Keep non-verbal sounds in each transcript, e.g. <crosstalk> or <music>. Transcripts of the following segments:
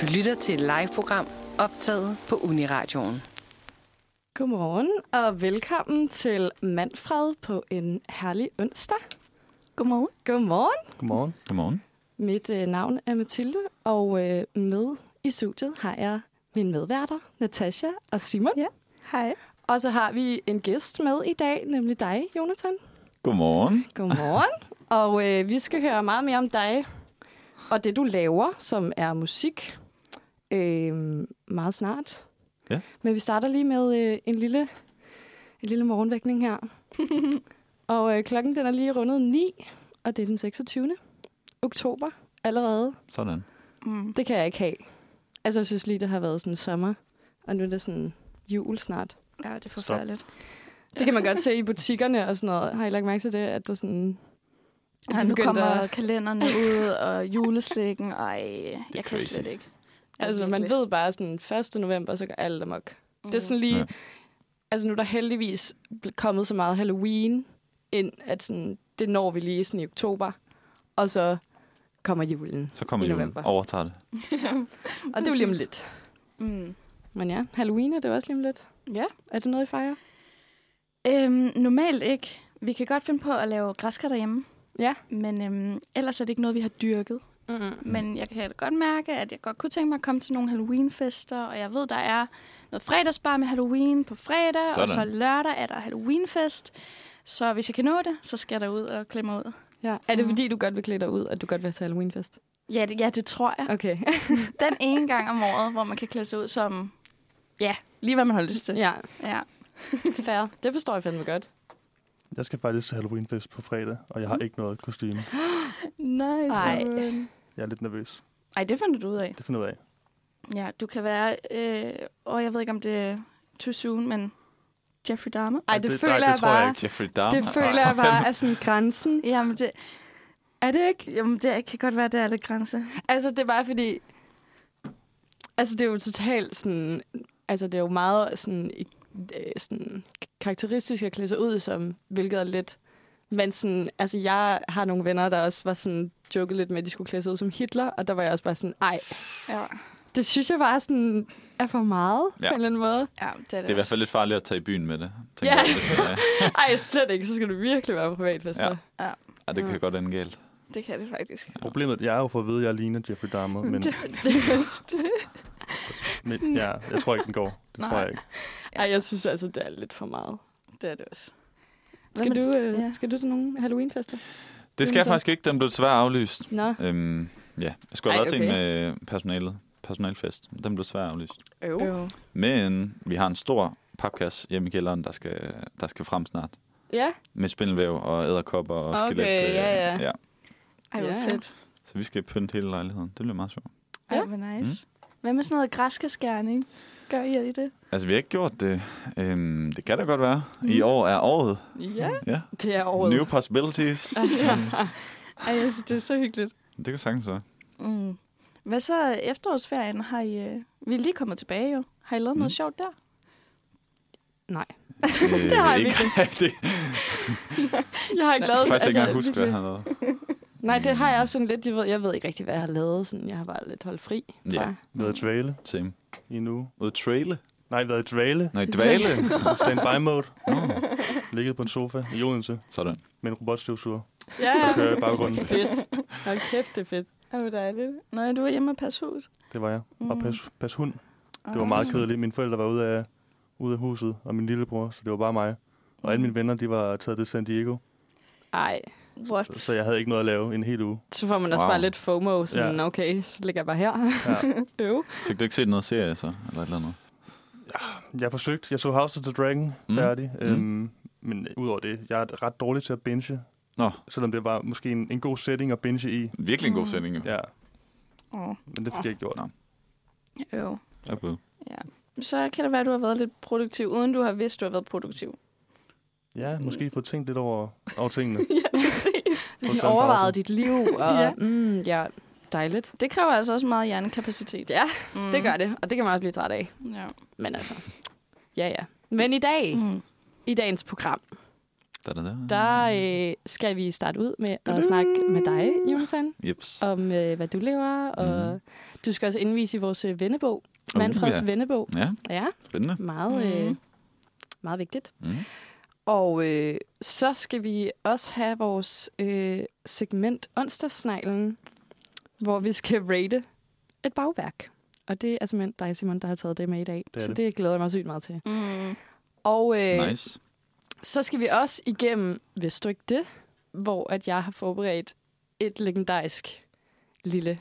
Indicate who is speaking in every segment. Speaker 1: Du lytter til et live-program optaget på Uniradioen.
Speaker 2: Godmorgen og velkommen til Manfred på en herlig onsdag.
Speaker 3: Godmorgen.
Speaker 2: Godmorgen.
Speaker 4: Godmorgen.
Speaker 5: Godmorgen.
Speaker 2: Mit øh, navn er Mathilde, og øh, med i studiet har jeg mine medværter, Natasha og Simon.
Speaker 3: Ja. Hej.
Speaker 2: Og så har vi en gæst med i dag, nemlig dig, Jonathan.
Speaker 5: Godmorgen.
Speaker 2: Godmorgen. og øh, vi skal høre meget mere om dig og det, du laver, som er musik, øh, meget snart.
Speaker 5: Ja.
Speaker 2: Men vi starter lige med øh, en lille en lille morgenvækning her. og øh, klokken den er lige rundet 9, og det er den 26. oktober allerede.
Speaker 5: Sådan.
Speaker 3: Mm.
Speaker 2: Det kan jeg ikke have. Altså, jeg synes lige, det har været sådan sommer, og nu er det sådan jul snart.
Speaker 3: Ja, det er forfærdeligt.
Speaker 2: Det kan man godt se i butikkerne og sådan noget. Har I lagt mærke til det, at der sådan... at
Speaker 3: Ej,
Speaker 2: de
Speaker 3: nu
Speaker 2: begyndte
Speaker 3: kommer
Speaker 2: at-
Speaker 3: kalenderne ud,
Speaker 2: <laughs>
Speaker 3: og juleslikken. Ej, jeg kan
Speaker 5: crazy.
Speaker 3: slet ikke. Ja,
Speaker 2: Altså, man
Speaker 3: virkelig.
Speaker 2: ved bare sådan 1. november, så går alt amok. Mm. Det er sådan lige...
Speaker 5: Ja.
Speaker 2: Altså, nu er der heldigvis bl- kommet så meget Halloween ind, at sådan, det når vi lige sådan i oktober. Og så kommer julen.
Speaker 5: Så kommer
Speaker 2: I
Speaker 5: julen.
Speaker 2: november.
Speaker 5: Overtager det.
Speaker 2: Og det er jo lige om lidt.
Speaker 3: Mm.
Speaker 2: Men ja, Halloween er det jo også lige om lidt.
Speaker 3: Ja.
Speaker 2: Er det noget, I fejrer?
Speaker 3: Øhm, normalt ikke. Vi kan godt finde på at lave græskar derhjemme.
Speaker 2: Ja.
Speaker 3: Men øhm, ellers er det ikke noget, vi har dyrket.
Speaker 2: Mm.
Speaker 3: Men jeg kan da godt mærke, at jeg godt kunne tænke mig at komme til nogle Halloween-fester, og jeg ved, der er noget fredagsbar med Halloween på fredag, og så
Speaker 5: Sådan.
Speaker 3: lørdag er der Halloween-fest. Så hvis jeg kan nå det, så skal jeg derud og klemme ud.
Speaker 2: Ja. Er det
Speaker 3: Mm.
Speaker 2: fordi, du godt vil klæde dig ud, at du godt vil til Halloweenfest?
Speaker 3: Ja, det, ja, det tror jeg.
Speaker 2: <laughs> Okay.
Speaker 3: Den ene gang om året, hvor man kan klæde sig ud som, ja, lige hvad man har lyst til.
Speaker 2: ja,
Speaker 3: Ja.
Speaker 2: fair. Det forstår jeg fandme godt.
Speaker 4: Jeg skal faktisk til Halloweenfest på fredag, og jeg har ikke noget kostume.
Speaker 3: Nice. Ej.
Speaker 4: Jeg er lidt nervøs.
Speaker 3: Ej, det finder du ud af.
Speaker 4: Det finder jeg ud af.
Speaker 3: Ja, du kan være, øh, og jeg ved ikke, om det er too soon, men Jeffrey Dahmer.
Speaker 2: Ej,
Speaker 4: Ej,
Speaker 2: det,
Speaker 4: det-
Speaker 2: føler
Speaker 4: nej, det
Speaker 2: jeg
Speaker 4: tror
Speaker 2: bare...
Speaker 4: jeg ikke.
Speaker 5: Jeffrey Dahmer.
Speaker 2: Det føler jeg
Speaker 4: <laughs>
Speaker 2: bare er sådan grænsen.
Speaker 3: Jamen det,
Speaker 2: Er det ikke?
Speaker 3: jamen, det kan godt være, det er lidt grænse.
Speaker 2: Altså, det er bare fordi... Altså, det er jo totalt sådan... Altså, det er jo meget sådan, i- øh, sådan karakteristisk at klæde sig ud som, hvilket er lidt... Men sådan, altså, jeg har nogle venner, der også var sådan joket lidt med, at de skulle klæde sig ud som Hitler, og der var jeg også bare sådan, ej,
Speaker 3: Ja,
Speaker 2: det synes jeg bare sådan er for meget ja.
Speaker 5: Ja.
Speaker 2: på en eller anden måde.
Speaker 3: ja det er det,
Speaker 5: Det er i hvert fald lidt farligt at tage i byen med det.
Speaker 2: Ja.
Speaker 5: Tænker jeg, hvis, øh,
Speaker 2: <laughs> Ej, slet ikke, så skal du virkelig være på privatfester. <laughs> Ja.
Speaker 5: Ja. ja, det kan godt ende galt.
Speaker 3: Det kan det faktisk.
Speaker 4: Problemet er, at jeg har jo fået at vide, at jeg ligner Jeffrey
Speaker 3: <laughs>
Speaker 4: Dahmer, men, men ja, jeg tror ikke, den går. Det tror
Speaker 3: Nej.
Speaker 4: jeg ikke.
Speaker 2: Ej, jeg synes altså, det er lidt for meget.
Speaker 3: det er det også.
Speaker 2: Skal du, øh,
Speaker 3: ja.
Speaker 2: ja. skal du til nogen Halloweenfester?
Speaker 5: Det skal jeg faktisk ikke. Den blev desværre aflyst.
Speaker 2: Nå,
Speaker 5: Øhm, ja, jeg skulle
Speaker 2: Ej,
Speaker 5: have været til en med personalet. Personalfest. Den blev desværre aflyst.
Speaker 2: øv.
Speaker 3: Jo.
Speaker 5: Men vi har en stor papkasse hjemme i kælderen, der skal, der skal frem snart.
Speaker 2: Ja,
Speaker 5: Med spindelvæv og æderkopper og
Speaker 2: Okay,
Speaker 5: skelet. øh,
Speaker 2: ja, ja.
Speaker 5: ja.
Speaker 3: Ej, hvor
Speaker 2: Ja.
Speaker 3: fedt.
Speaker 5: Så vi skal pynte hele lejligheden. Det bliver meget sjovt.
Speaker 3: Ej,
Speaker 2: Ja.
Speaker 3: hvor nice. Hvad med sådan noget græskeskærning? Gør I i det?
Speaker 5: Altså, vi har ikke gjort det. Øhm, det kan da godt være. I år er året.
Speaker 2: ja.
Speaker 5: Ja.
Speaker 2: Det er Mm. året.
Speaker 5: Året. New possibilities.
Speaker 2: Ej, jeg synes, det er så hyggeligt.
Speaker 5: Det kan sagtens
Speaker 2: <laughs>
Speaker 5: være.
Speaker 3: Mm. Hvad så efterårsferien? Har I, øh... Vi er lige kommet tilbage jo. Har I lavet noget
Speaker 5: Mm.
Speaker 3: sjovt der?
Speaker 2: Nej.
Speaker 5: det
Speaker 2: har jeg
Speaker 5: Øh, ikke rigtigt.
Speaker 2: Jeg har ikke lavet
Speaker 5: Faktisk ikke engang
Speaker 2: altså,
Speaker 5: huske, hvad jeg har lavet.
Speaker 2: virkelig- Nej, det har jeg også sådan lidt. Jeg ved, jeg ved ikke rigtig, hvad jeg har lavet. Sådan, jeg har bare lidt holdt fri.
Speaker 5: Ja.
Speaker 2: tror jeg.
Speaker 4: Været i dvale
Speaker 5: Same.
Speaker 4: i en uge.
Speaker 5: Ude traile.
Speaker 4: Nej, været i dvale.
Speaker 5: Nej,
Speaker 2: <laughs>
Speaker 5: dvale.
Speaker 4: Standby mode.
Speaker 5: oh,
Speaker 4: Ligget på en sofa i Odense
Speaker 5: sådan.
Speaker 4: med en robotstøvsuger.
Speaker 2: Ja,
Speaker 4: Der kører i baggrunden.
Speaker 2: fedt. Hold kæft, det er fedt.
Speaker 3: Åh, hvor dejligt. Nå, du var hjemme og passe hus.
Speaker 4: Det var jeg. Og
Speaker 3: Mm. Ah.
Speaker 4: pas, pas hund. Det var meget kedeligt. Mine forældre var ude af, ude af huset, og min lillebror, så det var bare mig. Og alle mine venner, de var taget til San Diego,
Speaker 2: Ej,
Speaker 3: What?
Speaker 4: så jeg havde ikke noget at lave en hel uge.
Speaker 2: så får man også
Speaker 5: Wow.
Speaker 2: bare lidt FOMO. Sådan, ja. okay, så ligger jeg bare her.
Speaker 4: Ja.
Speaker 2: <laughs> Øv.
Speaker 5: Fik du ikke set noget serie, så? Eller et eller andet?
Speaker 4: Jeg forsøgte. Jeg så House of the Dragon
Speaker 5: Mm.
Speaker 4: færdig.
Speaker 5: Mm.
Speaker 4: Mm. Øhm, men udover det, jeg er ret dårlig til at binge.
Speaker 5: Nå.
Speaker 4: Selvom det var måske en, en god setting at binge i.
Speaker 5: Virkelig en god
Speaker 3: Mm.
Speaker 5: sending, jo.
Speaker 4: Ja,
Speaker 3: Åh,
Speaker 4: men det fik jeg ikke gjort.
Speaker 5: Nå.
Speaker 3: jo.
Speaker 5: Jeg er på.
Speaker 3: Så kan det være, at du har været lidt produktiv, uden du har vidst, du har været
Speaker 2: <laughs>
Speaker 3: produktiv.
Speaker 4: Ja, måske få tænkt lidt over, over tingene.
Speaker 3: ja, præcis.
Speaker 2: Ligesom
Speaker 4: sådan en
Speaker 2: overvejet
Speaker 4: pause.
Speaker 2: dit liv.
Speaker 4: <laughs>
Speaker 2: Og, ja.
Speaker 3: Ja.
Speaker 2: Mm, ja, dejligt.
Speaker 3: Det kræver altså også meget hjernekapacitet.
Speaker 2: Ja,
Speaker 3: mm.
Speaker 2: det gør det. Og det kan man også blive træt af.
Speaker 3: Ja.
Speaker 2: Men altså, ja ja. Men i dag,
Speaker 3: Mm.
Speaker 2: i dagens program,
Speaker 5: Da, da, da.
Speaker 2: der
Speaker 4: Mhm.
Speaker 2: øh, skal vi starte ud med at snakke med dig, Jonathan,
Speaker 5: Jeps.
Speaker 2: om øh, hvad du laver, og
Speaker 5: Mhm.
Speaker 2: du skal også indvise i vores øh, vennebog,
Speaker 5: Uh,
Speaker 2: Manfreds
Speaker 5: ja.
Speaker 2: vennebog.
Speaker 5: Ja,
Speaker 2: Ja,
Speaker 5: spændende.
Speaker 2: meget, øh,
Speaker 3: Mhm.
Speaker 2: meget vigtigt.
Speaker 5: Mm.
Speaker 2: Og øh, så skal vi også have vores øh, segment onsdagssneglen, hvor vi skal rate et bagværk. Og det er simpelthen dig, Simon, der har taget det med i dag.
Speaker 4: Det er
Speaker 2: så
Speaker 4: det.
Speaker 2: det. glæder jeg mig sygt meget til.
Speaker 3: Mm.
Speaker 2: Og øh,
Speaker 5: Nice.
Speaker 2: så skal vi også igennem, hvis du ikke det, hvor at jeg har forberedt et legendarisk lille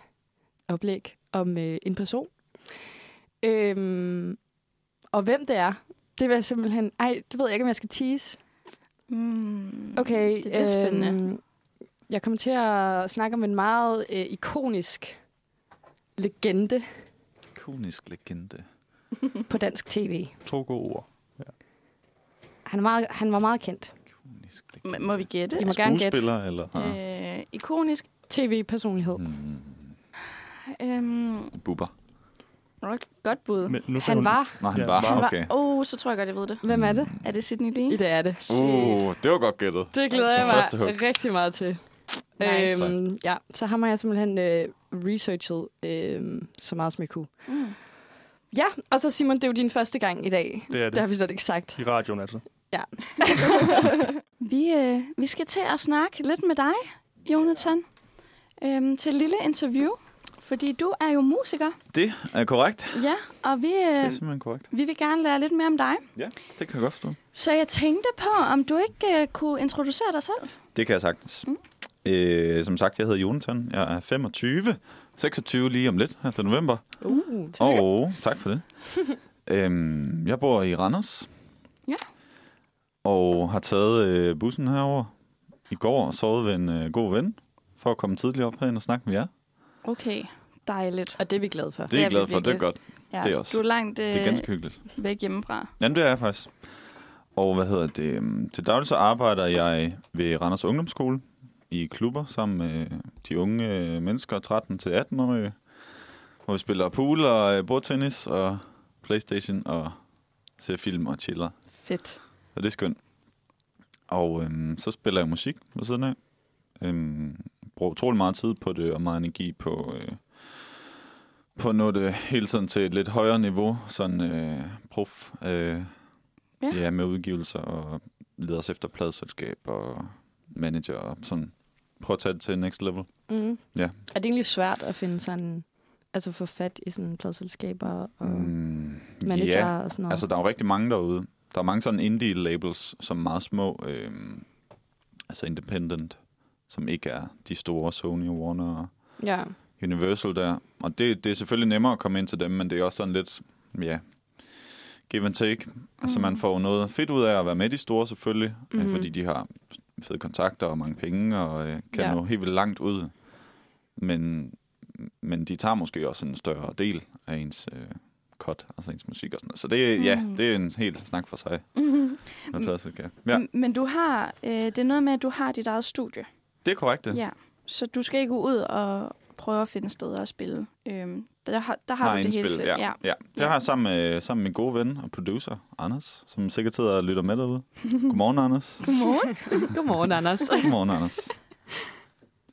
Speaker 2: oplæg om øh, en person. Øhm, og hvem det er, det vil jeg simpelthen... Ej, det ved jeg ikke, om jeg skal tease.
Speaker 3: Mm.
Speaker 2: Okay.
Speaker 3: Det er lidt spændende.
Speaker 2: øhm, jeg kommer til at snakke om en meget øh, ikonisk legende
Speaker 5: Ikonisk legende.
Speaker 2: på dansk tv.
Speaker 4: To gode ord.
Speaker 2: Han, er meget, han var meget kendt.
Speaker 5: Ikonisk
Speaker 3: M-
Speaker 5: legende.
Speaker 3: Må vi gætte?
Speaker 2: I <laughs> må gerne gætte.
Speaker 5: Skuespiller, eller? Ja.
Speaker 3: Øh, ikonisk.
Speaker 2: TV-personlighed.
Speaker 5: Mm.
Speaker 3: Øhm,
Speaker 5: Bubber.
Speaker 3: right. Godt bud.
Speaker 4: Men nu sagde
Speaker 2: Han
Speaker 4: hun,
Speaker 2: var...
Speaker 5: Nå, han
Speaker 4: Ja,
Speaker 5: var,
Speaker 4: han
Speaker 3: Han var-
Speaker 5: okay.
Speaker 3: Åh, oh, så tror jeg godt, jeg ved det.
Speaker 2: Hvem er det?
Speaker 3: Mm. Er det Sydney Lee?
Speaker 2: I det er det.
Speaker 5: Uh, det var godt gættet.
Speaker 2: Det glæder jeg
Speaker 5: Den første
Speaker 2: mig
Speaker 5: hook.
Speaker 2: rigtig meget til.
Speaker 3: Nice.
Speaker 2: Øhm, ja, så ham har jeg simpelthen øh, researchet øh, så meget som jeg kunne.
Speaker 3: Mm.
Speaker 2: Ja, og så Simon, det er jo din første gang i dag.
Speaker 4: det er
Speaker 2: Det har
Speaker 4: det.
Speaker 2: vi slet ikke sagt.
Speaker 4: I radioen altså.
Speaker 3: Vi, øh, vi skal til at snakke lidt med dig, Jonathan, øhm, til et lille interview. Fordi du er jo musiker,
Speaker 5: Det er korrekt.
Speaker 3: ja, og vi,
Speaker 5: Det er
Speaker 3: øh,
Speaker 5: simpelthen korrekt.
Speaker 3: vi vil gerne lære lidt mere om dig.
Speaker 5: Det kan jeg godt forstå.
Speaker 3: Så jeg tænkte på, om du ikke øh, kunne introducere dig selv.
Speaker 5: Det kan jeg sagtens.
Speaker 3: Mm.
Speaker 5: Øh, som sagt, jeg hedder Jonathan. Jeg er 25. 26 lige om lidt, her til november.
Speaker 2: Uh,
Speaker 5: Og tak for det. øhm, jeg bor i Randers.
Speaker 3: Ja.
Speaker 5: Og har taget øh, bussen herover i går og sovet ved en øh, god ven for at komme tidligt op herind og snakke med jer.
Speaker 3: Okay, dejligt.
Speaker 2: og det er vi glade for.
Speaker 5: Det er
Speaker 3: er
Speaker 5: jeg glad
Speaker 3: vi
Speaker 5: for. Det er
Speaker 3: virkelig.
Speaker 5: godt.
Speaker 3: Ja,
Speaker 5: Det er
Speaker 3: så
Speaker 5: også-
Speaker 3: Du er langt øh,
Speaker 5: Det er ganske hyggeligt.
Speaker 3: væk hjemmefra.
Speaker 5: Jamen, det er jeg faktisk. Og hvad hedder det? øhm, Til daglig så arbejder jeg ved Randers Ungdomsskole i klubber sammen med de unge øh, mennesker, 13-18-årige, hvor vi spiller pool og øh, bordtennis og Playstation og ser film og chiller.
Speaker 2: Fedt.
Speaker 5: Så det er skønt. Og øhm, så spiller jeg musik ved siden af. Øhm, bruger utrolig meget tid på det, og meget energi på, øh, på at nå det hele tiden til et lidt højere niveau, sådan øh, prof. Øh, ja.
Speaker 3: Ja.
Speaker 5: ja. med udgivelser og leder os efter pladselskab og manager og sådan. Prøv at tage det til next level.
Speaker 2: Mm.
Speaker 5: Ja.
Speaker 2: Er det egentlig svært at finde sådan... Altså få fat i sådan pladselskaber og mm. manager
Speaker 5: ja.
Speaker 2: yeah. og sådan noget?
Speaker 5: Altså, der er jo rigtig mange derude. Der er mange sådan indie-labels, som er meget små, øh, altså independent, som ikke er de store Sony, Warner og
Speaker 2: ja.
Speaker 5: Universal der. Og det, det er selvfølgelig nemmere at komme ind til dem, men det er også sådan lidt, ja, give and take. Mm. Altså, man får jo noget fedt ud af at være med i de store selvfølgelig, mm.
Speaker 2: Mhm.
Speaker 5: øh, fordi de har fede kontakter og mange penge og øh, kan
Speaker 2: Ja.
Speaker 5: nå helt vildt langt ud. Men, men de tager måske også en større del af ens øh, cut, altså ens musik og sådan noget. Så det, mm. ja,
Speaker 3: Mhm.
Speaker 5: det er en helt snak for sig.
Speaker 3: Mm-hmm.
Speaker 5: Med
Speaker 3: Mm.
Speaker 5: pladselskab.
Speaker 3: Ja.
Speaker 5: Ja,
Speaker 3: Men du har, øh, det er noget med, at du har dit eget studie.
Speaker 5: det er korrekt det.
Speaker 3: Ja, så du skal ikke ud og prøve at finde steder at spille. Øhm, der har, der har,
Speaker 5: har
Speaker 3: du det hele
Speaker 5: indspillet,
Speaker 3: selv.
Speaker 5: ja. ja. ja. Det
Speaker 3: Ja.
Speaker 5: har jeg sammen med, sammen med min gode ven og producer, Anders, som sikkert sidder og lytter med
Speaker 3: <laughs>
Speaker 5: derude. Godmorgen,
Speaker 2: Mm.
Speaker 5: Anders.
Speaker 2: Godmorgen. <laughs> Godmorgen, <laughs> Anders.
Speaker 5: Godmorgen, Anders.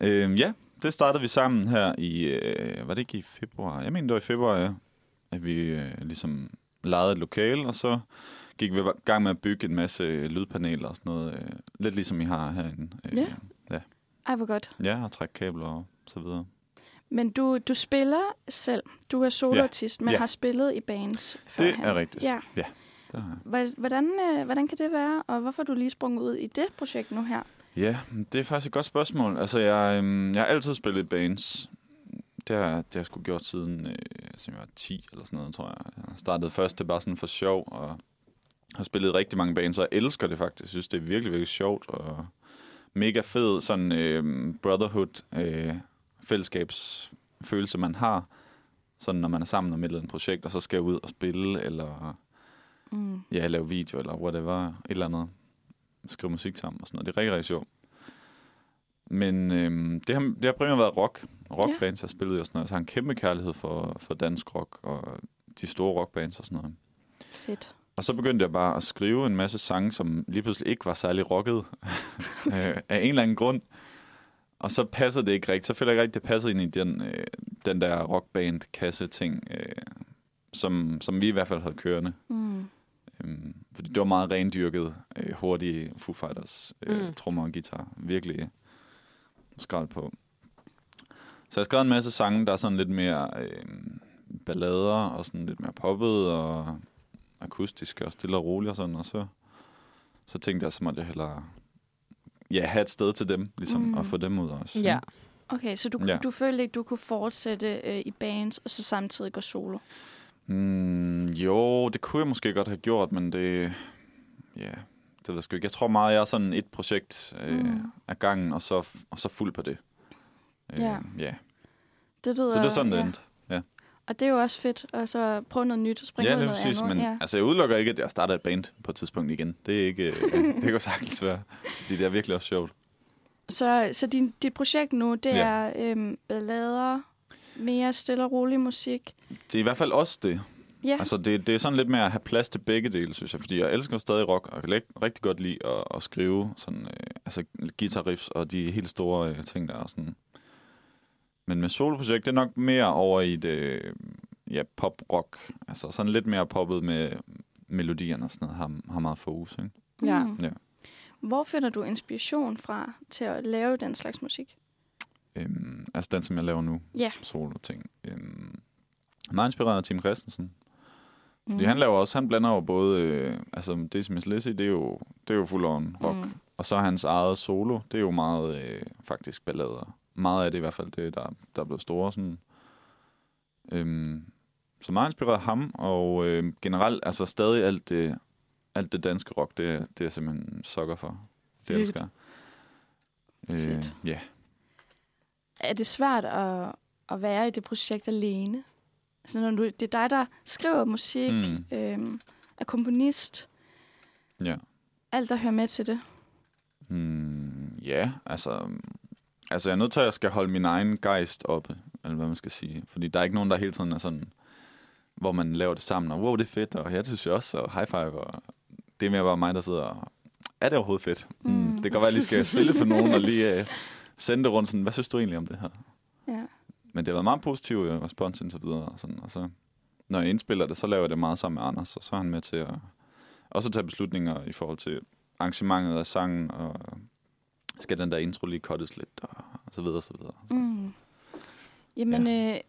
Speaker 5: Øhm, ja, det startede vi sammen her i, øh, var det ikke i februar? Jeg mener, det var i februar, ja. At vi øh, ligesom lejede et lokale, og så gik vi i gang med at bygge en masse øh, lydpaneler og sådan noget. Øh, lidt ligesom I har herinde. Øh,
Speaker 3: Ja. Ej, hvor godt.
Speaker 5: Ja, og trække kabler og så videre.
Speaker 3: Men du, du spiller selv. Du er soloartist, men
Speaker 5: Ja.
Speaker 3: har spillet i bands
Speaker 5: Det
Speaker 3: førhen.
Speaker 5: er rigtigt.
Speaker 3: Ja.
Speaker 5: Der er
Speaker 3: Hvor- Hvordan, øh, hvordan kan det være, og hvorfor er du lige sprunget ud i det projekt nu her?
Speaker 5: Ja, det er faktisk et godt spørgsmål. Altså, jeg, øhm, jeg har altid spillet i bands. Det har, det har jeg sgu gjort siden, øh, siden jeg var 10 eller sådan noget, tror jeg. Jeg startede først, det bare sådan for sjov, og har spillet i rigtig mange bands, og jeg elsker det faktisk. Jeg synes, det er virkelig, virkelig sjovt, og mega fed sådan øh, brotherhood øh, fællesskabsfølelse, man har, sådan når man er sammen om et eller andet projekt, og så skal ud og spille, eller
Speaker 3: Mm.
Speaker 5: ja, lave video eller whatever, et eller andet. Skrive musik sammen og sådan noget. Det er rigtig, rigtig sjovt. Men øhm, det, har, det har primært været rock. Rockbands, jeg spillede og sådan noget. Så jeg har en kæmpe kærlighed for, for dansk rock og de store rockbands og sådan noget.
Speaker 3: Fedt.
Speaker 5: Og så begyndte jeg bare at skrive en masse sange, som lige pludselig ikke var særlig rocket <laughs> øh, af en eller anden grund. Og så passer det ikke rigtigt. Så føler jeg ikke rigtigt, det passer ind i den, øh, den der rockband-kasse-ting, øh, som, som vi i hvert fald havde kørende.
Speaker 3: Mm.
Speaker 5: Øhm, fordi det var meget rendyrket, øh, hurtige Foo Fighters, øh,
Speaker 2: Mm.
Speaker 5: mm. trommer og guitar. Virkelig øh, skrald på. Så jeg skrev en masse sange, der er sådan lidt mere øh, ballader, og sådan lidt mere poppet, og akustisk, og stille og roligt og sådan. Og så, så tænkte jeg, så måtte jeg hellere ja, have et sted til dem, ligesom,
Speaker 3: Mm.
Speaker 5: mm. og få dem ud også.
Speaker 2: Ja.
Speaker 3: Okay, så du, ja.
Speaker 5: Ja.
Speaker 3: du følte ikke, du kunne fortsætte øh, i bands, og så samtidig gå solo?
Speaker 5: Mm, jo, det kunne jeg måske godt have gjort, men det... Ja, det ved jeg sgu ikke. Jeg tror meget, jeg er sådan et projekt øh,
Speaker 3: Mm.
Speaker 5: mm. af gangen, og så, og så fuld på det. Øh,
Speaker 3: Ja.
Speaker 5: ja.
Speaker 3: Det lyder,
Speaker 5: Så det er sådan, det
Speaker 3: ja.
Speaker 5: endte.
Speaker 3: Og det er jo også fedt, og så prøve noget nyt, og springe
Speaker 5: Ja,
Speaker 3: ud i
Speaker 5: lige
Speaker 3: noget
Speaker 5: præcis.
Speaker 3: andet.
Speaker 5: Men ja. altså, jeg udelukker ikke, at jeg starter et band på et tidspunkt igen. Det er ikke...
Speaker 3: <laughs>
Speaker 5: Øh, det kan sagtens være. Fordi det er virkelig også sjovt.
Speaker 3: Så, så din, dit projekt nu, det ja.
Speaker 5: Ja.
Speaker 3: er øhm, ballader, mere stille og rolig musik.
Speaker 5: Det er i hvert fald også det.
Speaker 3: Ja, altså,
Speaker 5: Altså, det, det er sådan lidt med at have plads til begge dele, synes jeg. Fordi jeg elsker stadig rock, og kan læ- rigtig godt lide at, at skrive sådan, øh, altså, guitar riffs og de helt store øh, ting, der er sådan. Men med soloprojekt, det er nok mere over i det, øh, ja, pop-rock. Altså sådan lidt mere poppet med melodierne og sådan noget, har, har meget fokus, ikke?
Speaker 2: Ja.
Speaker 3: Mm.
Speaker 5: Ja.
Speaker 3: Hvor finder du inspiration fra til at lave den slags musik?
Speaker 5: Øhm, altså den, som jeg laver nu.
Speaker 3: Ja.
Speaker 5: Solo-ting. Øhm, meget inspireret af Tim Christensen. Fordi
Speaker 3: Mm.
Speaker 5: han laver også, han blander jo både, øh, altså Decimus Lizzy, det er jo, det er jo full on rock. Mm. Og så hans eget solo, det er jo meget øh, faktisk ballader. Meget af det i hvert fald, det der, der er blevet store. Sådan. Øhm, så meget inspireret af ham, og øh, generelt altså stadig alt det, alt det danske rock, det, er- det er jeg simpelthen sokker for. Det
Speaker 2: Fedt.
Speaker 5: elsker jeg. øh,
Speaker 3: Fedt.
Speaker 5: Ja,
Speaker 3: Er det svært at, at være i det projekt alene? Altså, når du, det er dig, der skriver musik, mm.
Speaker 5: Mm.
Speaker 3: øhm, er komponist,
Speaker 5: ja.
Speaker 3: alt der hører med til det.
Speaker 5: Mm, ja, altså... Altså, jeg er nødt til at jeg skal holde min egen gejst oppe, eller hvad man skal sige. Fordi der er ikke nogen, der hele tiden er sådan, hvor man laver det sammen, og wow, det er fedt, og ja, det synes jeg også, og high five, og det er mere bare mig, der sidder og, er det overhovedet fedt? Mm.
Speaker 3: Mm.
Speaker 5: Mm. Det kan godt være, at jeg lige skal spille for nogen, og lige uh, sende det rundt, sådan, hvad synes du egentlig om det her?
Speaker 3: Ja.
Speaker 5: Men det har været meget positiv øh, respons indtil videre, og, sådan, og så, når jeg indspiller det, så laver jeg det meget sammen med Anders, og så er han med til at også tage beslutninger i forhold til arrangementet af sangen, og skal den der intro lige cuttes lidt, og, og så videre, og så videre.
Speaker 3: Mm. Jamen, ja. øh,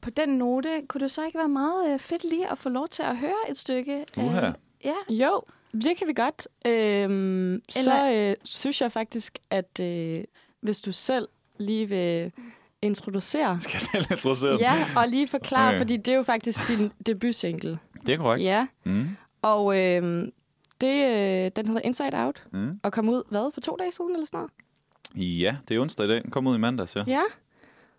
Speaker 3: på den note, kunne det så ikke være meget øh, fedt lige at få lov til at høre et stykke? af-
Speaker 5: Uha.
Speaker 3: Ja,
Speaker 2: Jo, det kan vi godt. Øhm, Eller... Så
Speaker 3: Eller-
Speaker 2: øh, synes jeg faktisk, at øh, hvis du selv lige vil introducere
Speaker 5: Skal jeg selv introducere den?
Speaker 2: ja, og lige forklare, okay.
Speaker 5: Okay.
Speaker 2: fordi det er jo faktisk din debutsingle.
Speaker 5: Det er korrekt.
Speaker 2: Ja,
Speaker 5: Mm.
Speaker 2: og øh, det, øh, den hedder Inside Out,
Speaker 5: Mm.
Speaker 2: og kom ud, hvad, for to dage siden eller sådan noget?
Speaker 5: Ja, det er onsdag i dag. Den kom ud i mandags, ja.
Speaker 2: Ja.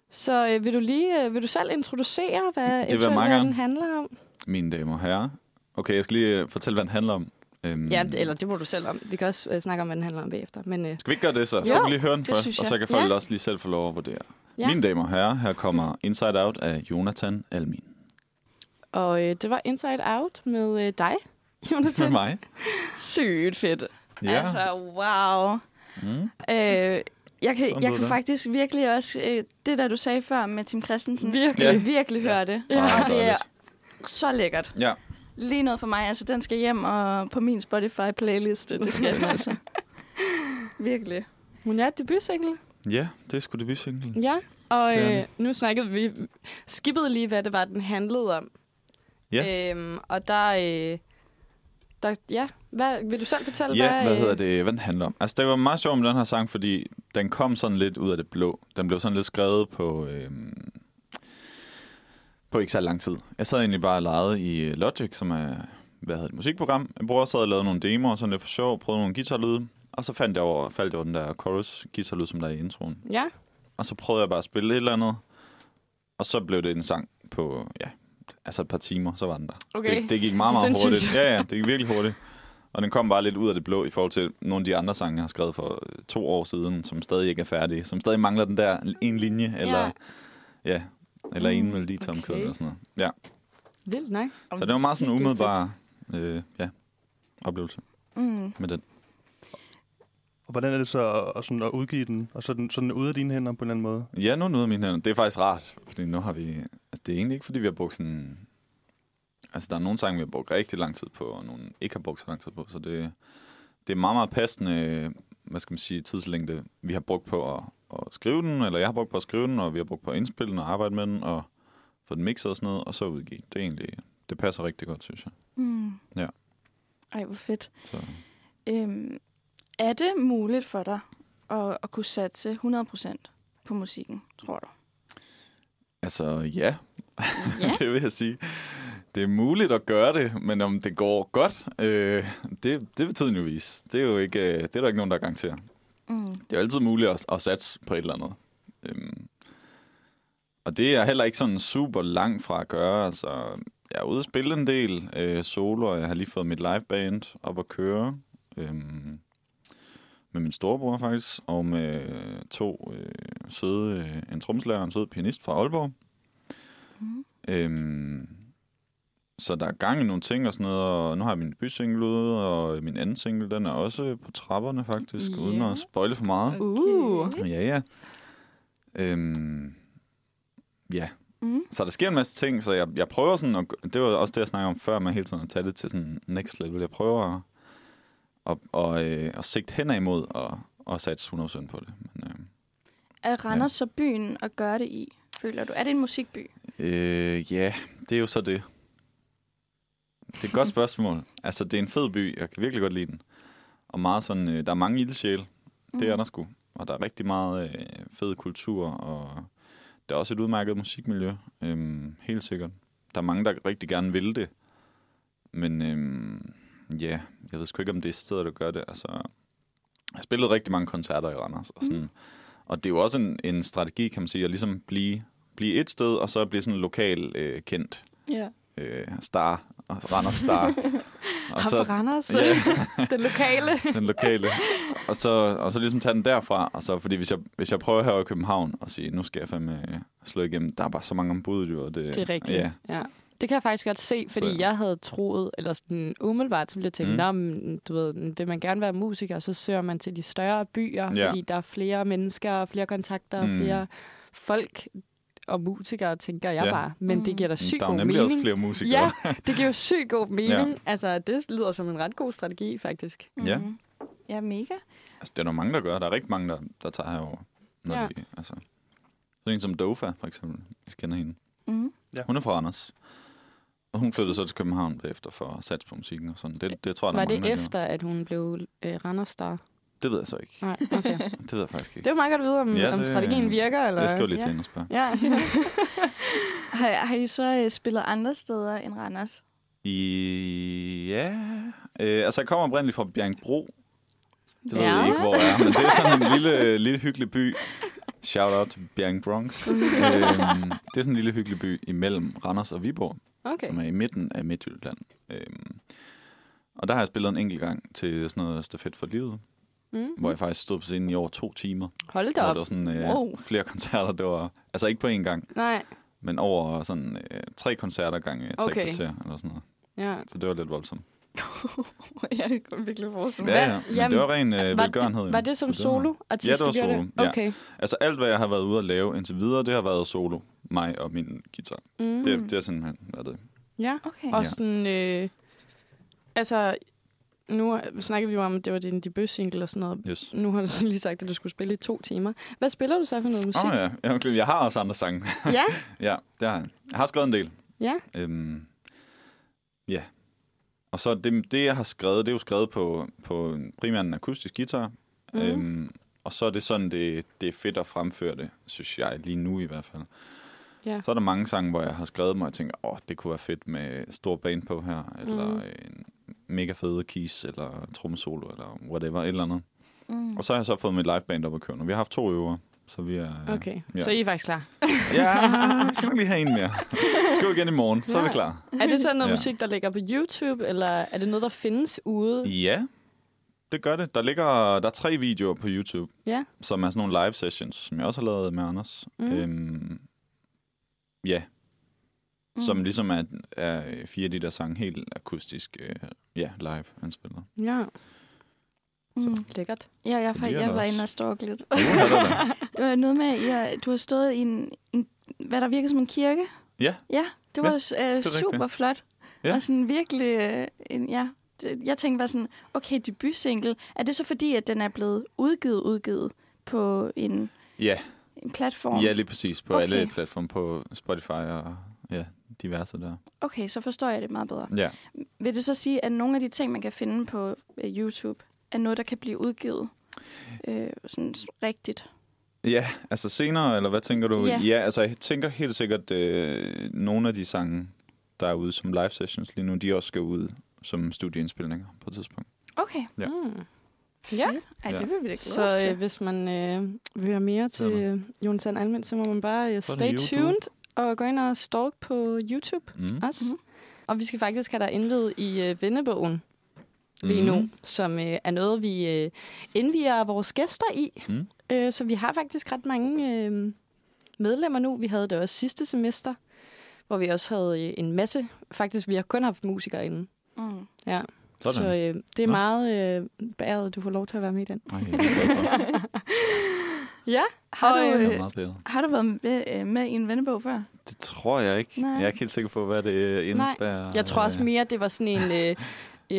Speaker 2: Så øh, vil du lige øh, vil du selv introducere, hvad
Speaker 5: jeg
Speaker 2: eventuelt,
Speaker 5: meget
Speaker 2: hvad den
Speaker 5: gerne.
Speaker 2: handler om?
Speaker 5: Mine damer og herrer. Okay, jeg skal lige øh, fortælle, hvad den handler om. Øhm,
Speaker 2: Ja, det, eller det må du selv om. Vi kan også øh, snakke om, hvad den handler om bagefter. Men øh,
Speaker 5: Skal vi ikke gøre det så? Jo,
Speaker 2: Jo,
Speaker 5: så kan vi lige høre den
Speaker 3: det synes
Speaker 5: først, og
Speaker 3: jeg.
Speaker 5: så kan folk
Speaker 2: Ja.
Speaker 5: også lige selv få lov at vurdere.
Speaker 2: Ja.
Speaker 5: Ja. Mine damer og herrer, her kommer Inside Out af Jonathan Almin.
Speaker 2: Og øh, det var Inside Out med øh, dig, <laughs>
Speaker 5: Med
Speaker 2: Jonathan.
Speaker 5: mig.
Speaker 2: Sygt fedt.
Speaker 5: Ja.
Speaker 3: altså, wow.
Speaker 5: Mm.
Speaker 3: Øh, jeg kan,
Speaker 5: Sådan
Speaker 3: jeg
Speaker 5: lød
Speaker 3: kan
Speaker 5: det.
Speaker 3: faktisk virkelig også, øh, det der du sagde før med Tim Christensen,
Speaker 2: Virkelig.
Speaker 5: Ja.
Speaker 3: virkelig høre det.
Speaker 5: Ja.
Speaker 3: Og det er
Speaker 5: dejligt.
Speaker 3: så lækkert.
Speaker 5: Ja.
Speaker 3: Lige noget for mig, altså den skal hjem og på min Spotify-playliste, det skal
Speaker 5: <laughs>
Speaker 3: den altså. Virkelig.
Speaker 2: Hun er debutsingle.
Speaker 5: ja, det er sgu det single.
Speaker 2: Ja. Og
Speaker 5: Det er
Speaker 2: øh, nu snakkede vi, skippede lige, hvad det var, den handlede om.
Speaker 5: Ja.
Speaker 2: Øhm, og der, øh, der, ja, hvad, vil du selv fortælle,
Speaker 5: Ja,
Speaker 2: hvad,
Speaker 5: hvad
Speaker 2: øh,
Speaker 5: hedder det, hvad den handler om? Altså, det var meget sjovt med den her sang, fordi den kom sådan lidt ud af det blå. Den blev sådan lidt skrevet på, øhm, på ikke så lang tid. Jeg sad egentlig bare og legede i øh, Logic, som er, hvad hedder det, musikprogram. Jeg bror sad og lavede nogle demoer, sådan lidt for sjov, prøvede nogle guitarlyde. Og så fandt jeg over, faldt jeg over den der chorus guitarlyd, som der er i introen.
Speaker 2: Ja,
Speaker 5: Og så prøvede jeg bare at spille et eller andet. Og så blev det en sang på, ja, altså et par timer, så var den der.
Speaker 2: Okay.
Speaker 5: Det, det gik meget, meget
Speaker 2: Sindssygt.
Speaker 5: hurtigt. Ja, ja, det gik virkelig hurtigt. Og den kom bare lidt ud af det blå i forhold til nogle af de andre sange, jeg har skrevet for øh, to år siden, som stadig ikke er færdige, som stadig mangler den der en linje, eller, ja, eller en melodi tomkød
Speaker 2: Mm, okay.
Speaker 5: eller sådan noget. Ja.
Speaker 2: vildt nok.
Speaker 5: Så det var meget sådan
Speaker 2: Virkelig
Speaker 5: umiddelbart øh, ja, oplevelse
Speaker 3: Mm.
Speaker 5: med den.
Speaker 4: Og hvordan er det så at, at sådan at udgive den, og så er den, så er den ude af dine hænder på en eller anden måde?
Speaker 5: Ja, nu er den ude af mine hænder. Det er faktisk rart, fordi nu har vi... Altså, det er egentlig ikke, fordi vi har brugt sådan... Altså, der er nogle sange, vi har brugt rigtig lang tid på, og nogle ikke har brugt så lang tid på, så det, det er meget, meget passende, hvad skal man sige, tidslængde, vi har brugt på at, at skrive den, eller jeg har brugt på at skrive den, og vi har brugt på at indspille den og arbejde med den, og få den mixet og sådan noget, og så udgive. Det er egentlig... Det passer rigtig godt, synes jeg.
Speaker 3: Mm.
Speaker 5: Ja.
Speaker 3: Ej, hvor fedt.
Speaker 5: Så,
Speaker 3: Øhm, er det muligt for dig at, at kunne satse 100% på musikken, tror du?
Speaker 5: altså, ja,
Speaker 3: Ja.
Speaker 5: <laughs> det vil jeg sige. Det er muligt at gøre det, men om det går godt, øh, det, det vil tiden jo vise. Det er jo ikke, øh, det er der ikke nogen, der garanterer.
Speaker 3: Mm.
Speaker 5: Det er jo altid muligt at, at satse på et eller andet. Øhm, og det er heller ikke sådan super langt fra at gøre. Altså, jeg er ude at spille en del øh, solo, og jeg har lige fået mit liveband op at køre. Øhm, med min storebror faktisk, og med to øh, søde, øh, en tromslærer og en sød pianist fra Aalborg.
Speaker 3: Mm.
Speaker 5: Øhm, så der er gang i nogle ting og sådan noget, og nu har jeg min debutsingle ude, og min anden single, den er også på trapperne faktisk, yeah. uden
Speaker 2: Ja.
Speaker 5: at spoile for meget.
Speaker 2: Uh.
Speaker 5: Ja, ja. Øhm, ja,
Speaker 3: Mm.
Speaker 5: så der sker en masse ting, så jeg, jeg prøver sådan, at, g- det var også det, jeg snakkede om før, med hele tiden at tage det til sådan next level. Jeg prøver at, at, at, øh, at sigte hen imod og, og satse 100% på det. Men, øh,
Speaker 3: Er Randers så byen at gøre det i, føler du? Er det en musikby?
Speaker 5: Øh, ja, det er jo så det. Det er et godt spørgsmål. Altså, det er en fed by. Jeg kan virkelig godt lide den. Og meget sådan, øh, der er mange ildsjæle. Mm.
Speaker 2: Mhm.
Speaker 5: Det er der sgu. Og der er rigtig meget øh, fed kultur, og der er også et udmærket musikmiljø. Øhm, helt sikkert. Der er mange, der rigtig gerne vil det. Men øhm, ja, jeg ved sgu ikke, om det er stedet, der gør det. Altså, jeg har spillet rigtig mange koncerter i Randers. Og,
Speaker 2: Mhm.
Speaker 5: sådan, mm. og det er jo også en, en strategi, kan man sige, at ligesom blive blive et sted, og så blive sådan lokal øh, kendt
Speaker 3: Ja.
Speaker 5: øh, star, og Randers
Speaker 2: <laughs>
Speaker 5: star. og
Speaker 2: Ham fra Randers,
Speaker 5: ja,
Speaker 2: <laughs> den lokale.
Speaker 5: den lokale. Og så, og så ligesom tage den derfra. Og så, fordi hvis jeg, hvis jeg prøver her i København og sige, nu skal jeg fandme øh, slå igennem, der er bare så mange ombud, jo. og Det,
Speaker 2: Det er rigtigt.
Speaker 5: Ja.
Speaker 2: ja. Det kan jeg faktisk godt se, fordi
Speaker 5: Så-
Speaker 2: så. jeg havde troet, eller sådan umiddelbart, så ville jeg tænke,
Speaker 5: Mm.
Speaker 2: mm. men, du ved, vil man gerne være musiker, så søger man til de større byer,
Speaker 5: Ja.
Speaker 2: ja. fordi der er flere mennesker, flere kontakter,
Speaker 5: Mm.
Speaker 2: mm. flere folk og musikere, tænker jeg
Speaker 5: Ja.
Speaker 2: ja. bare. Men mm. det giver da sygt
Speaker 5: Der er
Speaker 2: god
Speaker 5: jo nemlig
Speaker 2: mening.
Speaker 5: også flere musikere.
Speaker 2: Ja, det giver jo sygt god mening. Ja. Altså, det lyder som en ret god strategi, faktisk.
Speaker 5: Ja.
Speaker 3: Mhm. Ja, mega.
Speaker 5: Altså, det er der mange, der gør. Der er rigtig mange, der, der tager herover. Når ja.
Speaker 2: Ja.
Speaker 5: de, altså. Sådan en som Dofa, for eksempel. Jeg kender hende.
Speaker 3: Mm.
Speaker 5: Ja. Hun er fra Anders. Og hun flyttede så til København bagefter for at satse på musikken og sådan. Det, det tror jeg, der
Speaker 2: Var
Speaker 5: er mange, der
Speaker 2: det
Speaker 5: gjorde.
Speaker 2: efter, at hun blev øh, Randerstar?
Speaker 5: Det ved jeg så ikke.
Speaker 2: Nej, okay.
Speaker 5: Det ved jeg faktisk ikke.
Speaker 2: Det var meget godt at vide, om,
Speaker 5: Ja,
Speaker 2: ja, det, om
Speaker 5: det-
Speaker 2: strategien virker. Eller?
Speaker 5: Jeg skriver lige
Speaker 3: Ja.
Speaker 5: til hende og spørger.
Speaker 2: Ja.
Speaker 3: <laughs>
Speaker 2: <laughs>
Speaker 3: Har, har I så øh, spillet andre steder end Randers?
Speaker 5: I... Ja... Øh, altså, jeg kommer oprindeligt fra Bjergbro. Det ved
Speaker 2: Ja.
Speaker 5: jeg ikke, hvor jeg er, men det er sådan en lille, øh, lille hyggelig by. Shout out til Bjerg
Speaker 2: <laughs>
Speaker 5: Bronx. øhm, det er sådan en lille hyggelig by imellem Randers og Viborg, okay.
Speaker 2: Okay.
Speaker 5: som er i midten af Midtjylland. Øhm, og der har jeg spillet en enkelt gang til sådan noget stafet for livet,
Speaker 2: Mm.
Speaker 5: hvor jeg faktisk stod på scenen i over to timer.
Speaker 2: Hold da
Speaker 5: Hvor
Speaker 2: op.
Speaker 5: der var sådan øh,
Speaker 2: Wow.
Speaker 5: flere koncerter, det var... Altså ikke på én gang,
Speaker 2: Nej,
Speaker 5: men over sådan øh, tre koncerter gange øh, tre okay.
Speaker 2: Okay.
Speaker 5: kvarter, eller sådan noget.
Speaker 2: ja.
Speaker 5: Så det var lidt voldsomt.
Speaker 2: <laughs> jeg kunne virkelig forestille
Speaker 5: Ja, ja. Men det
Speaker 2: Jamen,
Speaker 5: var ren øh,
Speaker 2: var,
Speaker 5: velgørenhed. jo.
Speaker 2: det, var det som
Speaker 5: Så var-
Speaker 2: solo-artist,
Speaker 5: Ja, det var
Speaker 2: du gjorde
Speaker 5: solo, ja.
Speaker 2: det? Okay.
Speaker 5: Altså alt, hvad jeg har været ude at lave indtil videre, det har været solo. Mig og min guitar.
Speaker 2: Mm.
Speaker 5: Det, det har simpelthen været det.
Speaker 2: Ja.
Speaker 3: Okay.
Speaker 2: Og
Speaker 5: Ja.
Speaker 2: sådan, øh, altså, nu snakkede vi jo om, at det var din debut-single og sådan noget.
Speaker 5: Yes.
Speaker 2: Nu har du så lige sagt, at du skulle spille i to timer. Hvad spiller du så for noget musik?
Speaker 5: Åh oh, ja, jeg, er glad. jeg har også andre sange. <laughs>
Speaker 2: ja.
Speaker 5: ja, det har jeg. Jeg har skrevet en del.
Speaker 2: Ja.
Speaker 5: Øhm, ja. Og så det, det, jeg har skrevet, det er jo skrevet på, på primært en akustisk guitar. Mm.
Speaker 2: Mhm.
Speaker 5: <laughs> Øhm, og så er det sådan, det, det er fedt at fremføre det, synes jeg, lige nu i hvert fald.
Speaker 2: Ja.
Speaker 5: Så er der mange sange, hvor jeg har skrevet mig og jeg tænker, åh, det kunne være fedt med stor band på her, eller
Speaker 2: Mhm.
Speaker 5: en mega fede keys, eller trommesolo, eller whatever, et eller andet.
Speaker 3: Mm.
Speaker 5: Og så har jeg så fået mit liveband op at køre nu. Vi har haft to øver, så vi er...
Speaker 2: Okay,
Speaker 5: Ja.
Speaker 2: ja. så I er faktisk klar. <laughs>
Speaker 5: Ja, vi skal nok lige have en mere. Skal vi igen i morgen, så er vi
Speaker 2: Ja.
Speaker 5: klar.
Speaker 2: Er det så noget
Speaker 5: Ja.
Speaker 2: ja. musik, der ligger på YouTube, eller er det noget, der findes ude?
Speaker 5: Ja, det gør det. Der ligger der er tre videoer på YouTube,
Speaker 2: Ja.
Speaker 5: som er sådan nogle Øhm, live sessions, som jeg også har lavet med Anders. Mm.
Speaker 2: Mm.
Speaker 5: Øhm, ja, mm. som ligesom er, er fire af de der sange helt akustisk, øh, ja, live anspillet.
Speaker 2: Ja.
Speaker 3: Mm.
Speaker 2: Lækkert.
Speaker 3: Ja, jeg,
Speaker 5: Så
Speaker 3: jeg,
Speaker 5: det er
Speaker 3: jeg
Speaker 5: der
Speaker 3: var
Speaker 5: også.
Speaker 3: inde og stalke lidt.
Speaker 5: Uh, hvad er det der?
Speaker 3: Det var Øh, noget med, at I har, du har stået i en, en, hvad der virker som en kirke.
Speaker 5: Ja.
Speaker 3: Ja, det
Speaker 5: Ja,
Speaker 3: var ja, øh,
Speaker 5: rigtigt.
Speaker 3: super flot.
Speaker 5: Ja.
Speaker 3: Ja. Og sådan virkelig, øh, en, ja. Det- Jeg tænkte bare sådan, okay, debutsingle. Er det så fordi, at den er blevet udgivet, udgivet på en,
Speaker 5: Ja,
Speaker 3: en platform?
Speaker 5: ja, lige præcis. På okay.
Speaker 3: Okay.
Speaker 5: alle platforme på Spotify og ja, diverse der.
Speaker 3: Okay, så forstår jeg det meget bedre.
Speaker 5: Ja.
Speaker 3: Vil det så sige, at nogle af de ting, man kan finde på øh, YouTube, er noget, der kan blive udgivet øh, sådan s- rigtigt?
Speaker 5: Ja, altså senere, eller hvad tænker du?
Speaker 3: Ja.
Speaker 5: Ja, altså jeg tænker helt sikkert, øh, nogle af de sange, der er ude som live sessions lige nu, de også skal ud som studieindspilninger på et tidspunkt.
Speaker 3: Okay.
Speaker 2: <laughs>
Speaker 5: Ja.
Speaker 2: Mm.
Speaker 3: Ej,
Speaker 5: Ja.
Speaker 3: ja. det vil vi da glæde os
Speaker 2: Så øh,
Speaker 3: til.
Speaker 2: hvis man øh, vil høre mere til
Speaker 4: Hør
Speaker 2: øh, Jonas Sand Almind, så må man bare øh,
Speaker 4: Så er det
Speaker 2: stay
Speaker 4: YouTube.
Speaker 2: tuned og gå ind og stalk på YouTube
Speaker 5: Mm.
Speaker 2: også.
Speaker 3: Mhm.
Speaker 2: Mm. Og vi skal faktisk have dig indvidet i øh, vennebogen lige nu,
Speaker 5: Mm. Mm-hmm.
Speaker 2: som øh, er noget, vi øh, indviger vores gæster i.
Speaker 5: Mm.
Speaker 2: Mm. Øh, så vi har faktisk ret mange øh, medlemmer nu. Vi havde det også sidste semester, hvor vi også havde øh, en masse. Faktisk, vi har kun haft musikere inde.
Speaker 3: Mm.
Speaker 2: Ja.
Speaker 5: Sådan.
Speaker 2: Så øh, det er
Speaker 5: Nå.
Speaker 2: meget øh, bæret, du får lov til at være med i den.
Speaker 5: Ej, jeg er glad for.
Speaker 2: Ja,
Speaker 3: Har
Speaker 2: Og,
Speaker 3: du,
Speaker 5: Det
Speaker 3: øh,
Speaker 5: er meget
Speaker 2: <laughs>
Speaker 5: bedre.
Speaker 3: Har du været med, øh, med i en vennebog før?
Speaker 5: Det tror jeg ikke.
Speaker 3: Nej.
Speaker 5: Jeg er ikke helt sikker på, hvad det øh, indebærer.
Speaker 2: jeg tror også
Speaker 5: Øh,
Speaker 2: mere, det var sådan en øh,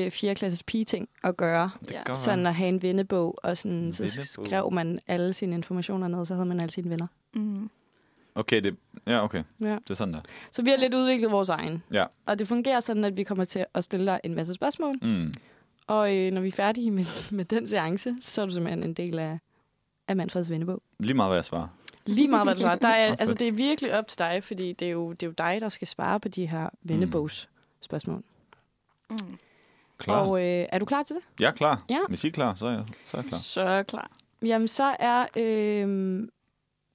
Speaker 2: øh, fjerdeklasses pige-ting at gøre.
Speaker 5: Det kan
Speaker 3: Ja.
Speaker 5: godt være.
Speaker 2: Sådan at have en vennebog, og sådan, så
Speaker 5: Vennebog.
Speaker 2: skrev man alle sine informationer ned, så havde man alle sine venner.
Speaker 3: Mm.
Speaker 5: Okay, det, ja, okay.
Speaker 2: Ja.
Speaker 5: Det er sådan der.
Speaker 2: Så vi har lidt udviklet vores egen.
Speaker 5: Ja.
Speaker 2: Og det fungerer sådan, at vi kommer til at stille dig en masse spørgsmål.
Speaker 5: Mm.
Speaker 2: Og øh, når vi er færdige med, med <laughs> den seance, så er du simpelthen en del af, af Manfreds vennebog.
Speaker 5: Lige meget, hvad jeg svarer.
Speaker 2: Lige meget, hvad du har. Der er,
Speaker 5: fedt.
Speaker 2: altså, det er virkelig op til dig, fordi det er jo, det er jo dig, der skal svare på de
Speaker 5: Mm.
Speaker 2: her vennebogs spørgsmål.
Speaker 3: Mm.
Speaker 5: Klar. Og, øh...
Speaker 2: Og øh, er du klar til det?
Speaker 5: Jeg er klar.
Speaker 2: Ja.
Speaker 5: Hvis I er klar, så er jeg, så er jeg klar.
Speaker 3: Så klar.
Speaker 2: Jamen, så er øh,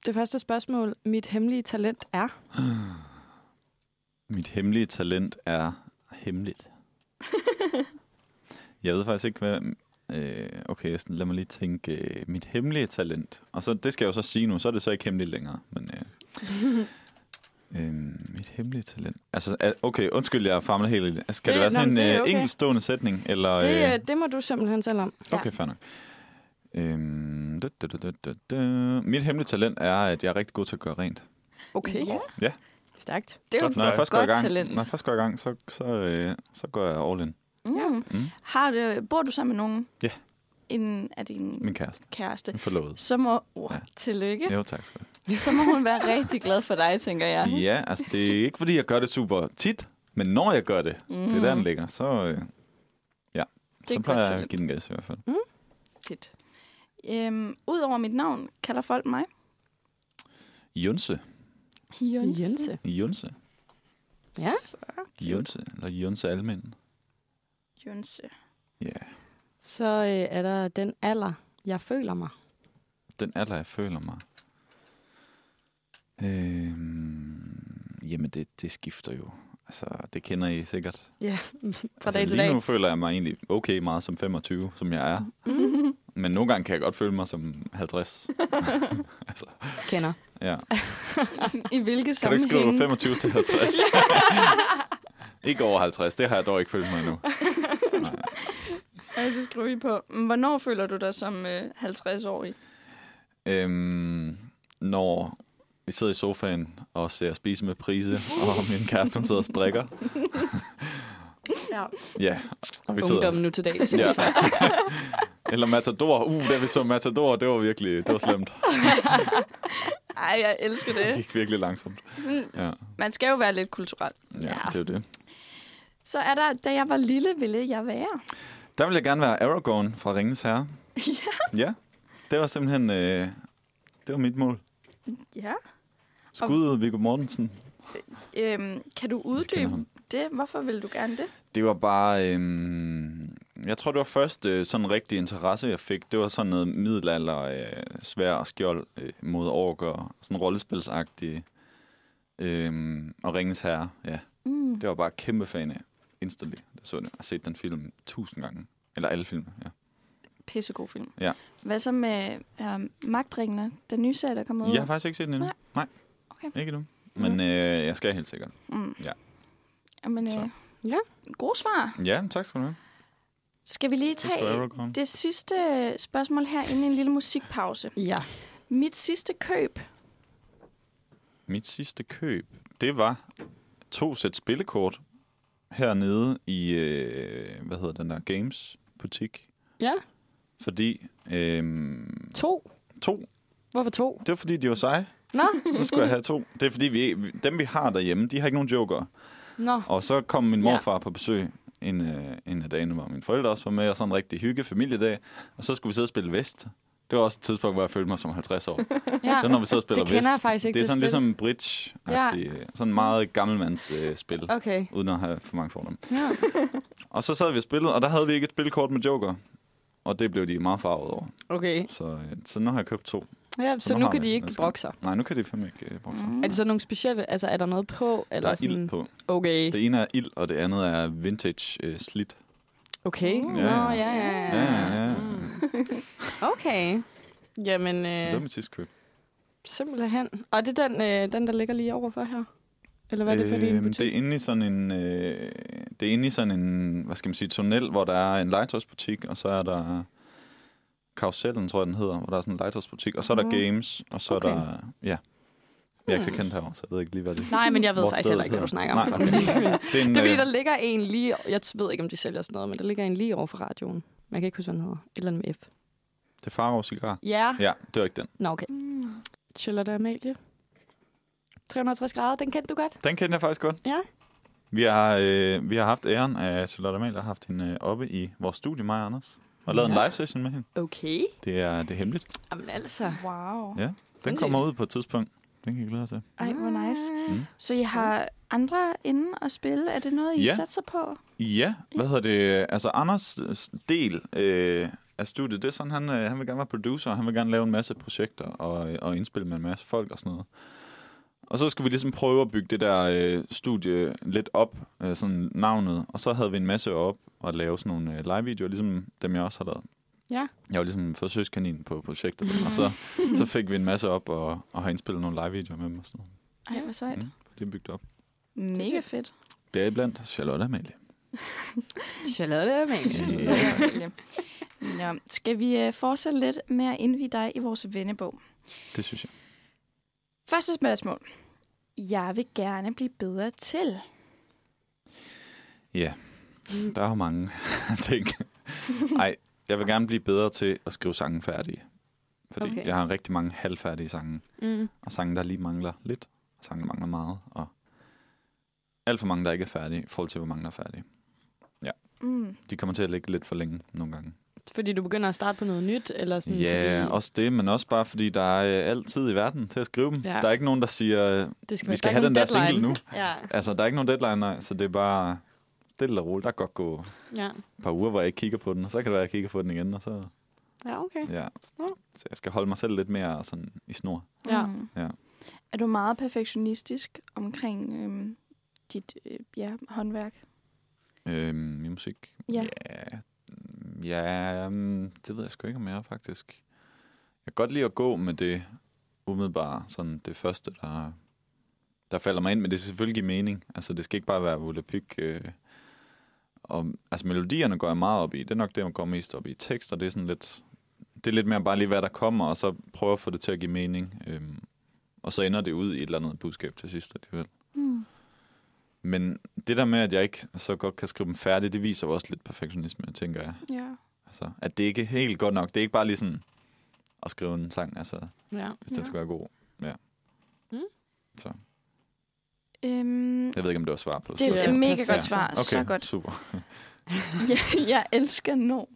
Speaker 2: det første spørgsmål, mit hemmelige talent er.
Speaker 5: Mit hemmelige talent er
Speaker 2: <laughs>
Speaker 5: hemmeligt. jeg ved faktisk ikke, hvad... Øh, okay, sådan, lad mig lige tænke. Øh, mit hemmelige talent. Og så, det skal jeg jo så sige nu, så er det så ikke hemmeligt længere. Men,
Speaker 2: <laughs>
Speaker 5: øh, øh, mit hemmelige talent. Altså, er- okay, undskyld, jeg famler helt. i det. Altså, kan det,
Speaker 2: Det-
Speaker 5: det være sådan
Speaker 2: nå, men
Speaker 5: en
Speaker 2: det er
Speaker 5: øh,
Speaker 2: okay.
Speaker 5: enkeltstående sætning? Eller,
Speaker 2: Det, øh, det må du simpelthen selv om.
Speaker 3: Ja.
Speaker 5: Okay, fair nok. Øhm, da, da, da, da, da, da. Mit hemmelige talent er, at jeg er rigtig god til at gøre rent.
Speaker 2: Okay.
Speaker 3: Ja.
Speaker 5: Ja.
Speaker 2: Stærkt.
Speaker 3: Det er jo
Speaker 5: når jeg
Speaker 3: et
Speaker 5: først
Speaker 3: godt
Speaker 5: går i gang,
Speaker 3: talent.
Speaker 5: Når jeg først går i gang, så, så, øh, så går jeg all in.
Speaker 3: Mm.
Speaker 5: Mm.
Speaker 3: Har du, bor du sammen med nogen?
Speaker 5: Ja.
Speaker 3: En, er din
Speaker 5: Min kæreste.
Speaker 3: kæreste?
Speaker 5: Min forlovede.
Speaker 3: Så må... Oh,
Speaker 5: Ja.
Speaker 3: ja. Tillykke.
Speaker 5: Jo, tak skal du
Speaker 3: Så må hun være rigtig glad for dig, tænker jeg.
Speaker 5: have. Ja, altså det er ikke, fordi jeg gør det super tit, men når jeg gør det, mm. det er der, den ligger, så, øh,
Speaker 3: det er
Speaker 5: så plejer
Speaker 3: et godt
Speaker 5: jeg at
Speaker 3: talent.
Speaker 5: give den gas i hvert fald.
Speaker 3: Tit. Øhm, Udover mit navn, kalder folk mig?
Speaker 5: Junse.
Speaker 3: Jens.
Speaker 2: Jense.
Speaker 5: Junse.
Speaker 2: Ja.
Speaker 3: Så,
Speaker 5: Junse. Eller Junse Almen.
Speaker 3: Jonse.
Speaker 5: Ja, yeah.
Speaker 2: Så øh, er der den alder, jeg føler mig.
Speaker 5: den alder, jeg føler mig. Øh, Øhm, jamen, det, det skifter jo. Altså, det kender I sikkert.
Speaker 2: Ja, fra
Speaker 5: altså,
Speaker 2: dag til
Speaker 5: lige
Speaker 2: dag.
Speaker 5: nu føler jeg mig egentlig okay meget som 25, som jeg er.
Speaker 2: Mm-hmm.
Speaker 5: Men nogle gange kan jeg godt føle mig som 50.
Speaker 2: Kender.
Speaker 5: Ja.
Speaker 3: I hvilke
Speaker 5: Kan du ikke skrive
Speaker 3: sammenhænge?
Speaker 5: 25
Speaker 2: <laughs>
Speaker 5: til 50? ikke over 50, det har jeg dog ikke følt mig endnu.
Speaker 3: <laughs> Ja, det skriver vi på. Men Hvornår føler du dig som øh, 50-årig?
Speaker 5: Øhm, når vi sidder i sofaen og ser Spise med Prise, og min kæreste hun sidder og strikker.
Speaker 3: Ja.
Speaker 5: Ja, og vi sidder...
Speaker 2: Ungdommen nu til dag.
Speaker 5: Ja.
Speaker 2: Ja.
Speaker 5: <laughs> Eller Matador. Uh, da vi så Matador, det var virkelig det var slemt.
Speaker 3: <laughs> Ej, jeg elsker
Speaker 5: Det
Speaker 3: det.
Speaker 5: gik virkelig langsomt.
Speaker 3: Sådan,
Speaker 5: Ja,
Speaker 3: Man skal jo være lidt kulturel.
Speaker 5: ja, ja. det er jo det.
Speaker 3: Så er der, da jeg var lille, ville jeg være.
Speaker 5: Der ville jeg gerne være Aragorn fra Ringens <laughs> Herre. ja. ja. Det var simpelthen... Øh, det var mit mål.
Speaker 3: Ja.
Speaker 5: Skud Viggo Mortensen.
Speaker 3: Øhm, kan du
Speaker 5: kender
Speaker 3: uddybe
Speaker 5: ham.
Speaker 3: det? Hvorfor vil du gerne det?
Speaker 5: Det var bare... Øh, jeg tror, det var først øh, sådan rigtig interesse, jeg fik. Det var sådan noget middelalder, øh, svær og skjold øh, mod orker. Sådan rollespilsagtigt. Øh, og Ringens Herre, ja.
Speaker 3: Mm.
Speaker 5: Det var jeg bare kæmpe fan af. Instantly. Jeg, så den. jeg har set den film tusind gange. Eller alle film, ja.
Speaker 3: Pissegod film.
Speaker 5: Ja.
Speaker 3: Hvad så med øh, Magtringene, den nye serie, der kommer ud?
Speaker 5: Jeg har faktisk ikke set den endnu.
Speaker 3: Nej.
Speaker 5: Nej.
Speaker 3: Okay.
Speaker 5: Ikke endnu. men øh, jeg skal helt sikkert.
Speaker 3: Mm.
Speaker 5: Ja.
Speaker 3: Jamen,
Speaker 5: Så.
Speaker 3: øh,
Speaker 2: Ja.
Speaker 3: Gode svar.
Speaker 5: Ja, tak skal du have.
Speaker 3: Skal vi lige
Speaker 5: Tak skal du
Speaker 3: tage
Speaker 5: have, Rokon.
Speaker 3: det sidste øh, spørgsmål her, inden en lille musikpause.
Speaker 2: Ja.
Speaker 3: Mit sidste køb.
Speaker 5: Mit sidste køb, det var to sæt spillekort hernede i, øh, hvad hedder den der, Games butik.
Speaker 2: Ja,
Speaker 5: Fordi, øh,
Speaker 2: to.
Speaker 5: to,
Speaker 2: Hvorfor to?
Speaker 5: det var fordi, de var seje.
Speaker 2: Nå,
Speaker 5: Så skulle jeg have to. Det er fordi, vi, vi- dem vi har derhjemme, de har ikke nogen joker.
Speaker 2: nå.
Speaker 5: Og så kom min
Speaker 2: Ja.
Speaker 5: morfar på besøg en, øh, en af dagene, hvor mine forældre også var med, og sådan en rigtig hygge familiedag. Og så skulle vi sidde og spille Vest. Det var også et tidspunkt, hvor jeg følte mig som 50 år.
Speaker 2: Ja.
Speaker 5: Det er, når vi sidder og
Speaker 2: <laughs>
Speaker 5: spiller
Speaker 2: Det kender jeg
Speaker 5: Vest.
Speaker 2: faktisk ikke,
Speaker 5: Det er
Speaker 2: det
Speaker 5: sådan
Speaker 2: spil.
Speaker 5: ligesom bridge ja. Sådan meget gammelmandsspil, øh, spil,
Speaker 2: Okay.
Speaker 5: uden at have for mange fordomme.
Speaker 2: Ja.
Speaker 5: Og så sad vi og spillede, og der havde vi ikke et spilkort med joker. Og det blev de meget farvet over.
Speaker 2: Okay.
Speaker 5: Så, øh, så nu har jeg købt to.
Speaker 2: Ja, så
Speaker 5: nu
Speaker 2: nu
Speaker 5: har
Speaker 2: kan
Speaker 5: vi
Speaker 2: de ikke
Speaker 5: næsten.
Speaker 2: brokke sig.
Speaker 5: Nej, nu kan de fandme ikke øh, bruge mm.
Speaker 2: Er det så nogle specielle? Altså, er der noget på? Eller
Speaker 5: Der er
Speaker 2: sådan?
Speaker 5: ild på.
Speaker 2: Okay.
Speaker 5: Det ene er ild, og det andet er vintage øh, slidt.
Speaker 2: Okay.
Speaker 5: Ja,
Speaker 2: Nå,
Speaker 5: ja.
Speaker 2: ja, ja, Mm.
Speaker 5: Ja, ja, ja.
Speaker 2: Okay. Jamen,
Speaker 5: Det var
Speaker 2: øh,
Speaker 5: mit sidste køb.
Speaker 2: simpelthen. Og det er den, øh, den, der ligger lige overfor her? Eller hvad er det for øh, en
Speaker 5: Øhm,
Speaker 2: butik?
Speaker 5: Det er inde i sådan en, øh, det er inde i sådan en, hvad skal man sige, tunnel, hvor der er en legetøjsbutik, og så er der Karusellen, tror jeg, den hedder, hvor der er sådan en legetøjsbutik, og så er der
Speaker 2: Nå.
Speaker 5: games, og så
Speaker 2: Okay. Hmm.
Speaker 5: er der, ja. Jeg er ikke så kendt herovre, så jeg ved ikke lige, hvad det er.
Speaker 2: Nej, men jeg ved
Speaker 5: Hvor
Speaker 2: faktisk
Speaker 5: stedet
Speaker 2: heller ikke, hvad du snakker
Speaker 5: hedder. Nej,
Speaker 2: om. for
Speaker 5: okay.
Speaker 2: at
Speaker 5: <laughs>
Speaker 2: sige.
Speaker 5: Det er en,
Speaker 2: Det er fordi,
Speaker 5: øh,
Speaker 2: der ligger en lige... Jeg ved ikke, om de sælger sådan noget, men der ligger en lige over for radioen. Man kan ikke huske, hvad den hedder. Et eller andet med F.
Speaker 5: det er Faro Cigar.
Speaker 2: Ja.
Speaker 5: Ja, det var ikke den.
Speaker 2: Nå, okay.
Speaker 3: Mm.
Speaker 2: Charlotte Amalie. 360 grader, den kendte du godt.
Speaker 5: Den kendte jeg faktisk godt.
Speaker 2: Ja.
Speaker 5: Vi har, øh, vi har haft æren af Charlotte Amalie, der har haft hende øh, oppe i vores studie, mig og Anders, og lavet en
Speaker 2: Ja.
Speaker 5: live session med hende.
Speaker 2: Okay.
Speaker 5: Det er, det er hemmeligt.
Speaker 2: Jamen altså.
Speaker 3: Wow.
Speaker 5: Ja. Den
Speaker 2: Sindssygt.
Speaker 5: kommer ud på et tidspunkt. Den kan jeg glæde jer til.
Speaker 3: Ej, hvor
Speaker 2: Ah.
Speaker 3: nice.
Speaker 5: Mm.
Speaker 3: Så I har andre inde at spille? Er det noget, I
Speaker 5: Ja.
Speaker 3: ja. satser på?
Speaker 5: Ja, hvad hedder det? Altså, Anders øh, del øh, af studiet, det er sådan, han, øh, han vil gerne være producer, og han vil gerne lave en masse projekter og, øh, og indspille med en masse folk og sådan noget. Og så skulle vi ligesom prøve at bygge det der øh, studie lidt op, øh, sådan navnet, og så havde vi en masse op og lave sådan nogle øh, live-videoer, ligesom dem, jeg også har lavet.
Speaker 2: Ja.
Speaker 5: Jeg var ligesom forsøgskanin på projektet, og så, så fik vi en masse op og, og har indspillet nogle live-videoer med dem og sådan noget.
Speaker 3: Ej, hvor sejt.
Speaker 5: Mm. Det er bygget op.
Speaker 3: Mega fedt.
Speaker 5: Det er blandt Charlotte Amalie.
Speaker 2: Charlotte <laughs> Amalie.
Speaker 5: Ja.
Speaker 3: Ja. Skal vi øh, fortsætte lidt med at indvide dig i vores vennebog?
Speaker 5: Det synes jeg.
Speaker 3: Første spørgsmål. Jeg vil gerne blive bedre til.
Speaker 5: Ja,
Speaker 2: Mm.
Speaker 5: der er jo mange <laughs> ting. Nej, jeg vil gerne blive bedre til at skrive sange færdige. Fordi okay.
Speaker 3: Okay.
Speaker 5: jeg har rigtig mange halvfærdige sange.
Speaker 2: Mm.
Speaker 5: Og sange, der lige mangler lidt. Og sange, der mangler meget. Og alt for mange, der ikke er færdige, i forhold til, hvor mange, der er færdige.
Speaker 3: Mm.
Speaker 5: De kommer til at ligge lidt for længe nogle gange.
Speaker 2: Fordi du begynder at starte på noget nyt, eller sådan...
Speaker 5: Ja,
Speaker 2: fordi
Speaker 5: også det, men også bare fordi, der er øh, altid i verden til at skrive dem.
Speaker 2: Ja.
Speaker 5: Der er ikke nogen, der siger, øh,
Speaker 2: det
Speaker 5: vi
Speaker 2: være-
Speaker 5: skal
Speaker 2: er
Speaker 5: have
Speaker 2: ikke
Speaker 5: den der
Speaker 2: nogen
Speaker 5: single nu.
Speaker 2: deadline. Ja.
Speaker 5: Altså, der er ikke nogen deadline, nej, så det er bare stille og roligt. Der kan godt gå
Speaker 2: ja.
Speaker 5: et par uger, hvor jeg ikke kigger på den, og så kan det være, at jeg kigger på den igen, og så
Speaker 2: Ja, okay.
Speaker 5: Ja.
Speaker 2: Nå.
Speaker 5: Så jeg skal holde mig selv lidt mere sådan i snor.
Speaker 2: Ja.
Speaker 3: Mm.
Speaker 5: Ja.
Speaker 3: Er du meget perfektionistisk omkring øhm, dit øh, ja, håndværk?
Speaker 5: Øhm, I musik?
Speaker 3: Ja.
Speaker 5: Ja, mm, ja mm, det ved jeg sgu ikke, om jeg er faktisk. Jeg kan godt lide at gå med det umiddelbare, sådan det første, der, der falder mig ind, men det skal selvfølgelig give mening. Altså, det skal ikke bare være volapyk. Øh, og, altså, melodierne går jeg meget op i. Det er nok det, man går mest op i. Tekster, det er sådan lidt... Det er lidt mere bare lige, hvad der kommer, og så prøve at få det til at give mening. Øhm, og så ender det ud i et eller andet budskab til sidst alligevel.
Speaker 3: Mm.
Speaker 5: Men det der med, at jeg ikke så godt kan skrive dem færdigt, det viser jo også lidt perfektionisme, tænker jeg.
Speaker 3: Ja.
Speaker 5: Altså, at det ikke er helt godt nok. Det er ikke bare lige sådan at skrive en sang, altså,
Speaker 2: ja.
Speaker 5: hvis den
Speaker 3: Ja.
Speaker 5: skal være god. Ja.
Speaker 2: Mm.
Speaker 5: Så
Speaker 3: Øhm,
Speaker 5: jeg ved ikke, om det var svar på
Speaker 3: det er
Speaker 5: spørgsmålet.
Speaker 3: et mega
Speaker 2: perfekt.
Speaker 3: godt svar. Okay. Så godt. <laughs>
Speaker 5: super.
Speaker 3: Jeg, jeg elsker når.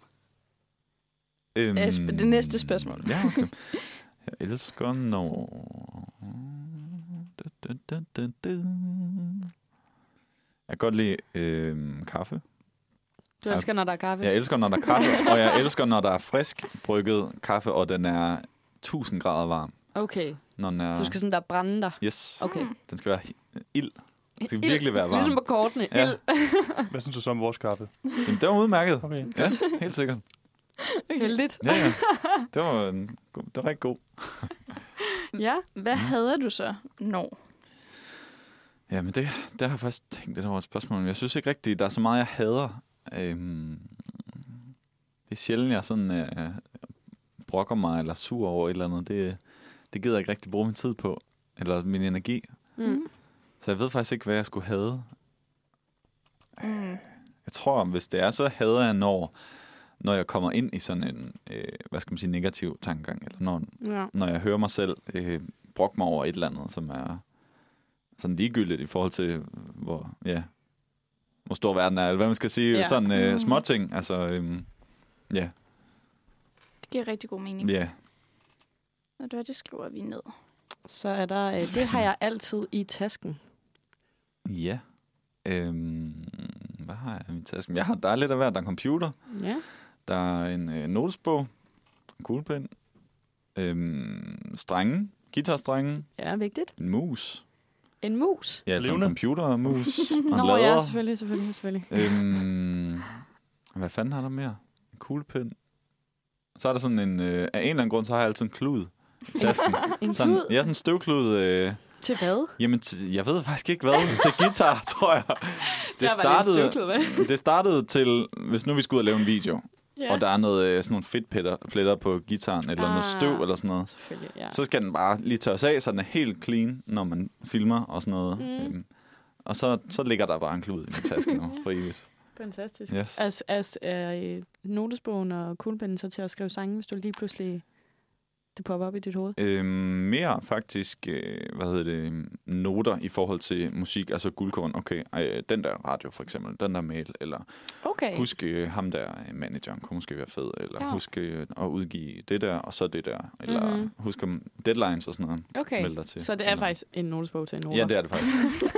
Speaker 5: Øhm,
Speaker 3: sp- det næste spørgsmål.
Speaker 5: ja,
Speaker 3: <laughs>
Speaker 5: okay. Jeg elsker når... Da, da, da, da, da. Jeg kan godt lide øhm, kaffe.
Speaker 2: Du
Speaker 5: Ja.
Speaker 2: elsker, når der er kaffe.
Speaker 5: Jeg elsker, når der er kaffe, og jeg elsker, når der er frisk brygget kaffe, og den er 1000 grader varm.
Speaker 2: Okay.
Speaker 5: Når den er...
Speaker 2: Du skal sådan der brænde dig.
Speaker 5: Yes,
Speaker 2: Okay.
Speaker 3: Mm.
Speaker 5: den skal være he- ild. Den skal
Speaker 2: Ild.
Speaker 5: virkelig være varm.
Speaker 2: Ligesom på kortene.
Speaker 5: Ja.
Speaker 2: Ja. Ild.
Speaker 4: Hvad synes du så om vores kaffe?
Speaker 5: Jamen, det var
Speaker 2: <laughs>
Speaker 5: udmærket.
Speaker 4: Okay.
Speaker 5: Ja, helt sikkert.
Speaker 2: Heldigt.
Speaker 5: Ja, ja. Det var, en god, det var rigtig god.
Speaker 2: Ja.
Speaker 3: Hvad havde du så når?
Speaker 5: Ja, men det, det har jeg faktisk tænkt lidt over et spørgsmål. men Jeg synes ikke rigtigt, der er så meget, jeg hader. Øhm, det er sjældent, jeg sådan øh, brokker mig eller er sur over et eller andet. Det, det gider jeg ikke rigtig bruge min tid på, eller min energi.
Speaker 2: Mm.
Speaker 5: Så jeg ved faktisk ikke, hvad jeg skulle have.
Speaker 3: Mm.
Speaker 5: Jeg tror, hvis det er, så hader jeg, når, når jeg kommer ind i sådan en, øh, hvad skal man sige, negativ tankegang, eller når,
Speaker 2: Ja.
Speaker 5: når jeg hører mig selv øh, brokke mig over et eller andet, som er sådan ligegyldigt i forhold til, øh, hvor, ja, hvor stor verden er, eller hvad man skal sige,
Speaker 2: Ja.
Speaker 5: ja. sådan
Speaker 3: Mm.
Speaker 5: øh, småting. Altså, øhm,
Speaker 3: Det giver rigtig god mening.
Speaker 5: ja,
Speaker 3: Og det, det skriver vi ned.
Speaker 2: Så er der, øh, det har jeg altid i tasken.
Speaker 5: ja. Øhm, hvad har jeg i min taske? Jeg har, der er lidt af hver. Der er en computer,
Speaker 2: Ja.
Speaker 5: der er en øh, notesbog, en kuglepen, øhm, strenge, guitarstrenge,
Speaker 2: Ja, vigtigt.
Speaker 5: en mus.
Speaker 2: En mus.
Speaker 5: Ja, altså en
Speaker 4: Levende.
Speaker 5: computermus. og en
Speaker 2: Nå
Speaker 5: lader.
Speaker 2: ja, selvfølgelig, selvfølgelig, selvfølgelig.
Speaker 5: Øhm, hvad fanden har der mere? En kuglepen. Så er der sådan en... Øh, af en eller anden grund, så har jeg altid en klud i tasken.
Speaker 2: <laughs> En
Speaker 5: Sådan,
Speaker 2: klud
Speaker 5: ja, sådan en støvklud. Øh,
Speaker 2: til hvad?
Speaker 5: jamen, til, jeg ved faktisk ikke hvad. Til guitar, <laughs> tror jeg. Det startede,
Speaker 2: Var det
Speaker 5: <laughs> det startede til, hvis nu vi skulle ud og lave en video,
Speaker 2: ja.
Speaker 5: ja. og der er noget, øh, sådan nogle fedtpletter pletter på gitaren, eller ah. noget
Speaker 2: Ah.
Speaker 5: støv eller sådan noget.
Speaker 2: Selvfølgelig, ja.
Speaker 5: Så skal den bare lige tørres af, så den er helt clean, når man filmer og sådan noget.
Speaker 2: Mm.
Speaker 5: Mm. Øhm, og så, så ligger der bare en klud i min taske nu,
Speaker 2: <laughs>
Speaker 5: for evigt.
Speaker 2: Fantastisk.
Speaker 5: Yes.
Speaker 2: Altså, altså er øh, notesbogen og kuglepennen så til at skrive sange, hvis du lige pludselig det popper op i dit hoved?
Speaker 5: Øhm, mere faktisk, øh, hvad hedder det, øhm, noter i forhold til musik, altså guldkorn, okay, øh, den der radio for eksempel, den der mail, eller
Speaker 2: Okay.
Speaker 5: husk øh, ham der, øh, manageren kunne måske være fed, eller
Speaker 2: Ja.
Speaker 5: ja. husk øh, at udgive det der, og så det der, eller
Speaker 2: Mhm.
Speaker 5: mm-hmm. husk om deadlines og sådan noget,
Speaker 2: Okay.
Speaker 5: meld dig til.
Speaker 2: Så det er
Speaker 5: Eller-
Speaker 2: faktisk en notesbog til en noter.
Speaker 5: Ja, det er det
Speaker 2: <laughs>
Speaker 5: faktisk.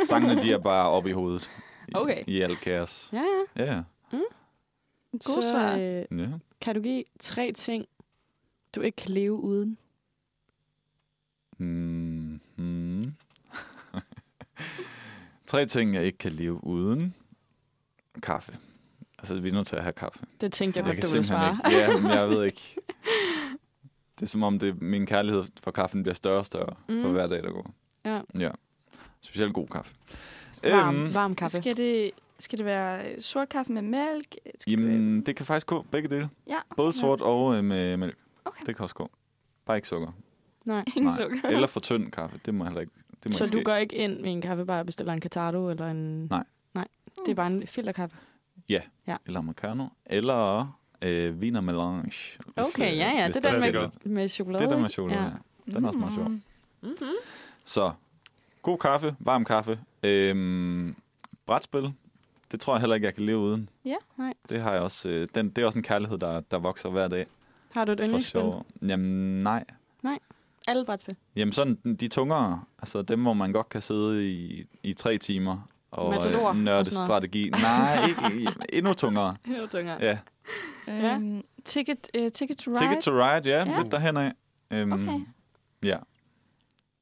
Speaker 5: Sangene, de er bare oppe i hovedet. I,
Speaker 2: Okay.
Speaker 5: I alt kaos.
Speaker 2: Ja, ja.
Speaker 5: Ja,
Speaker 3: God
Speaker 2: så,
Speaker 3: svar.
Speaker 2: Øh,
Speaker 5: ja.
Speaker 2: kan du give tre ting, du ikke kan leve uden?
Speaker 5: Mm, mm. <laughs> Tre ting, jeg ikke kan leve uden. Kaffe. Altså, vi er nødt til at have kaffe.
Speaker 2: Det tænkte jeg,
Speaker 5: jeg
Speaker 2: godt, du ville svare.
Speaker 5: ikke. Ja, men
Speaker 2: <laughs>
Speaker 5: jeg ved ikke. Det er som om, det, min kærlighed for kaffen bliver større og større mm. for
Speaker 2: Mm.
Speaker 5: hver dag, der går.
Speaker 2: Ja.
Speaker 5: ja. Specielt god kaffe.
Speaker 3: Varmt.
Speaker 5: Øhm,
Speaker 2: Varm kaffe.
Speaker 3: Skal det, skal det være øh, sort kaffe med mælk? Skal det,
Speaker 5: jamen, det kan faktisk gå begge dele.
Speaker 3: ja,
Speaker 5: Både sort og øh, med mælk.
Speaker 3: Okay.
Speaker 5: Det kan også gå. Bare ikke
Speaker 2: <laughs>
Speaker 5: sukker.
Speaker 2: Nej.
Speaker 3: <laughs> ingen
Speaker 5: Nej.
Speaker 3: sukker.
Speaker 5: Eller for tynd kaffe. Det må heller ikke. Det må
Speaker 2: Så
Speaker 5: ikke
Speaker 2: du
Speaker 5: ske.
Speaker 2: går ikke ind med en kaffebar og bestiller en Cartado eller en...
Speaker 5: Nej.
Speaker 2: Nej, det er bare en filterkaffe.
Speaker 5: Eller americano. Eller øh, viner melange. Hvis,
Speaker 2: Okay,
Speaker 5: øh,
Speaker 2: ja, ja.
Speaker 5: hvis
Speaker 2: Det
Speaker 5: der
Speaker 2: der
Speaker 5: er
Speaker 4: med-
Speaker 5: sikkert.
Speaker 2: med, med chokolade.
Speaker 5: Det der med
Speaker 2: ikke?
Speaker 5: chokolade. Ja. Den er også meget sjov.
Speaker 3: Mm.
Speaker 2: Mm-hmm.
Speaker 5: Så god kaffe, varm kaffe. Øhm, brætspil. Det tror jeg heller ikke, jeg kan leve uden.
Speaker 3: Ja, nej.
Speaker 5: Det har jeg også. Øh, den, det er også en kærlighed, der, der vokser hver dag.
Speaker 2: Har du et
Speaker 5: for
Speaker 2: yndlingsspil?
Speaker 5: sjov. Jamen, nej.
Speaker 2: Alle <laughs> brætspil.
Speaker 5: Jamen, sådan de tungere. Altså dem, hvor man godt kan sidde i, i tre timer og
Speaker 2: Matador og
Speaker 5: øh, nørde
Speaker 2: sådan noget.
Speaker 5: strategi. Nej, ikke, endnu tungere.
Speaker 2: Helt tungere.
Speaker 5: Ja.
Speaker 2: Ja.
Speaker 3: Øhm, ticket, uh, ticket to Ride.
Speaker 5: Ticket to Ride, ja,
Speaker 3: Ja.
Speaker 5: ja. lidt derhenad. Um,
Speaker 3: Okay.
Speaker 5: Ja.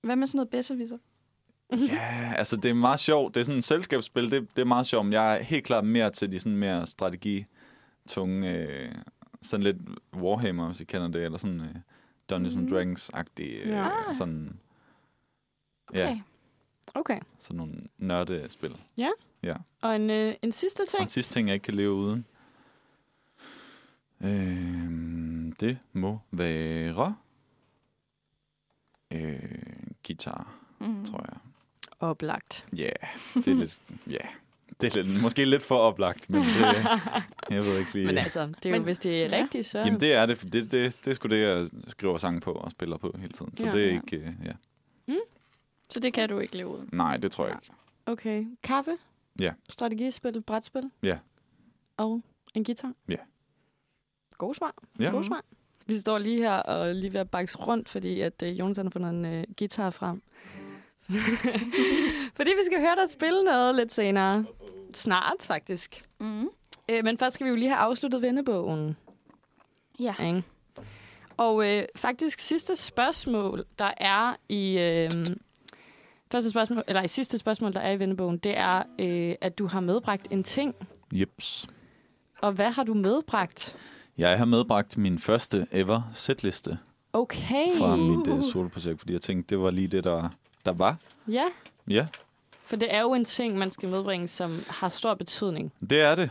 Speaker 3: Hvad med sådan noget bedserviser?
Speaker 5: Ja, altså det er meget sjovt. Det er sådan et selskabsspil, det, det er meget sjovt. Men jeg er helt klart mere til de sådan mere strategitunge, øh, sådan lidt Warhammer, hvis I kender det, eller sådan øh, Dungeons and
Speaker 3: Mhm.
Speaker 5: Dragons-agtige, øh,
Speaker 2: Ja.
Speaker 5: ja. sådan,
Speaker 3: Okay.
Speaker 5: Ja.
Speaker 2: Okay.
Speaker 5: sådan nogle nørdespil.
Speaker 2: Og en, øh, en sidste
Speaker 5: Og
Speaker 2: ting.
Speaker 5: en sidste ting, jeg ikke kan leve uden, øh, det må være øh, guitar,
Speaker 3: Mm.
Speaker 5: tror jeg.
Speaker 2: Oplagt.
Speaker 5: Ja, det er
Speaker 2: <laughs>
Speaker 5: lidt... Ja, det er lidt, måske lidt for oplagt, men det, jeg ved ikke lige...
Speaker 2: Men altså, det er jo,
Speaker 3: Men-
Speaker 2: hvis det er
Speaker 3: Ja.
Speaker 2: rigtigt, så...
Speaker 5: Jamen det er det, for det, det, det er sgu det, jeg skriver sang på og spiller på hele tiden. Så
Speaker 2: Ja.
Speaker 5: ja, det er
Speaker 3: Ja.
Speaker 5: ikke... øh, Ja.
Speaker 3: Så det kan du ikke leve uden.
Speaker 5: Nej, det tror jeg ikke.
Speaker 2: Okay. Kaffe?
Speaker 5: Ja.
Speaker 2: Strategispil, brætspil?
Speaker 5: Ja.
Speaker 2: Og en guitar?
Speaker 5: Ja.
Speaker 2: God svar.
Speaker 5: Ja.
Speaker 2: God svar. Vi står lige her og er lige ved at bakse rundt, fordi at øh, Jonas han har fundet en øh, guitar frem. <laughs> fordi vi skal høre dig spille noget lidt senere. Snart, faktisk.
Speaker 3: Mm.
Speaker 2: Øh, men først skal vi jo lige have afsluttet vennebogen.
Speaker 3: Ja.
Speaker 2: Ikke? Og øh, faktisk sidste spørgsmål, der er i... Øh, første spørgsmål, eller i sidste spørgsmål, der er i vennebogen, det er, øh, at du har medbragt en ting.
Speaker 5: Jeps.
Speaker 2: Og hvad har du medbragt?
Speaker 5: Jeg har medbragt min første ever setliste øh,
Speaker 2: Okay.
Speaker 5: fra mit uh, soloprojekt, fordi jeg tænkte, det var lige det, der, der var.
Speaker 2: Ja,
Speaker 5: Ja,
Speaker 2: For det er jo en ting, man skal medbringe, som har stor betydning.
Speaker 5: Det er det.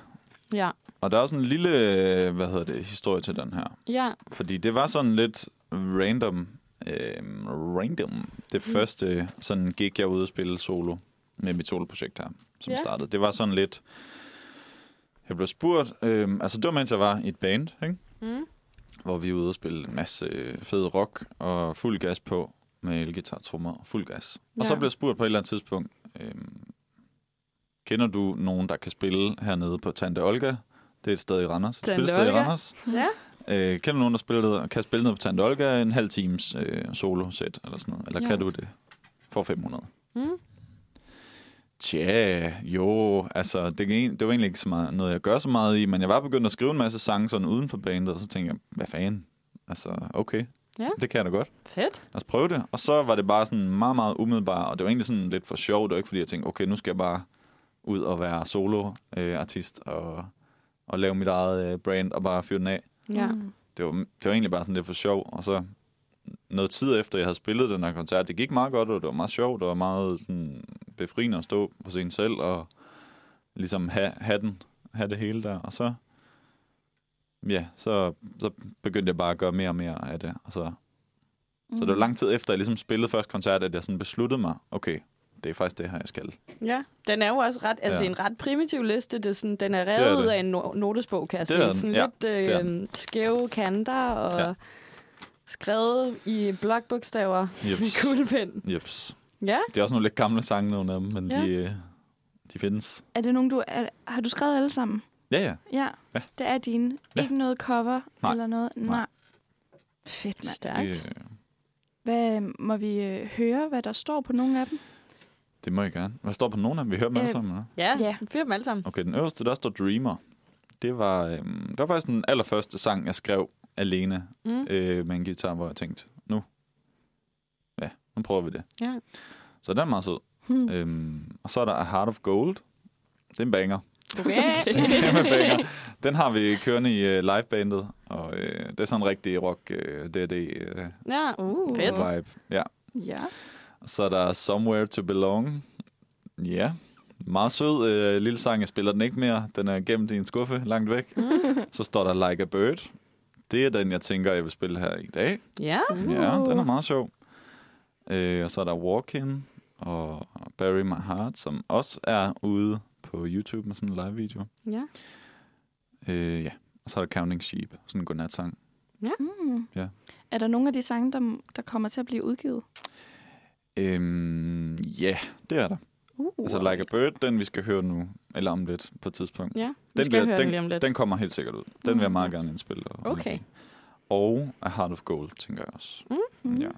Speaker 2: Ja.
Speaker 5: Og der er også en lille, øh, hvad hedder det, historie til den her.
Speaker 2: Ja.
Speaker 5: Fordi det var sådan lidt random. Øh, random. Det mm. første sådan gik jeg ud og spille solo med mit soloprojekt her, som
Speaker 2: Ja.
Speaker 5: yeah. startede. Det var sådan lidt... Jeg blev spurgt... Øh, altså, det var mens jeg var i et band, ikke?
Speaker 2: Mm.
Speaker 5: hvor vi var ude og spille en masse fed rock og fuld gas på med elgitar, trommer og fuld gas. Og så
Speaker 2: Ja.
Speaker 5: blev jeg spurgt på et eller andet tidspunkt, øhm, kender du nogen, der kan spille hernede på Tante Olga? Det er et sted i Randers.
Speaker 2: Tante
Speaker 5: Tante Spillested i
Speaker 2: Olga?
Speaker 5: Randers.
Speaker 2: Ja.
Speaker 5: Øh, kender du nogen, der spiller, kan spille noget på Tante Olga en halv times øh, solo-sæt eller sådan noget? Eller
Speaker 2: Ja.
Speaker 5: ja. kan du det? For 500.
Speaker 2: Mm.
Speaker 5: Tja, jo, altså det, er en- det var egentlig ikke så meget, noget, jeg gør så meget i, men jeg var begyndt at skrive en masse sange sådan uden for bandet, og så tænkte jeg, hvad fanden, altså okay,
Speaker 2: Ja.
Speaker 5: det kan jeg da godt,
Speaker 2: Fedt.
Speaker 5: lad os prøve det. Og så var det bare sådan meget, meget umiddelbart, og det var egentlig sådan lidt for sjov, det var ikke fordi jeg tænkte, okay, nu skal jeg bare ud og være soloartist øh, artist og, og lave mit eget øh, brand og bare fyre den af.
Speaker 2: Ja.
Speaker 3: Mm.
Speaker 5: Det var, det var egentlig bare sådan lidt for sjov, og så noget tid efter, jeg havde spillet den her koncert, det gik meget godt, og det var meget sjovt, og det var meget sådan, befriende at stå på scenen selv, og ligesom have, have, den, have det hele der, og så, ja, så, så begyndte jeg bare at gøre mere og mere af det, og så, mm. så det
Speaker 3: Mm.
Speaker 5: var lang tid efter, jeg ligesom spillede første koncert, at jeg sådan besluttede mig, okay, det er faktisk det her, jeg skal.
Speaker 2: Ja. Den er jo også ret, altså
Speaker 5: Ja.
Speaker 2: en ret primitiv liste. Det er sådan, den er
Speaker 5: er
Speaker 2: revet ud
Speaker 5: det.
Speaker 2: af en no- notesbog, kan jeg
Speaker 5: Det er
Speaker 2: sige.
Speaker 5: den,
Speaker 2: Sådan
Speaker 5: ja. Det er
Speaker 2: lidt øh, skæve kanter og ja.
Speaker 5: Ja.
Speaker 2: skrevet i blokbogstaver <laughs> med
Speaker 5: Jeps.
Speaker 2: kuglepind.
Speaker 5: Jeps.
Speaker 2: Ja.
Speaker 5: Det er også nogle lidt gamle sange, nogle af dem, men
Speaker 2: Ja.
Speaker 5: ja. de, øh, de findes.
Speaker 3: Er det nogen, du... Er, har du skrevet alle sammen?
Speaker 5: Ja, ja.
Speaker 3: Ja,
Speaker 5: Ja.
Speaker 3: det er dine.
Speaker 5: Ja.
Speaker 3: Ikke noget cover
Speaker 5: Nej.
Speaker 3: eller noget?
Speaker 5: Nej.
Speaker 3: Fedt, mand.
Speaker 5: Det,
Speaker 2: Stærkt.
Speaker 5: øh,
Speaker 3: Hvad, må vi øh, høre, hvad der står på nogle af dem?
Speaker 5: det må jeg gerne. Hvad står på nogen af dem? Vi hører dem alle
Speaker 3: Øh,
Speaker 5: sammen, eller?
Speaker 2: Ja,
Speaker 3: Ja.
Speaker 2: ja. fyr dem alle sammen.
Speaker 5: Okay, den øverste, der står Dreamer. Det var, øhm, det var faktisk den allerførste sang, jeg skrev alene
Speaker 2: Mm.
Speaker 5: øh, med en guitar, hvor jeg tænkte, nu, ja, nu prøver vi det.
Speaker 2: Ja.
Speaker 5: Så den er meget sød.
Speaker 3: Hmm.
Speaker 2: Øh.
Speaker 5: Øhm, og så er der A Heart of Gold. Det er en banger.
Speaker 2: <laughs> Okay.
Speaker 5: <laughs> Det er en kæmpe banger. Den har vi kørende i øh, livebandet, og øh, det er sådan en rigtig rock, øh, det øh,
Speaker 2: Ja, uh. Fedt.
Speaker 5: vibe. Ja.
Speaker 3: Ja.
Speaker 5: Så er der Somewhere to Belong. Ja, meget sød øh, lille sang. Jeg spiller den ikke mere. Den er gemt i en skuffe langt væk.
Speaker 2: Mm.
Speaker 5: Så står der Like a Bird. Det er den, jeg tænker, jeg vil spille her i dag.
Speaker 2: Ja.
Speaker 5: Ja,
Speaker 3: Uh.
Speaker 5: den er meget sjov. Øh, og så er der Walkin og Bury My Heart, som også er ude på YouTube med sådan en live-video.
Speaker 2: Ja.
Speaker 5: Øh, ja, og så er der Counting Sheep, sådan en godnatsang.
Speaker 3: Mm.
Speaker 5: Ja.
Speaker 3: Er der nogle af de sange, der, der kommer til at blive udgivet?
Speaker 5: Øhm, Ja, yeah, det er der.
Speaker 3: Uh.
Speaker 5: Altså Like a Bird, den vi skal høre nu, eller om lidt på et tidspunkt.
Speaker 2: Ja, vi
Speaker 5: Den
Speaker 2: skal
Speaker 5: bliver-
Speaker 2: høre
Speaker 5: den-
Speaker 2: den lige om lidt.
Speaker 5: Den kommer helt sikkert ud. Den vil jeg meget
Speaker 3: Mm.
Speaker 5: gerne indspille. Og
Speaker 2: Okay.
Speaker 5: Og A Heart of Gold, tænker jeg også.
Speaker 3: Mm.
Speaker 5: Ja.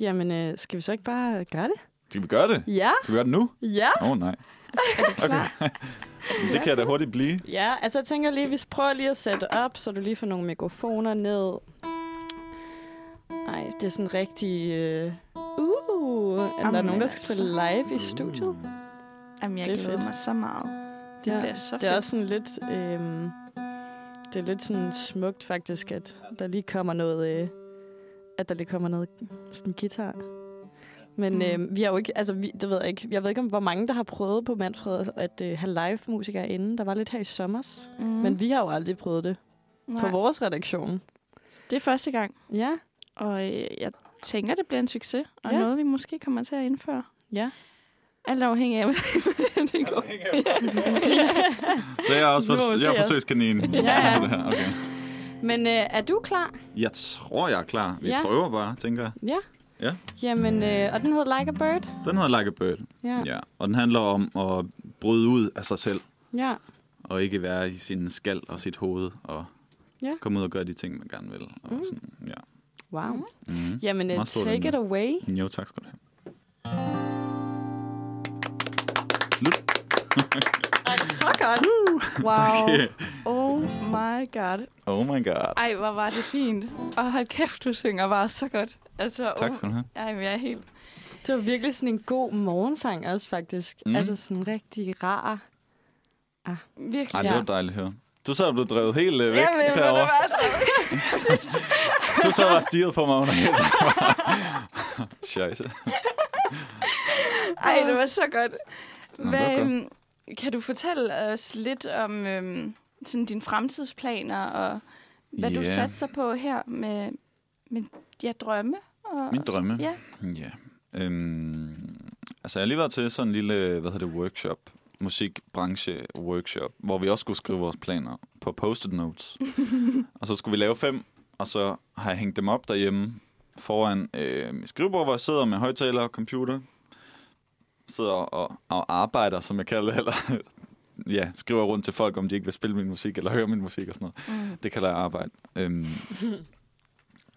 Speaker 2: Jamen, øh, skal vi så ikke bare gøre det?
Speaker 5: Skal vi gøre det?
Speaker 2: Ja.
Speaker 5: Skal vi gøre det nu?
Speaker 2: Ja.
Speaker 5: Åh oh, nej. Okay. det kan da hurtigt blive.
Speaker 2: Ja, altså jeg tænker lige, vi prøver lige at sætte op, så du lige får nogle mikrofoner ned. Ej, det er sådan rigtig... Øh... Uh, er der
Speaker 3: Jamen,
Speaker 2: nogen, der skal
Speaker 3: altså. Uh.
Speaker 2: spille live i studiet?
Speaker 3: Jamen, jeg
Speaker 2: Det er
Speaker 3: glæder
Speaker 2: fedt.
Speaker 3: mig så meget. Det
Speaker 2: Ja,
Speaker 3: bliver så fedt.
Speaker 2: Det er også sådan lidt... Øh... Det er lidt sådan smukt faktisk, at der lige kommer noget... Øh... At der lige kommer noget sådan guitar. Men
Speaker 3: Mm.
Speaker 2: mm. øh, vi har jo ikke, altså vi, det ved jeg ikke, jeg ved ikke om, hvor mange der har prøvet på Manfred at øh, have live-musikere inden. Der var lidt her i sommers,
Speaker 3: Mm.
Speaker 2: mm. men vi har jo aldrig prøvet det
Speaker 3: Nej.
Speaker 2: på vores redaktion.
Speaker 3: Det er første gang,
Speaker 2: Ja,
Speaker 3: og øh, jeg tænker, det bliver en succes, og
Speaker 2: Ja.
Speaker 3: noget, vi måske kommer til at indføre.
Speaker 2: ja.
Speaker 3: Alt afhængig af, <laughs> hvordan det går. <laughs>
Speaker 5: Så jeg er også
Speaker 2: Nu må vi
Speaker 5: for,
Speaker 2: se,
Speaker 5: jeg er
Speaker 2: ja. <laughs>
Speaker 5: forsøgskaninen.
Speaker 2: Ja, ja.
Speaker 5: Det her, Okay.
Speaker 2: Men øh, er du klar?
Speaker 5: Jeg tror, jeg er klar. Vi
Speaker 2: Ja.
Speaker 5: ja. prøver bare, tænker jeg.
Speaker 2: Ja.
Speaker 5: Ja.
Speaker 2: Jamen, øh, og den hedder Like a Bird?
Speaker 5: Den hedder Like a Bird.
Speaker 2: Ja.
Speaker 5: Ja. Og den handler om at bryde ud af sig selv.
Speaker 2: Ja.
Speaker 5: og ikke være i sin skal og sit hoved og
Speaker 2: Ja.
Speaker 5: ja. komme ud og gøre de ting, man gerne vil. Og
Speaker 2: Mm.
Speaker 5: mm. sådan, ja.
Speaker 2: Wow.
Speaker 5: Mm-hmm.
Speaker 2: Jamen, øh,
Speaker 5: Meget stor, den
Speaker 2: take it
Speaker 5: der.
Speaker 2: away.
Speaker 5: Jo, tak skal du have. Slut.
Speaker 2: Så godt.
Speaker 3: Wow.
Speaker 5: Okay.
Speaker 3: Oh my god.
Speaker 5: <laughs> Oh my god.
Speaker 3: Ej, hvor var det fint. Og hold kæft, du synger bare så godt. Altså,
Speaker 5: Tak
Speaker 3: oh,
Speaker 5: skal du have.
Speaker 3: ej, men jeg er helt
Speaker 2: Det var virkelig sådan en god morgensang også, faktisk. Mm.
Speaker 5: Mm.
Speaker 2: Altså sådan rigtig rar.
Speaker 3: virkelig...
Speaker 5: Ej,
Speaker 2: Ja.
Speaker 5: det var dejligt at høre. Du sad og blev drevet helt øh, væk
Speaker 3: Jamen, jeg ved, hvad
Speaker 5: derovre.
Speaker 3: det var.
Speaker 5: Du sad og stirrede på mig. under hele tiden. Scheisse. <laughs>
Speaker 3: Ej, det var så godt.
Speaker 5: var
Speaker 3: Hvad,
Speaker 5: godt.
Speaker 3: øhm, kan du fortælle os lidt om øhm, sådan dine fremtidsplaner, og hvad yeah. du
Speaker 5: Ja.
Speaker 3: satser på her med, med ja, drømme? Og,
Speaker 5: Min drømme?
Speaker 3: Ja.
Speaker 5: ja. Øhm, altså, jeg har lige været til sådan en lille, hvad hedder det, workshop. Musikbranche-workshop, hvor vi også skulle skrive vores planer på post-it notes. og så skulle vi lave fem, og så har jeg hængt dem op derhjemme foran øh, mit skrivebord, hvor jeg sidder med højtaler og computer. Sidder og, og arbejder, som jeg kalder det, eller <laughs> ja, skriver rundt til folk, om de ikke vil spille min musik, eller høre min musik og sådan noget.
Speaker 3: Mm.
Speaker 5: Det kalder jeg arbejde. Øhm,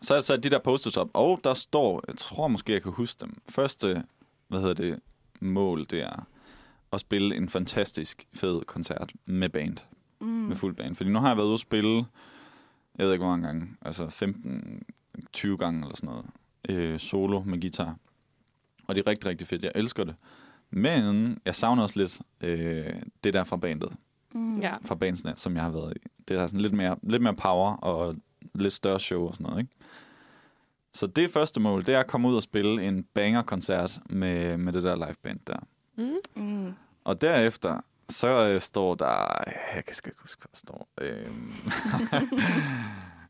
Speaker 5: så har jeg sat de der post op, og der står, jeg tror måske, jeg kan huske dem. Første, hvad hedder det, mål, det er at spille en fantastisk fed koncert med band, mm. med
Speaker 3: Mm.
Speaker 5: fuld band. Fordi nu har jeg været ude at spille, jeg ved ikke hvor mange gange, altså 15-20 gange eller sådan noget, øh, solo med guitar. Og det er rigtig, rigtig fedt. Jeg elsker det. Men jeg savner også lidt øh, det der fra bandet
Speaker 3: Mm.
Speaker 2: Ja.
Speaker 5: fra bandsene, som jeg har været i. Det er sådan lidt mere, lidt mere power og lidt større show og sådan noget, ikke? Så det første mål, det er at komme ud og spille en banger-koncert med, med det der liveband der.
Speaker 2: Mm.
Speaker 3: Mm.
Speaker 5: Og derefter, så øh, står der... Jeg kan sgu ikke huske, hvad der står. Øhm, <laughs>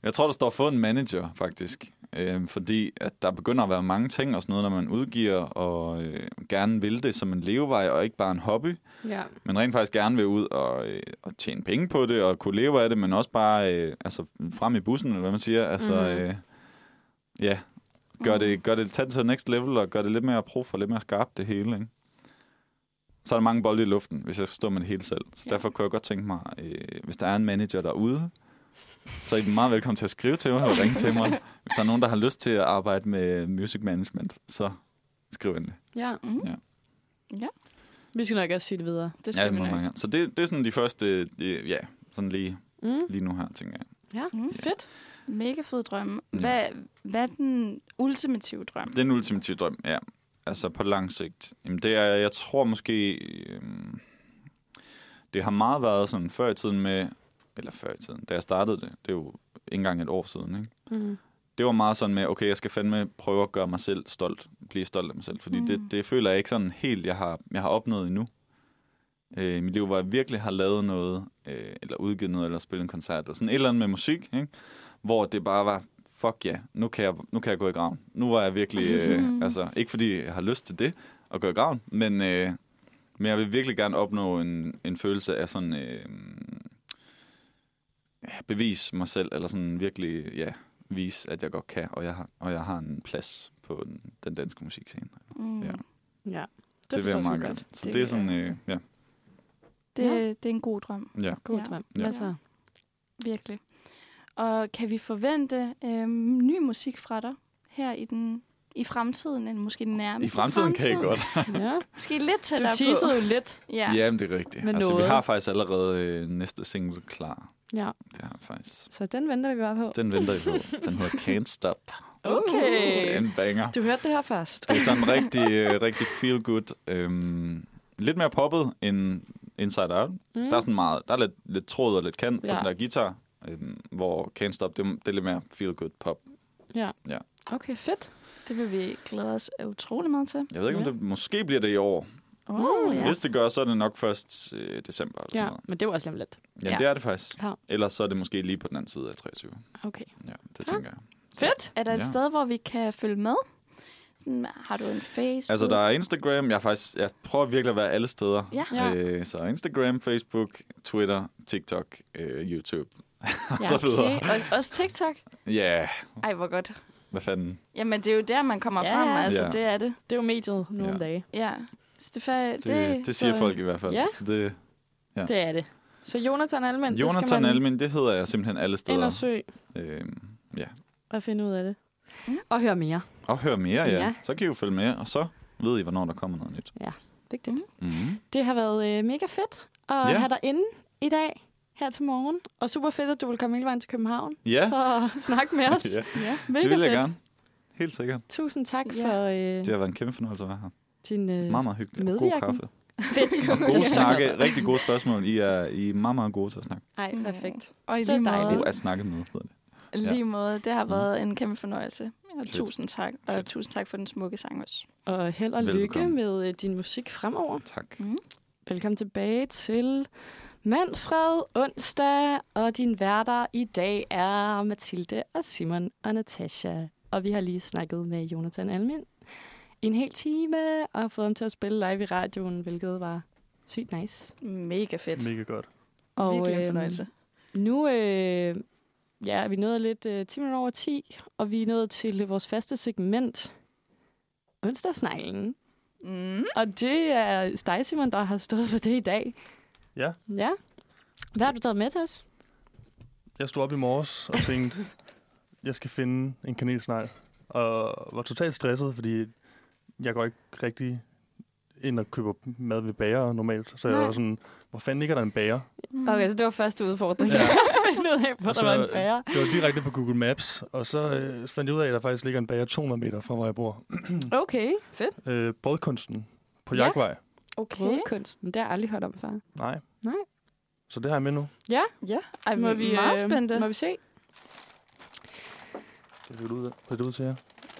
Speaker 5: jeg tror, der står få en manager, faktisk. Øhm, fordi at der begynder at være mange ting og sådan noget, når man udgiver og øh, gerne vil det som en levevej og ikke bare en hobby
Speaker 2: Ja.
Speaker 5: men rent faktisk gerne vil ud og, øh, og tjene penge på det, og kunne leve af det, men også bare øh, altså, frem i bussen, eller hvad man siger. Altså,
Speaker 2: Mhm.
Speaker 5: mm. øh, ja, gør
Speaker 3: Mm.
Speaker 5: det, gør det, tag det til next level, og gør det lidt mere pro for lidt mere skarpt det hele. Ikke? Så er der mange bolde i luften, hvis jeg skal stå med det hele selv. Så
Speaker 2: Ja.
Speaker 5: ja. derfor kunne jeg godt tænke mig, øh, hvis der er en manager derude, så er I meget velkommen til at skrive til mig og ringe til mig. Hvis der er nogen, der har lyst til at arbejde med music management, så skriv endelig.
Speaker 2: ja.
Speaker 3: Mm.
Speaker 5: Ja.
Speaker 2: Vi skal nok også sige det videre.
Speaker 3: Det
Speaker 5: Ja,
Speaker 3: skal
Speaker 5: det
Speaker 3: vi
Speaker 5: må man
Speaker 3: nok.
Speaker 5: gerne. Så det, det er sådan de første, øh, ja, sådan lige
Speaker 2: Mm.
Speaker 5: lige nu her, tænker jeg.
Speaker 3: Mm.
Speaker 2: Fedt.
Speaker 3: Mega fed drømme.
Speaker 5: Ja.
Speaker 3: Hvad, hvad er den ultimative drøm?
Speaker 5: Den ultimative drøm, ja. Altså på lang sigt. Jamen det er, jeg tror måske, øhm, det har meget været sådan før i tiden med, eller før i tiden, da jeg startede det, det er jo ikke engang et år siden, ikke?
Speaker 2: Mm.
Speaker 5: Det var meget sådan med, okay, jeg skal fandme prøve at gøre mig selv stolt, blive stolt af mig selv, fordi mm. det,
Speaker 3: Mm.
Speaker 5: det føler jeg ikke sådan helt, jeg har, jeg har opnået endnu. Øh, i mit liv, hvor jeg virkelig har lavet noget, øh, eller udgivet noget, eller spillet en koncert, eller sådan et eller andet med musik, ikke? hvor det bare var, fuck ja, yeah, nu, kan jeg, nu kan jeg gå i graven. Nu var jeg virkelig, øh, altså ikke fordi jeg har lyst til det, at gå i graven, men, øh, men jeg vil virkelig gerne opnå en, en følelse af sådan, øh, ja, bevis mig selv, eller sådan virkelig, ja, vise, at jeg godt kan, og jeg har, og jeg har en plads på den, den danske musikscene.
Speaker 3: Mm.
Speaker 5: Ja.
Speaker 2: Ja.
Speaker 5: Det, det
Speaker 2: forstår
Speaker 5: vil jeg
Speaker 2: så
Speaker 5: meget
Speaker 2: godt.
Speaker 5: gerne. Så
Speaker 3: Det
Speaker 5: det, det er
Speaker 3: vil jeg
Speaker 5: sådan, øh, ja,
Speaker 3: Det,
Speaker 2: Ja.
Speaker 3: det er en god drøm.
Speaker 5: ja.
Speaker 2: God
Speaker 3: Ja.
Speaker 2: drøm.
Speaker 5: Ja.
Speaker 2: Hvad så?
Speaker 3: Virkelig. Og kan vi forvente øh, ny musik fra dig her i den i fremtiden, eller måske den
Speaker 5: I
Speaker 3: nærmeste
Speaker 5: fremtiden kan jeg godt.
Speaker 2: <laughs> Ja.
Speaker 3: Måske lidt
Speaker 2: Du
Speaker 3: tættere
Speaker 2: teasede
Speaker 3: på.
Speaker 2: jo lidt.
Speaker 3: Ja.
Speaker 5: Ja, Jamen, det er rigtigt.
Speaker 2: Med
Speaker 5: altså, vi
Speaker 2: noget.
Speaker 5: har faktisk allerede øh, næste single klar.
Speaker 2: Ja.
Speaker 5: Det har vi faktisk.
Speaker 2: Så den venter vi bare på.
Speaker 5: Den venter I på. Den hedder Can't Stop. Det er
Speaker 2: Okay.
Speaker 5: en banger.
Speaker 2: Du hørte det her først.
Speaker 5: Det er sådan rigtig, øh, rigtig feel good. Øhm, lidt mere poppet end Inside Out. Mm. Der er sådan meget, der er lidt, lidt tråd og lidt kant ja.
Speaker 2: Ja.
Speaker 5: på den der guitar, øhm, hvor Can't Stop, det, er- det er lidt mere feel good pop.
Speaker 2: Ja.
Speaker 5: Ja.
Speaker 2: Mm. Okay, fedt.
Speaker 3: Det vil vi glæde os utrolig meget til.
Speaker 5: Jeg ved ikke, ja.
Speaker 2: Ja.
Speaker 5: om det måske bliver det i år.
Speaker 3: Åh,
Speaker 2: Mm.
Speaker 5: Ja.
Speaker 3: ja.
Speaker 5: Hvis det gør, så er det nok først øh, december. Eller
Speaker 2: Ja,
Speaker 5: sådan noget.
Speaker 2: men det var også lige om lidt.
Speaker 5: Ja,
Speaker 3: Ja.
Speaker 5: ja, det er det faktisk.
Speaker 2: Ja.
Speaker 5: Ellers så er det måske lige på den anden side af 23.
Speaker 2: Okay.
Speaker 5: Ja, det tænker jeg.
Speaker 2: Fedt.
Speaker 3: Er der et
Speaker 5: Ja.
Speaker 3: sted, hvor vi kan følge med? Sådan, har du en Facebook?
Speaker 5: Altså, der er Instagram. Jeg, er faktisk, jeg prøver virkelig at være alle steder.
Speaker 3: Ja.
Speaker 2: Ja.
Speaker 5: Øh, så Instagram, Facebook, Twitter, TikTok, øh, YouTube. <laughs>
Speaker 2: Ja,
Speaker 5: så <laughs> videre.
Speaker 3: Okay. Og, også TikTok?
Speaker 5: Ja, yeah.
Speaker 3: Ej, hvor godt.
Speaker 5: hvad fanden.
Speaker 3: Jamen, det er jo der, man kommer
Speaker 2: Ja.
Speaker 3: frem. Altså,
Speaker 5: Ja.
Speaker 3: det er det.
Speaker 2: Det er jo mediet nogle
Speaker 5: Ja.
Speaker 2: dage.
Speaker 3: Ja. Så det, er fa-
Speaker 5: Det, det, det siger
Speaker 3: så-
Speaker 5: folk i hvert fald.
Speaker 2: Ja.
Speaker 5: Så det, Ja.
Speaker 2: Det er det. Så Jonathan Almen, det skal
Speaker 5: Jonathan
Speaker 2: man
Speaker 5: Almin, det hedder jeg simpelthen alle
Speaker 2: ind
Speaker 5: steder.
Speaker 2: og søge
Speaker 5: Øh, ja.
Speaker 2: og finde ud af det.
Speaker 3: Mm.
Speaker 2: Og høre mere.
Speaker 5: Og hør mere, ja.
Speaker 2: Ja.
Speaker 5: ja. Så kan I jo følge med, og så ved I, hvornår der kommer noget nyt.
Speaker 2: Vigtigt.
Speaker 3: Mm.
Speaker 2: Mm.
Speaker 5: Mm-hmm.
Speaker 2: Det har været øh, mega fedt at
Speaker 5: Ja.
Speaker 2: have dig inde i dag her til morgen. Og super fedt, at du vil komme hele vejen til København
Speaker 5: Ja,
Speaker 2: for at <laughs> snakke med os.
Speaker 5: ja.
Speaker 3: Ja.
Speaker 2: Mega
Speaker 5: det vil jeg
Speaker 2: fedt.
Speaker 5: gerne. Helt sikkert.
Speaker 2: Tusind tak
Speaker 3: Ja.
Speaker 2: for øh,
Speaker 5: Det har været en kæmpe fornøjelse at være her.
Speaker 2: din... Øh,
Speaker 5: Meget, meget hyggeligt. og God
Speaker 2: medvirken.
Speaker 5: kaffe.
Speaker 2: Fedt.
Speaker 5: Og
Speaker 2: <laughs> Det er
Speaker 5: gode
Speaker 2: så
Speaker 5: snakke.
Speaker 2: godt.
Speaker 5: Rigtig gode spørgsmål. I er, I er meget, meget gode til at snakke.
Speaker 2: Ej,
Speaker 3: Mm.
Speaker 2: perfekt.
Speaker 3: Og i
Speaker 2: Det er
Speaker 3: lige
Speaker 2: dejligt.
Speaker 3: måde,
Speaker 5: Gode at snakke med, hedder det.
Speaker 4: Mm.
Speaker 3: lige måde, det har været en kæmpe fornøjelse. Jeg og
Speaker 5: Fedt.
Speaker 3: tusind tak. Og
Speaker 5: Fedt.
Speaker 3: tusind tak for den smukke sang også.
Speaker 2: Og held og lykke
Speaker 5: Velbekomme.
Speaker 2: med øh, din musik fremover.
Speaker 5: Tak.
Speaker 3: Mm.
Speaker 2: Velkommen tilbage til Manfred onsdag, og din værter i dag er Mathilde og Simon og Natasha. Og vi har lige snakket med Jonathan Almin i en hel time, og fået ham til at spille live i radioen, hvilket var sygt nice.
Speaker 3: Mega fedt.
Speaker 4: Mega godt.
Speaker 2: Og,
Speaker 3: Virkelig en
Speaker 2: øhm,
Speaker 3: fornøjelse.
Speaker 2: Nu øh, ja, er vi nået lidt øh, 10 minutter over 10, og vi er nået til øh, vores faste segment, onsdagsneglen.
Speaker 3: Mm.
Speaker 2: Og det er dig, Simon, der har stået for det i dag.
Speaker 4: Ja.
Speaker 2: Ja. Hvad har du taget med til os?
Speaker 4: Jeg stod op i morges og tænkte, jeg skal finde en kanelsnegl. Og var totalt stresset, fordi jeg går ikke rigtig ind og køber mad ved bager normalt. Så jeg
Speaker 3: Nej.
Speaker 4: var sådan, hvor fanden ligger der en bager?
Speaker 2: Okay, så det var første udfordring.
Speaker 4: Ja.
Speaker 2: Ja. <laughs> Finde ud af, hvor
Speaker 4: Og
Speaker 2: der var en
Speaker 4: så- øh,
Speaker 2: bager.
Speaker 4: Det var direkte på Google Maps, og så øh, fandt jeg ud af, at der faktisk ligger en bager 200 meter fra, hvor jeg bor.
Speaker 2: Okay, fedt.
Speaker 4: Øh, brødkunsten på
Speaker 2: Ja.
Speaker 4: Jagtvej.
Speaker 3: Okay.
Speaker 2: Brødkunsten, det har jeg aldrig hørt om før.
Speaker 4: Nej.
Speaker 2: Nej.
Speaker 4: Så det har jeg med nu.
Speaker 3: Ja, Ej, må vi, meget spændte.
Speaker 2: Må vi se?
Speaker 4: Skal det ud, skal det ud til jer?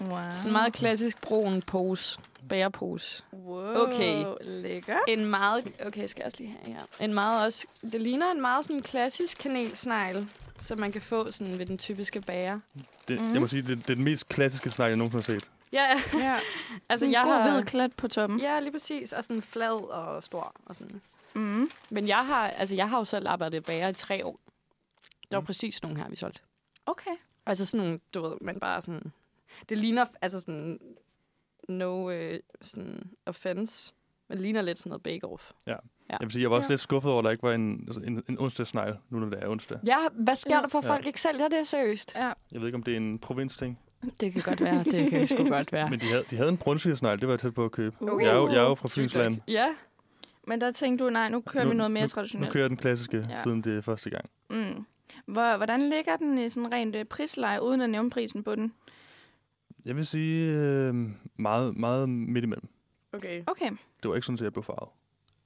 Speaker 3: Wow.
Speaker 2: Sådan en meget klassisk brun pose. Bærepose.
Speaker 3: Wow,
Speaker 2: Okay.
Speaker 3: lækker.
Speaker 2: En meget... Okay, skal jeg også lige have her. En meget også... Det ligner en meget sådan klassisk kanelsnegl, som man kan få sådan ved den typiske bager.
Speaker 4: Det,
Speaker 3: Mhm.
Speaker 4: Jeg må sige, det, det er den mest klassiske snak, jeg nogensinde har set.
Speaker 2: Ja,
Speaker 3: Ja.
Speaker 2: altså
Speaker 3: Sådan en
Speaker 2: jeg
Speaker 3: god
Speaker 2: har...
Speaker 3: hvid klat på toppen.
Speaker 2: Ja, lige præcis. Og sådan flad og stor. Og sådan.
Speaker 3: Mm.
Speaker 2: Men jeg har, altså, jeg har jo selv arbejdet i bager i tre år. Der var
Speaker 4: Mm.
Speaker 2: præcis nogle her, vi solgte.
Speaker 3: Okay.
Speaker 2: Altså sådan nogle, du ved, man bare sådan... Det ligner, altså sådan... No øh, sådan offense. Men det ligner lidt sådan noget bake-off. Ja.
Speaker 4: Jeg vil sige, jeg var også
Speaker 3: Ja.
Speaker 4: lidt skuffet over, at der ikke var en, altså en, en onsdagssnegl, nu når det er onsdag.
Speaker 2: Ja, hvad sker
Speaker 3: Ja.
Speaker 2: der for, at
Speaker 4: Ja.
Speaker 2: folk ikke sælger det seriøst?
Speaker 3: Ja.
Speaker 4: Jeg ved ikke, om det er en provinsting,
Speaker 2: Det kan godt være, det kan sgu godt være.
Speaker 4: men de havde, de havde en brunsvigersnegl, det var jeg tæt på at købe.
Speaker 3: Okay.
Speaker 2: Uh,
Speaker 4: Jeg er jo, jeg er jo fra Fynsland.
Speaker 2: Ja,
Speaker 3: Men der tænkte du, nej, nu kører
Speaker 4: Nu-
Speaker 3: vi noget mere
Speaker 4: Nu
Speaker 3: traditionelt.
Speaker 4: kører jeg den klassiske,
Speaker 3: Ja.
Speaker 4: ja. siden det er første gang.
Speaker 3: Mm. Hvor, hvordan ligger den i sådan rent øh, prisleje, uden at nævne prisen på den?
Speaker 4: Jeg vil sige øh, meget, meget midt imellem.
Speaker 3: Okay. Okay.
Speaker 4: Det var ikke sådan, at jeg blev farvet.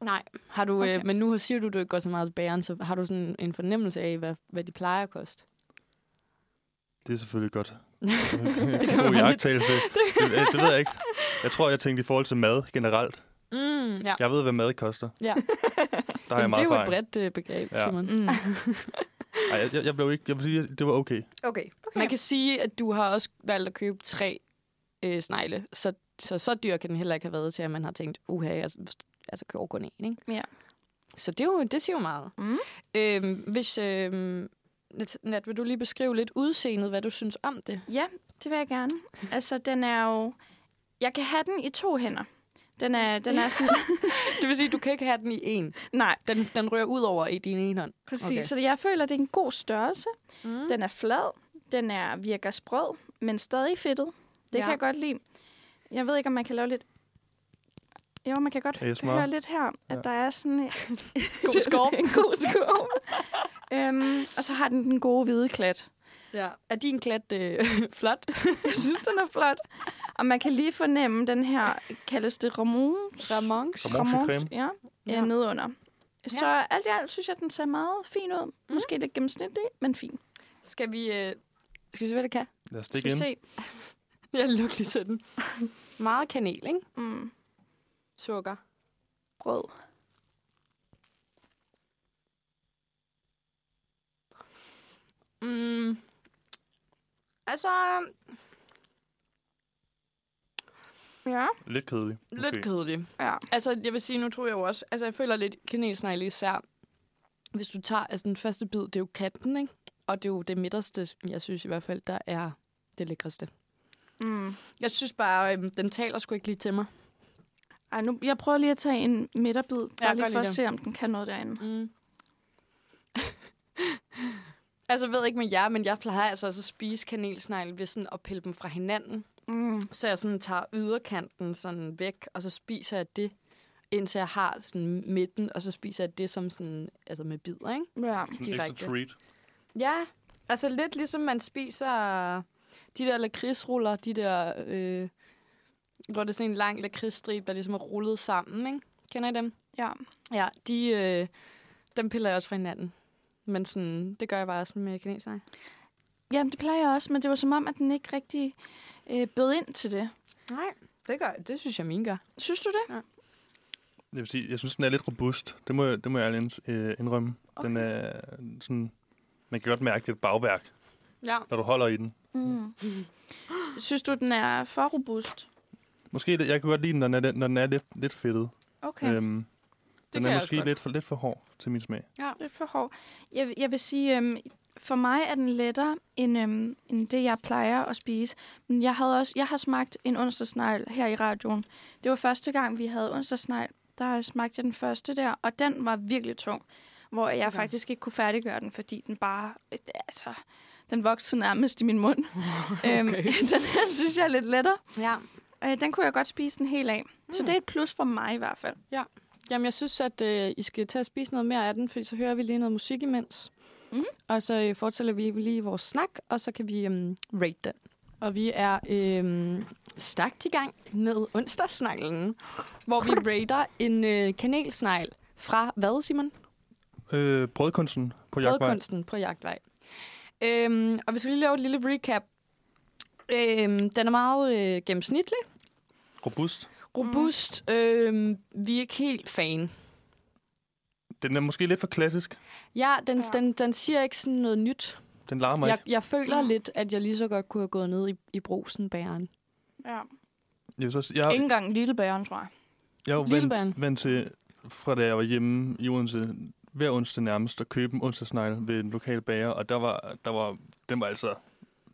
Speaker 2: nej. Har du, okay.
Speaker 3: Okay.
Speaker 2: øh, men nu siger du, du ikke går så meget til bageren, så har du sådan en fornemmelse af, hvad, hvad de plejer at
Speaker 4: <laughs>
Speaker 2: koste?
Speaker 4: Det er selvfølgelig godt.
Speaker 2: Det kan man
Speaker 4: God
Speaker 2: bare- <laughs>
Speaker 4: jagttagelse. Det, det, det ved jeg ikke. Jeg tror, jeg tænkte i forhold til mad generelt.
Speaker 2: Mm, ja.
Speaker 4: Jeg ved, hvad mad koster.
Speaker 2: Ja.
Speaker 4: Der har jeg
Speaker 2: det er
Speaker 4: meget
Speaker 2: jo et
Speaker 4: erfaring.
Speaker 2: bredt øh, begreb,
Speaker 4: Ja.
Speaker 2: Simon.
Speaker 3: Mm.
Speaker 4: Ej, jeg, jeg- jeg blev ikke... Jeg vil sige, at det var okay.
Speaker 2: Okay. okay. Man kan sige, at du har også valgt at købe tre øh, snegle, så, så så dyr kan den heller ikke have været til, at man har tænkt, uha, jeg s- altså køber kun én, ikke?
Speaker 3: Ja.
Speaker 2: Så det, er jo, det siger jo meget.
Speaker 3: Mm.
Speaker 2: Øhm, hvis, øhm, Nat, Nat, vil du lige beskrive lidt udseendet, hvad du synes om det?
Speaker 3: Ja, det vil jeg gerne. Altså, den er jo... Jeg kan have den i to hænder. Den er, den er
Speaker 2: <laughs>
Speaker 3: sådan...
Speaker 2: Det vil sige, at du kan ikke have den i en.
Speaker 3: Nej,
Speaker 2: Den, den rører ud over i din ene hånd.
Speaker 3: præcis.
Speaker 2: Okay.
Speaker 3: Okay. Så jeg føler, det er en god størrelse.
Speaker 2: Mm.
Speaker 3: Den er flad. Den er virker sprød, men stadig fedtet. Det
Speaker 2: Ja.
Speaker 3: ja. kan jeg godt lide. Jeg ved ikke, om man kan lave lidt... Jo, man kan godt
Speaker 4: ASMR.
Speaker 3: høre lidt her, at
Speaker 4: Ja.
Speaker 3: der er sådan
Speaker 2: <laughs> God skorp.
Speaker 3: <laughs> en god skorp. øhm, og så har den den gode hvide klat.
Speaker 2: ja. Er din klat øh, <laughs> flot?
Speaker 3: Jeg synes, den er flot. Og man kan lige fornemme den her, kaldes det ramons?
Speaker 2: Ramons.
Speaker 4: Ramons. Ramonsecreme.
Speaker 3: ja,
Speaker 2: Ja.
Speaker 3: ja. øh, nedunder. Så alt i alt synes jeg, den ser meget fin ud.
Speaker 2: Mm.
Speaker 3: Måske lidt gennemsnitlig, men fin.
Speaker 2: Skal vi, øh, skal vi se, hvad det kan?
Speaker 4: Lad os
Speaker 3: Skal
Speaker 4: stikke
Speaker 3: vi
Speaker 4: ind.
Speaker 3: se.
Speaker 2: Jeg lukker lige til den. <laughs> Meget kanel, ikke?
Speaker 3: Mm,
Speaker 2: Sukker.
Speaker 3: brød.
Speaker 2: Mm. Altså,
Speaker 3: Ja.
Speaker 4: Lidt kedelig.
Speaker 2: lidt
Speaker 4: måske.
Speaker 2: kedelig.
Speaker 3: Ja.
Speaker 2: Altså, jeg vil sige, nu tror jeg jo også, altså jeg føler lidt kanelsnegle især, hvis du tager, altså den første bid, det er jo kanten, ikke? Og det er jo det midterste, jeg synes i hvert fald, der er det lækreste.
Speaker 3: Mm.
Speaker 2: Jeg synes bare, øhm, den taler sgu ikke lige til mig.
Speaker 3: Ej, nu, jeg prøver lige at tage en midterbid, bare
Speaker 2: gør
Speaker 3: lige for
Speaker 2: lige
Speaker 3: at
Speaker 2: det.
Speaker 3: se, om den kan noget derinde.
Speaker 2: Mm. <laughs> altså, jeg ved ikke med jer, men jeg plejer altså også at spise kanelsnegle ved sådan at pille dem fra hinanden.
Speaker 3: Mm.
Speaker 2: Så jeg sådan tager yderkanten sådan væk, og så spiser jeg det, indtil jeg har sådan midten, og så spiser jeg det som sådan, altså med bidder, ikke?
Speaker 3: Ja.
Speaker 4: Sådan en
Speaker 2: Direkte.
Speaker 4: Ekstra treat.
Speaker 2: Ja, altså lidt ligesom man spiser de der lakridsruller, de der, øh, hvor det er sådan en lang lakridsstrib, der ligesom er rullet sammen, ikke? Kender I dem?
Speaker 3: ja.
Speaker 2: Ja, de, øh, dem piller jeg også fra hinanden. Men sådan, det gør jeg bare også med kineser.
Speaker 3: Jamen, det plejer jeg også, men det var som om, at den ikke rigtig... øh, bød ind til det.
Speaker 2: Nej, det, gør, det synes jeg, min gør.
Speaker 3: Synes du det?
Speaker 4: Jeg vil sige, jeg synes, den er lidt robust. Det må, jeg- det må jeg ærligt øh, indrømme. Okay. Den
Speaker 3: Okay.
Speaker 4: er øh, sådan... Man kan godt mærke, det er et bagværk,
Speaker 2: Ja.
Speaker 4: når du holder i den.
Speaker 3: Mm. Synes du, den er for robust?
Speaker 4: Måske, det, jeg kan godt lide den, når den er, lidt- når den er lidt, lidt fedtet.
Speaker 3: Okay.
Speaker 4: Øhm,
Speaker 2: Det
Speaker 4: den
Speaker 2: kan
Speaker 4: er
Speaker 2: jeg
Speaker 4: måske
Speaker 2: også godt.
Speaker 4: lidt for, lidt for hård til min smag.
Speaker 3: lidt for hård. Jeg, jeg vil sige, øhm, for mig er den lettere end, øhm, end det, jeg plejer at spise. Men jeg, havde også, jeg har smagt en onsdagsnegl her i radioen. Det var første gang, vi havde onsdagsnegl. Der smagte jeg den første der, og den var virkelig tung. Hvor jeg
Speaker 2: Okay.
Speaker 3: faktisk ikke kunne færdiggøre den, fordi den bare... øh, Altså, den voksede nærmest i min mund.
Speaker 2: <laughs>
Speaker 3: okay. øhm, <laughs> den her synes jeg er lidt lettere.
Speaker 2: Ja.
Speaker 3: Øh, den kunne jeg godt spise den helt af. Mm. Så
Speaker 2: Mm.
Speaker 3: det er et plus for mig i hvert fald.
Speaker 2: Jamen, jeg synes, at øh, I skal tage og spise noget mere af den, fordi så hører vi lige noget musik imens.
Speaker 3: Mhm.
Speaker 2: Og så øh, fortæller vi lige vores snak, og så kan vi øhm, rate den. Og vi er øhm, stagt i gang med onsdagssneglen, hvor <laughs> vi rater en øh, kanelsnegl fra hvad, Simon?
Speaker 4: Øh, brødkunsten på jagtvej.
Speaker 2: Brødkunsten på jagtvej. Øhm, og vi skal lige lave et lille recap. Øhm, den er meget øh, gennemsnitlig.
Speaker 4: Robust.
Speaker 2: robust. Mm. Øhm, vi er ikke helt fan.
Speaker 4: Den er måske lidt for klassisk.
Speaker 2: Ja, den, ja.
Speaker 3: Ja.
Speaker 2: den, den siger ikke sådan noget nyt.
Speaker 4: Den larmer
Speaker 2: Jeg,
Speaker 4: ikke.
Speaker 2: jeg føler
Speaker 3: Mm.
Speaker 2: lidt, at jeg lige så godt kunne have gået ned i, i brosen bæren.
Speaker 3: Ja.
Speaker 4: Jeg, vil så, sige- jeg,
Speaker 3: Ikke engang lillebæren, tror jeg.
Speaker 4: jeg er jo
Speaker 2: Lillebæren.
Speaker 4: vant, vant til, fra da jeg var hjemme i Odense, hver onsdag nærmest, at købe en onsdagsnegle ved en lokal bager, og der var, der var, den var altså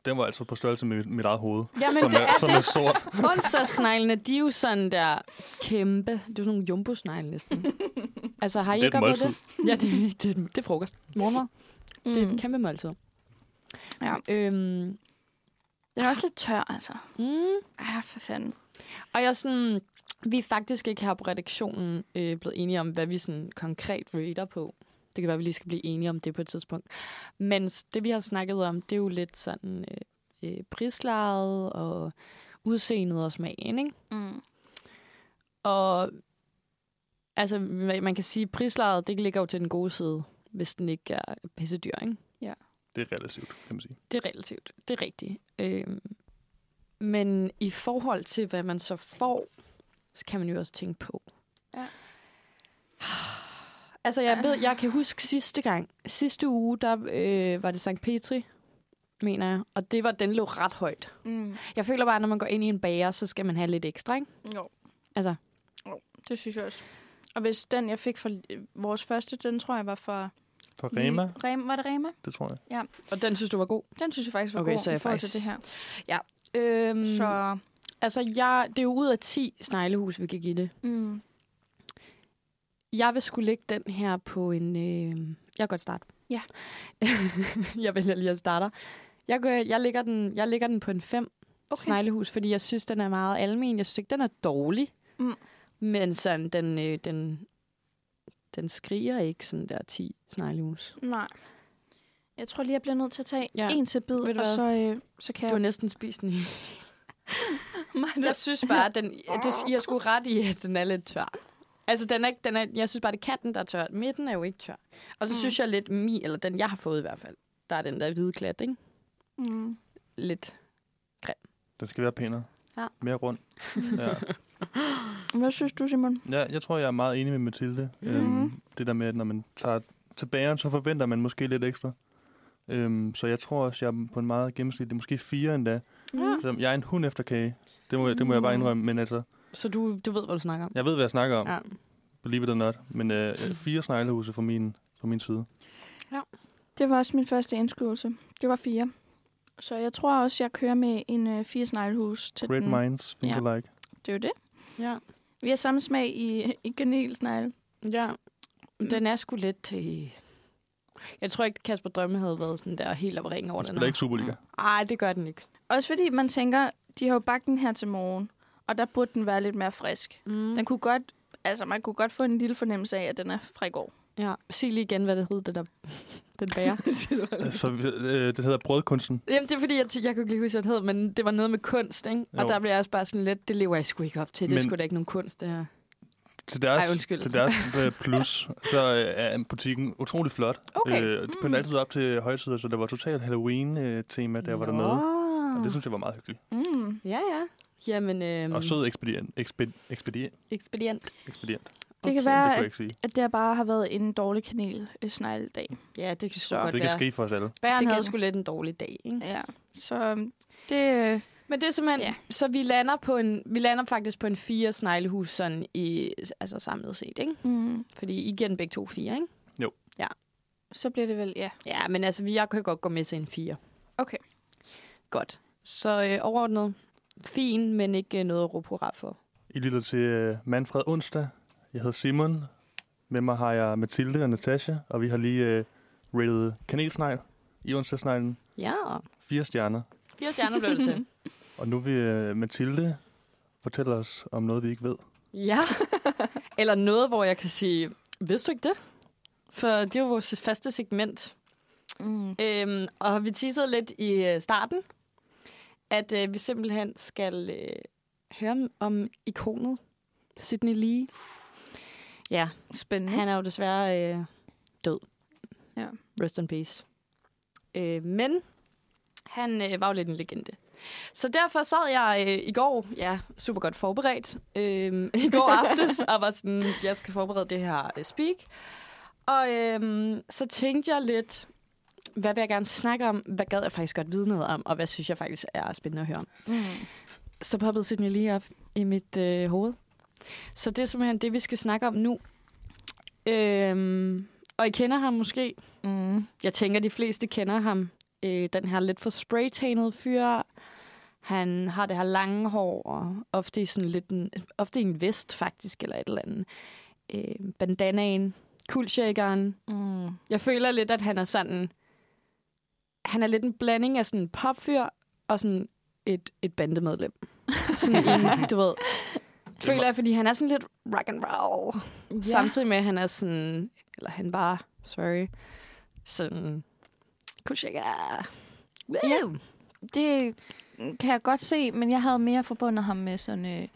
Speaker 4: den var altså på størrelse med mit, mit eget hoved,
Speaker 2: Jamen,
Speaker 4: som,
Speaker 2: det
Speaker 4: er,
Speaker 2: er
Speaker 4: som
Speaker 2: det.
Speaker 4: er stort.
Speaker 2: Onsdagsneglene, de er jo sådan der kæmpe. Det er jo sådan nogle jumbo-snegle <laughs> næsten. altså, har I
Speaker 4: Det er
Speaker 2: ikke
Speaker 4: et
Speaker 2: oplevet det? Ja, det er, det, er, det er frokost. Morgenmad. Mm. Det er
Speaker 3: Mm.
Speaker 2: et kæmpe måltid.
Speaker 3: Ja.
Speaker 2: Øhm,
Speaker 3: Den er også lidt tør, altså.
Speaker 2: mm,
Speaker 3: Ah, for fanden.
Speaker 2: og jeg er sådan, vi er faktisk ikke her på redaktionen øh, blevet enige om, hvad vi sådan konkret rater på. Det kan være, at vi lige skal blive enige om det på et tidspunkt. Men s- det, vi har snakket om, det er jo lidt sådan øh, øh, prislaget og udseendet og smagen, ikke?
Speaker 3: Mm.
Speaker 2: Og altså, ma- man kan sige, at prislaget, det ligger jo til den gode side, hvis den ikke er pissedyr, ikke?
Speaker 4: Det er relativt, kan man sige.
Speaker 2: Det er relativt. Det er rigtigt. Øhm, men i forhold til, hvad man så får, så kan man jo også tænke på.
Speaker 3: Ja.
Speaker 2: <sighs> Altså, jeg ved, jeg kan huske sidste gang, sidste uge, der øh, var det Sankt Petri, mener jeg, og det var, den lå ret højt.
Speaker 3: Mm.
Speaker 2: Jeg føler bare, at når man går ind i en bager, så skal man have lidt ekstra, ikke?
Speaker 3: Jo,
Speaker 2: Altså,
Speaker 3: det synes jeg også. Og hvis den, jeg fik fra øh, vores første, den tror jeg var fra...
Speaker 4: For Rema,
Speaker 3: Rema var det Rema?
Speaker 4: det tror jeg.
Speaker 2: og den synes du var god?
Speaker 3: Den synes jeg faktisk var
Speaker 2: Okay,
Speaker 3: god
Speaker 2: så er
Speaker 3: i
Speaker 2: jeg
Speaker 3: forhold til det
Speaker 2: faktisk-
Speaker 3: her.
Speaker 2: Øhm,
Speaker 3: Så
Speaker 2: så. Altså, jeg, det er jo ud af 10 sneglehus, vi kan give det.
Speaker 3: mm,
Speaker 2: Jeg vil skulle lægge den her på en... Øh... Jeg kan godt starte.
Speaker 3: Ja.
Speaker 2: <laughs> jeg vælger lige at starte. Jeg, gør, jeg, lægger den, jeg lægger den på en 5 okay.
Speaker 3: okay.
Speaker 2: sneglehus, fordi jeg synes, den er meget almen. Jeg synes ikke, den er dårlig.
Speaker 3: Mm.
Speaker 2: Men sådan, den, øh, den, den skriger ikke sådan der 10 sneglehus.
Speaker 3: Nej. Jeg tror lige, jeg bliver nødt til at tage
Speaker 2: Ja.
Speaker 3: ja. en til bid,
Speaker 2: Ved du
Speaker 3: og
Speaker 2: hvad?
Speaker 3: så, øh, så kan
Speaker 2: Du har
Speaker 3: <laughs> jeg...
Speaker 2: næsten spist den.
Speaker 3: Mig,
Speaker 2: Jeg synes bare, at den, det, I har sgu ret i, at den er lidt tør. Altså, den er, ikke- den er, jeg synes bare, det er kanten, der er tør. Midten er jo ikke tør. Og så mm.
Speaker 3: Mm.
Speaker 2: synes jeg lidt, mi, eller den, jeg har fået i hvert fald, der er den der hvide klat, ikke?
Speaker 3: Mm.
Speaker 2: Lidt.
Speaker 4: Den skal være pænere.
Speaker 2: Ja.
Speaker 4: Mere
Speaker 2: <laughs>
Speaker 4: rund. Ja.
Speaker 3: Hvad synes du, Simon?
Speaker 4: Ja, jeg tror, jeg er meget enig med Mathilde. Mm. Øhm,
Speaker 3: Mhm.
Speaker 4: det der med, at når man tager til bageren, så forventer man måske lidt ekstra. Øhm, så jeg tror også, jeg er på en meget gennemsnitlig, måske fire endda.
Speaker 2: Ja.
Speaker 4: Så jeg er en hund efter kage. Det må, det må jeg
Speaker 2: Mm.
Speaker 4: bare indrømme, men altså,
Speaker 2: Så du, du ved, hvad du snakker om.
Speaker 4: jeg ved, hvad jeg snakker om.
Speaker 2: Ja.
Speaker 4: Ja. Believe it or not. Men øh, fire sneglehuse fra min, fra min side.
Speaker 2: Mm.
Speaker 3: Det var også min første indskydelse. Det var fire. Så jeg tror også, jeg kører med en øh, fire sneglehus til
Speaker 4: Great
Speaker 3: den.
Speaker 4: minds, think
Speaker 3: Ja.
Speaker 4: alike.
Speaker 3: Det er jo det.
Speaker 2: Ja.
Speaker 3: Vi har samme smag i, i kanelsnegle.
Speaker 2: ja. Den er sgu lidt... Øh... Jeg tror ikke, Kasper Drømme havde været sådan der helt op ring over
Speaker 4: Den
Speaker 2: den.
Speaker 4: spiller ikke Superliga.
Speaker 2: Nej, det gør den ikke.
Speaker 3: Også fordi man tænker, de har jo bagt den her til morgen, og der burde den være lidt mere frisk.
Speaker 2: Mm.
Speaker 3: Den kunne godt, altså man kunne godt få en lille fornemmelse af, at den er fra i går.
Speaker 2: Ja. Sig lige igen, hvad det hed, det der... den <laughs> bærer.
Speaker 4: Så øh, det hedder brødkunsten.
Speaker 2: Jamen, det er fordi, jeg, t- jeg kunne ikke lige huske, hvad det hed, men det var noget med kunst, ikke? Jo. Og
Speaker 4: Jo.
Speaker 2: der blev jeg også bare sådan lidt, det lever jeg sgu ikke op til. Det er
Speaker 4: Men-
Speaker 2: sgu da ikke nogen kunst, det her.
Speaker 4: Til deres,
Speaker 2: Ej, undskyld.
Speaker 4: til deres øh, plus, så øh, er butikken utrolig flot.
Speaker 2: Okay. Mm.
Speaker 4: Øh, de pyntede altid op til højtider, så der var totalt Halloween-tema, der var dernede. Og det synes jeg var meget hyggeligt.
Speaker 3: Mm.
Speaker 2: Ja, ja. Jamen, øhm,
Speaker 4: Og sød ekspedient. Eksped, ekspedient.
Speaker 2: ekspedient.
Speaker 4: ekspedient. Det
Speaker 3: Det kan
Speaker 2: Okay.
Speaker 4: kunne
Speaker 3: være,
Speaker 4: jeg
Speaker 3: at,
Speaker 4: ikke sige.
Speaker 3: at der bare har været en dårlig kanelsnegledag.
Speaker 2: Ja, det kan
Speaker 3: Så-
Speaker 2: så godt
Speaker 4: Det kan
Speaker 2: være.
Speaker 4: ske for os alle.
Speaker 2: Bæren
Speaker 3: Det
Speaker 2: havde
Speaker 3: kan-
Speaker 2: sgu lidt en dårlig dag, ikke?
Speaker 3: Ja, så øhm, det... øh,
Speaker 2: Men det er simpelthen,
Speaker 3: Ja.
Speaker 2: ja. så vi lander, på en, vi lander faktisk på en fire sneglehus sådan i, altså samlet set, ikke?
Speaker 3: Mm,
Speaker 2: Fordi I giver den begge to fire, ikke?
Speaker 3: så bliver det vel, ja.
Speaker 2: Ja, men altså, vi- jeg kan godt gå med til en fire.
Speaker 3: Okay.
Speaker 2: Godt. Så øh, overordnet, fin, men ikke øh, noget at råbe hurra for.
Speaker 4: I lytter til øh, Manfred Onsdag. Jeg hedder Simon. Med mig har jeg Mathilde og Natasha, og vi har lige øh, rated kanelsnegl i onsdagsneglen.
Speaker 2: Ja,
Speaker 4: Fire stjerner.
Speaker 2: fire stjerner blev det til.
Speaker 4: Og nu vil øh, Mathilde fortælle os om noget, vi ikke ved.
Speaker 2: <laughs> ja. Eller noget, hvor jeg kan sige, vidste du ikke det? For det er jo vores faste segment,
Speaker 3: <laughs> Mm.
Speaker 2: Øhm, og vi teasede lidt i øh, starten, at øh, vi simpelthen skal øh, høre om, om ikonet Sydney Lee. Ja,
Speaker 3: Spændende.
Speaker 2: han er jo desværre øh, død.
Speaker 3: Ja.
Speaker 2: Rest in peace. Øh, men han øh, var jo lidt en legende. Så derfor sad jeg øh, i går, ja, super godt forberedt, øh, i
Speaker 3: <laughs>
Speaker 2: går aftes, og var sådan, jeg skal forberede det her øh, speak. Og øh, så tænkte jeg lidt, hvad vil jeg gerne snakke om? Hvad gad jeg faktisk godt vide noget om? Og hvad synes jeg faktisk er spændende at høre om?
Speaker 3: Mm.
Speaker 2: Så poppede Sydney lige op i mit øh, hoved. Så det er simpelthen det, vi skal snakke om nu. Øhm, og I kender ham måske.
Speaker 3: Mm.
Speaker 2: Jeg tænker, de fleste kender ham. Øh, den her lidt for spraytanede fyr. Han har det her lange hår, og ofte i sådan lidt en, ofte i en vest faktisk, eller et eller andet. Øh, bandanaen, kulshakeren,
Speaker 3: Mm.
Speaker 2: jeg føler lidt, at han er sådan... Han er lidt en blanding af sådan en popfyr og sådan et, et bandemedlem. Sådan en, du ved. Føler jeg, fordi han er sådan lidt rock and roll.
Speaker 3: Ja.
Speaker 2: Ja. Samtidig med, at han er sådan... Eller han var, sorry. Sådan... Kushika. Woo!
Speaker 3: Det kan jeg godt se, men jeg havde mere forbundet ham med sådan... Øh,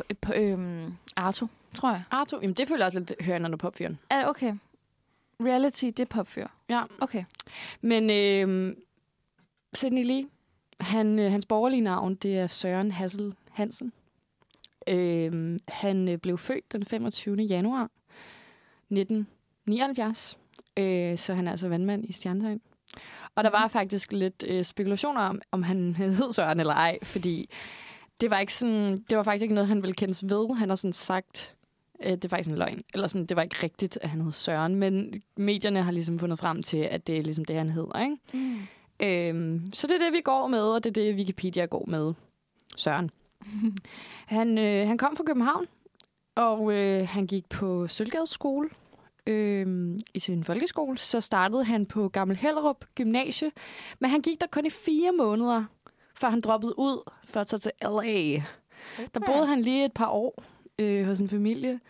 Speaker 3: p- p- øhm, Arto, tror jeg.
Speaker 2: Arto, jamen det føler jeg også lidt, hører under popfyren.
Speaker 3: Ah, okay. Reality, det er popfyr.
Speaker 2: Ja.
Speaker 3: Okay.
Speaker 2: Men øh, Sidney Lee, han, øh, hans borgerlige navn, det er Søren Hassel Hansen. Øh, han øh, blev født den 25. januar 1979, øh, så han er altså vandmand i Stjernetegn. Og der var faktisk lidt øh, spekulationer om, om han <laughs> hed Søren eller ej, fordi det var, ikke sådan, det var faktisk ikke noget, han ville kendes ved. Han har sådan sagt, øh, det er faktisk en løgn. Eller sådan, det var ikke rigtigt, at han hed Søren, men medierne har ligesom fundet frem til, at det er ligesom det, han hedder. Ikke?
Speaker 3: Mm.
Speaker 2: Øhm, så det er det, vi går med, og det er det, Wikipedia går med. Søren. han, øh, han kom fra København, og øh, han gik på Sølvgades skole øh, i sin folkeskole. Så startede han på Gammel Hellerup Gymnasie, men han gik der kun i fire måneder, før han droppede ud for at tage til L.A. Der boede han lige et par år øh, hos en familie.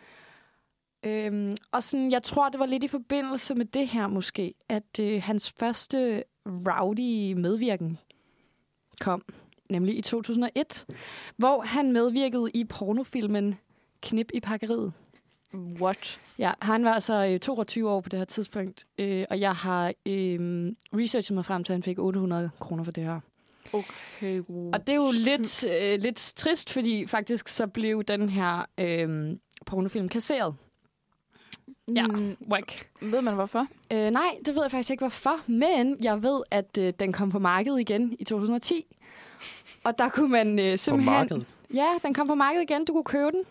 Speaker 2: Øhm, og sådan, jeg tror, det var lidt i forbindelse med det her måske, at øh, hans første rowdy medvirken kom, nemlig i 2001, hvor han medvirkede i pornofilmen Knip i pakkeriet.
Speaker 3: What?
Speaker 2: Ja, han var altså øh, 22 år på det her tidspunkt, øh, og jeg har øh, researchet mig frem til, at han fik 800 kroner for det her.
Speaker 3: Okay.
Speaker 2: Og det er jo lidt, øh, lidt trist, fordi faktisk så blev den her øh, pornofilm kasseret.
Speaker 3: Ja.
Speaker 2: whack.
Speaker 3: Ved man hvorfor?
Speaker 2: Øh, nej, det ved jeg faktisk ikke hvorfor, men jeg ved, at øh, den kom på markedet igen i 2010. Og der kunne man øh, simpelthen... Ja, den kom på markedet igen. Du kunne købe den.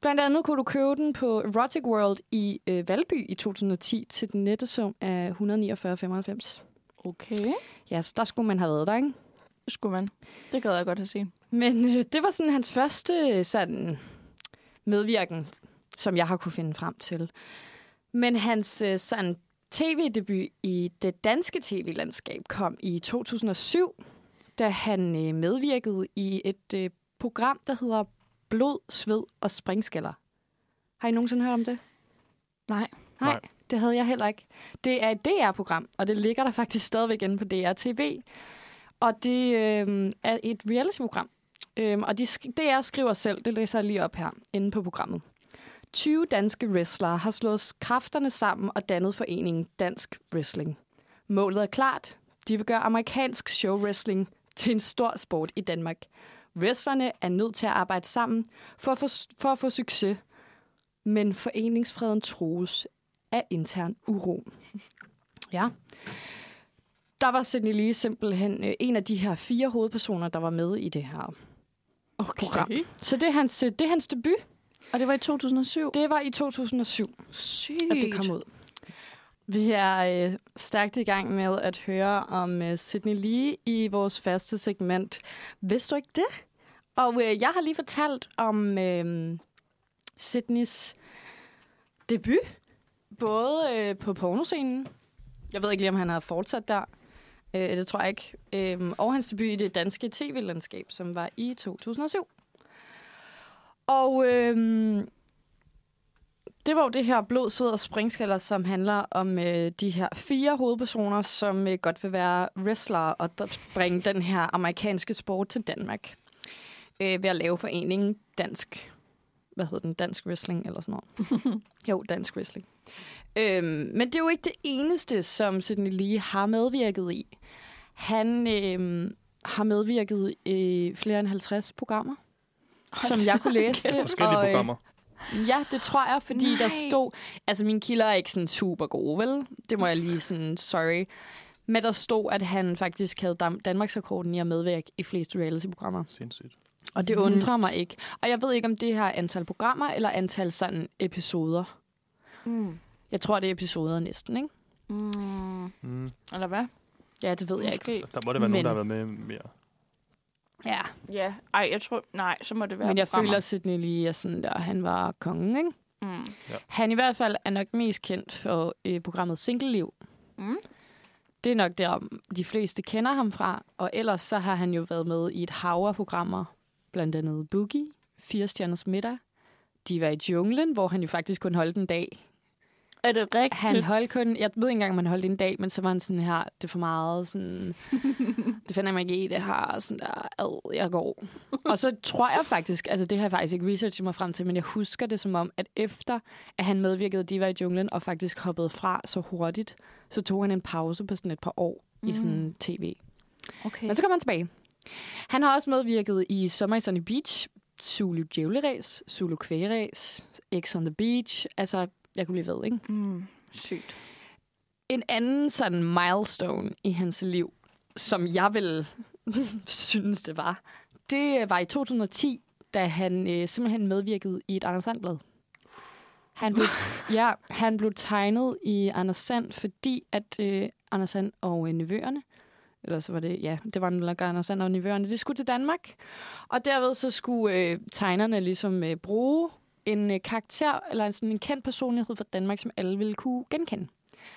Speaker 2: Blandt andet kunne du købe den på Erotic World i øh, Valby i 2010 til den nette sum af 149,95.
Speaker 3: Okay.
Speaker 2: Ja, så der skulle man have været der, ikke?
Speaker 3: Det skulle man. Det gad jeg godt have set.
Speaker 2: Men øh, det var sådan hans første øh, sådan medvirken, som jeg har kunne finde frem til. Men hans øh, sådan tv-debut i det danske tv-landskab kom i 2007, da han øh, medvirkede i et øh, program, der hedder Blod, Sved og Springskaller. Har I nogensinde hørt om det?
Speaker 3: Nej.
Speaker 2: Nej,
Speaker 4: Nej.
Speaker 2: det havde jeg heller ikke. Det er et DR-program, og det ligger der faktisk stadigvæk inde på DR TV. Og det øh, er et reality-program. Øhm, og de, sk- DR skriver selv, det læser jeg lige op her, inde på programmet. 20 danske wrestlere har slået kræfterne sammen og dannet foreningen Dansk Wrestling. Målet er klart. De vil gøre amerikansk show wrestling til en stor sport i Danmark. Wrestlerne er nødt til at arbejde sammen for at få, for at få succes, men foreningsfreden trues af intern uro. Ja. Der var Sidney Lee simpelthen øh, en af de her fire hovedpersoner, der var med i det her
Speaker 3: Okay.
Speaker 2: program. Så det er hans, øh, det er hans debut.
Speaker 3: Og det var i 2007.
Speaker 2: Det var i 2007
Speaker 3: Sygt.
Speaker 2: at det kom ud. Vi er øh, stærkt i gang med at høre om øh, Sydney Lee i vores faste segment. Vidste du ikke det? Og øh, jeg har lige fortalt om øh, Sydneys debut, både øh, på pornoscenen. Jeg ved ikke lige, om han har fortsat der. Øh, det tror jeg ikke. Øh, og hans debut i det danske tv-landskab, som var i 2007. Og... Øh, det var jo det her blod, sved og springskaller, som handler om øh, de her fire hovedpersoner, som øh, godt vil være wrestlere og der- bringe den her amerikanske sport til Danmark. Øh, ved at lave foreningen Dansk... Hvad hedder den? Dansk Wrestling eller sådan noget. jo, Dansk Wrestling. Øhm, men det er jo ikke det eneste, som Sidney Lee har medvirket i. Han øh, har medvirket i øh, flere end 50 programmer, som jeg kunne læse det.
Speaker 4: Forskellige
Speaker 2: og, øh,
Speaker 4: programmer.
Speaker 2: Ja, det tror jeg, fordi Nej. der
Speaker 3: Nej.
Speaker 2: stod... Altså, mine kilder er ikke sådan super gode, vel? Det må jeg lige sådan... Sorry. Men der stod, at han faktisk havde Dan- Danmarksrekorden i at medvirke i flest reality-programmer.
Speaker 4: Sindssygt.
Speaker 2: Og det undrer mig ikke. Og jeg ved ikke, om det her er antal programmer eller antal sådan episoder.
Speaker 3: Mm.
Speaker 2: Jeg tror, det er episoder næsten, ikke?
Speaker 3: Mm.
Speaker 4: Mm.
Speaker 3: Eller hvad?
Speaker 2: Ja, det ved jeg ikke.
Speaker 3: Måske.
Speaker 4: Der må det være
Speaker 2: Men-
Speaker 4: nogen, der har været med mere.
Speaker 2: Ja,
Speaker 3: Ja. Ej, jeg tror... Nej, så må det være
Speaker 2: men jeg
Speaker 3: programmer.
Speaker 2: føler, at Sidney Lee er sådan der, han var kongen, ikke?
Speaker 3: Mm.
Speaker 2: Han i hvert fald er nok mest kendt for øh, programmet Single Liv,
Speaker 3: Mm.
Speaker 2: Det er nok der, de fleste kender ham fra. Og ellers så har han jo været med i et hav af programmer. Blandt andet Boogie, Fire Stjerners Middag. De var i junglen, hvor han jo faktisk kun holdt en dag.
Speaker 3: Er det rigtigt?
Speaker 2: Han holdt kun, jeg ved ikke engang, om han holdt en dag, men så var han sådan her, det er for meget, <laughs> sådan, det finder jeg mig ikke i, det her, sådan der, ad, jeg går. Og så tror jeg faktisk, altså det har jeg faktisk ikke researchet mig frem til, men jeg husker det som om, at efter at han medvirkede i Diva i junglen og faktisk hoppede fra så hurtigt, så tog han en pause på sådan et par år mm. i sådan tv.
Speaker 3: Okay.
Speaker 2: Men så kom han tilbage. Han har også medvirket i Summer i Sunny Beach, Zulu Djævleræs, Zulu Kvægeræs, X on the Beach, altså jeg kunne blive ved, ikke?
Speaker 3: Mm. Sygt.
Speaker 2: en anden sådan milestone i hans liv, som jeg vil <laughs> synes, det var, det var i 2010, da han øh, simpelthen medvirkede i et Anders Sandblad. Han blev, ja, han blev tegnet i Anders Sand, fordi at øh, Anders Sand og øh, Nevøerne, eller så var det, ja, det var nok Anders Sand og Nevøerne, de skulle til Danmark. Og derved så skulle øh, tegnerne ligesom øh, bruge en øh, karakter, eller sådan en kendt personlighed fra Danmark, som alle ville kunne genkende.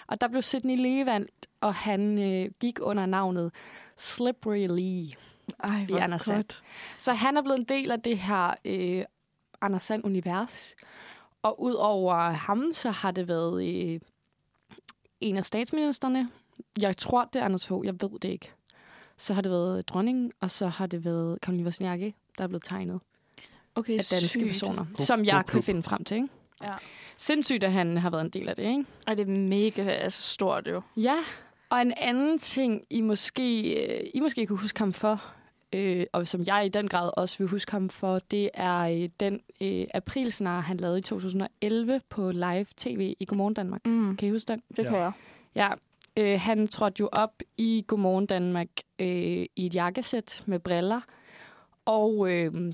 Speaker 2: Og der blev Sydney Lee valgt, og han øh, gik under navnet Slippery Lee.
Speaker 3: Ej,
Speaker 2: hvor godt. Så han er blevet en del af det her øh, Anders Sand-univers. Og udover ham, så har det været øh, en af statsministerne. Jeg tror, det er Anders Fogh. Jeg ved det ikke. Så har det været dronningen, og så har det været Karoline Vosniakke, der er blevet tegnet
Speaker 3: Okay,
Speaker 2: af danske
Speaker 3: sygt.
Speaker 2: personer, som jeg
Speaker 4: god
Speaker 2: kunne
Speaker 4: klub.
Speaker 2: finde frem til. Ikke?
Speaker 3: Ja.
Speaker 2: Sindssygt, at han har været en del af det, ikke?
Speaker 3: Ej, det er mega altså, stort jo.
Speaker 2: Ja, og en anden ting, I måske, øh, I måske kunne huske ham for, øh, og som jeg i den grad også vil huske ham for, det er øh, den øh, aprilsnar, han lavede i 2011 på live tv i Godmorgen Danmark.
Speaker 3: Mm.
Speaker 2: Kan I huske den?
Speaker 3: Det
Speaker 4: Ja.
Speaker 3: kan jeg.
Speaker 2: Ja, øh, han trådte jo op i Godmorgen Danmark øh, i et jakkesæt med briller, og øh,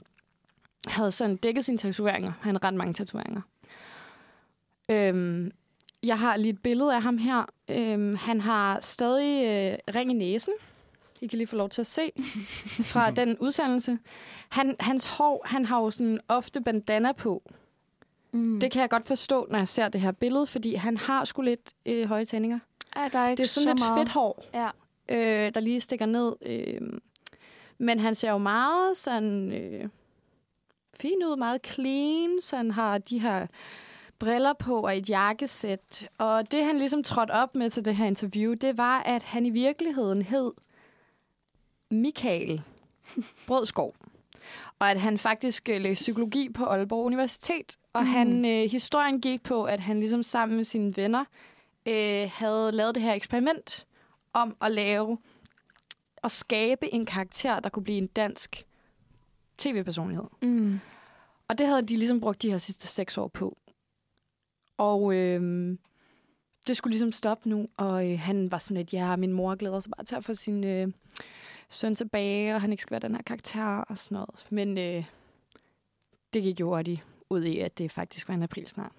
Speaker 2: havde sådan dækket sine tatoveringer. Han har ret mange tatoveringer. Øhm, jeg har lige et billede af ham her. Øhm, han har stadig øh, ring i næsen. I kan lige få lov til at se fra den udsendelse. Han, hans hår, han har jo sådan ofte bandana på.
Speaker 3: Mm.
Speaker 2: Det kan jeg godt forstå, når jeg ser det her billede, fordi han har sgu lidt øh, høje tændinger.
Speaker 3: Ej, der er ikke
Speaker 2: Det er sådan
Speaker 3: så
Speaker 2: lidt
Speaker 3: meget.
Speaker 2: fedt hår,
Speaker 3: Ja.
Speaker 2: øh, der lige stikker ned. Øh. Men han ser jo meget sådan øh, fin ud, meget clean. Så han har de her briller på og et jakkesæt. Og det, han ligesom trådte op med til det her interview, det var, at han i virkeligheden hed Michael Brødskov. Og at han faktisk øh, læste psykologi på Aalborg Universitet. Og mm. han, øh, historien gik på, at han ligesom sammen med sine venner øh, havde lavet det her eksperiment om at lave at skabe en karakter, der kunne blive en dansk tv-personlighed.
Speaker 3: Mm.
Speaker 2: Og det havde de ligesom brugt de her sidste seks år på. Og øhm, det skulle ligesom stoppe nu, og øh, han var sådan lidt, ja, min mor glæder sig bare til at få sin øh, søn tilbage, og han ikke skal være den her karakter og sådan noget. Men øh, det gik jo hurtigt ud i, at det faktisk var en april snart.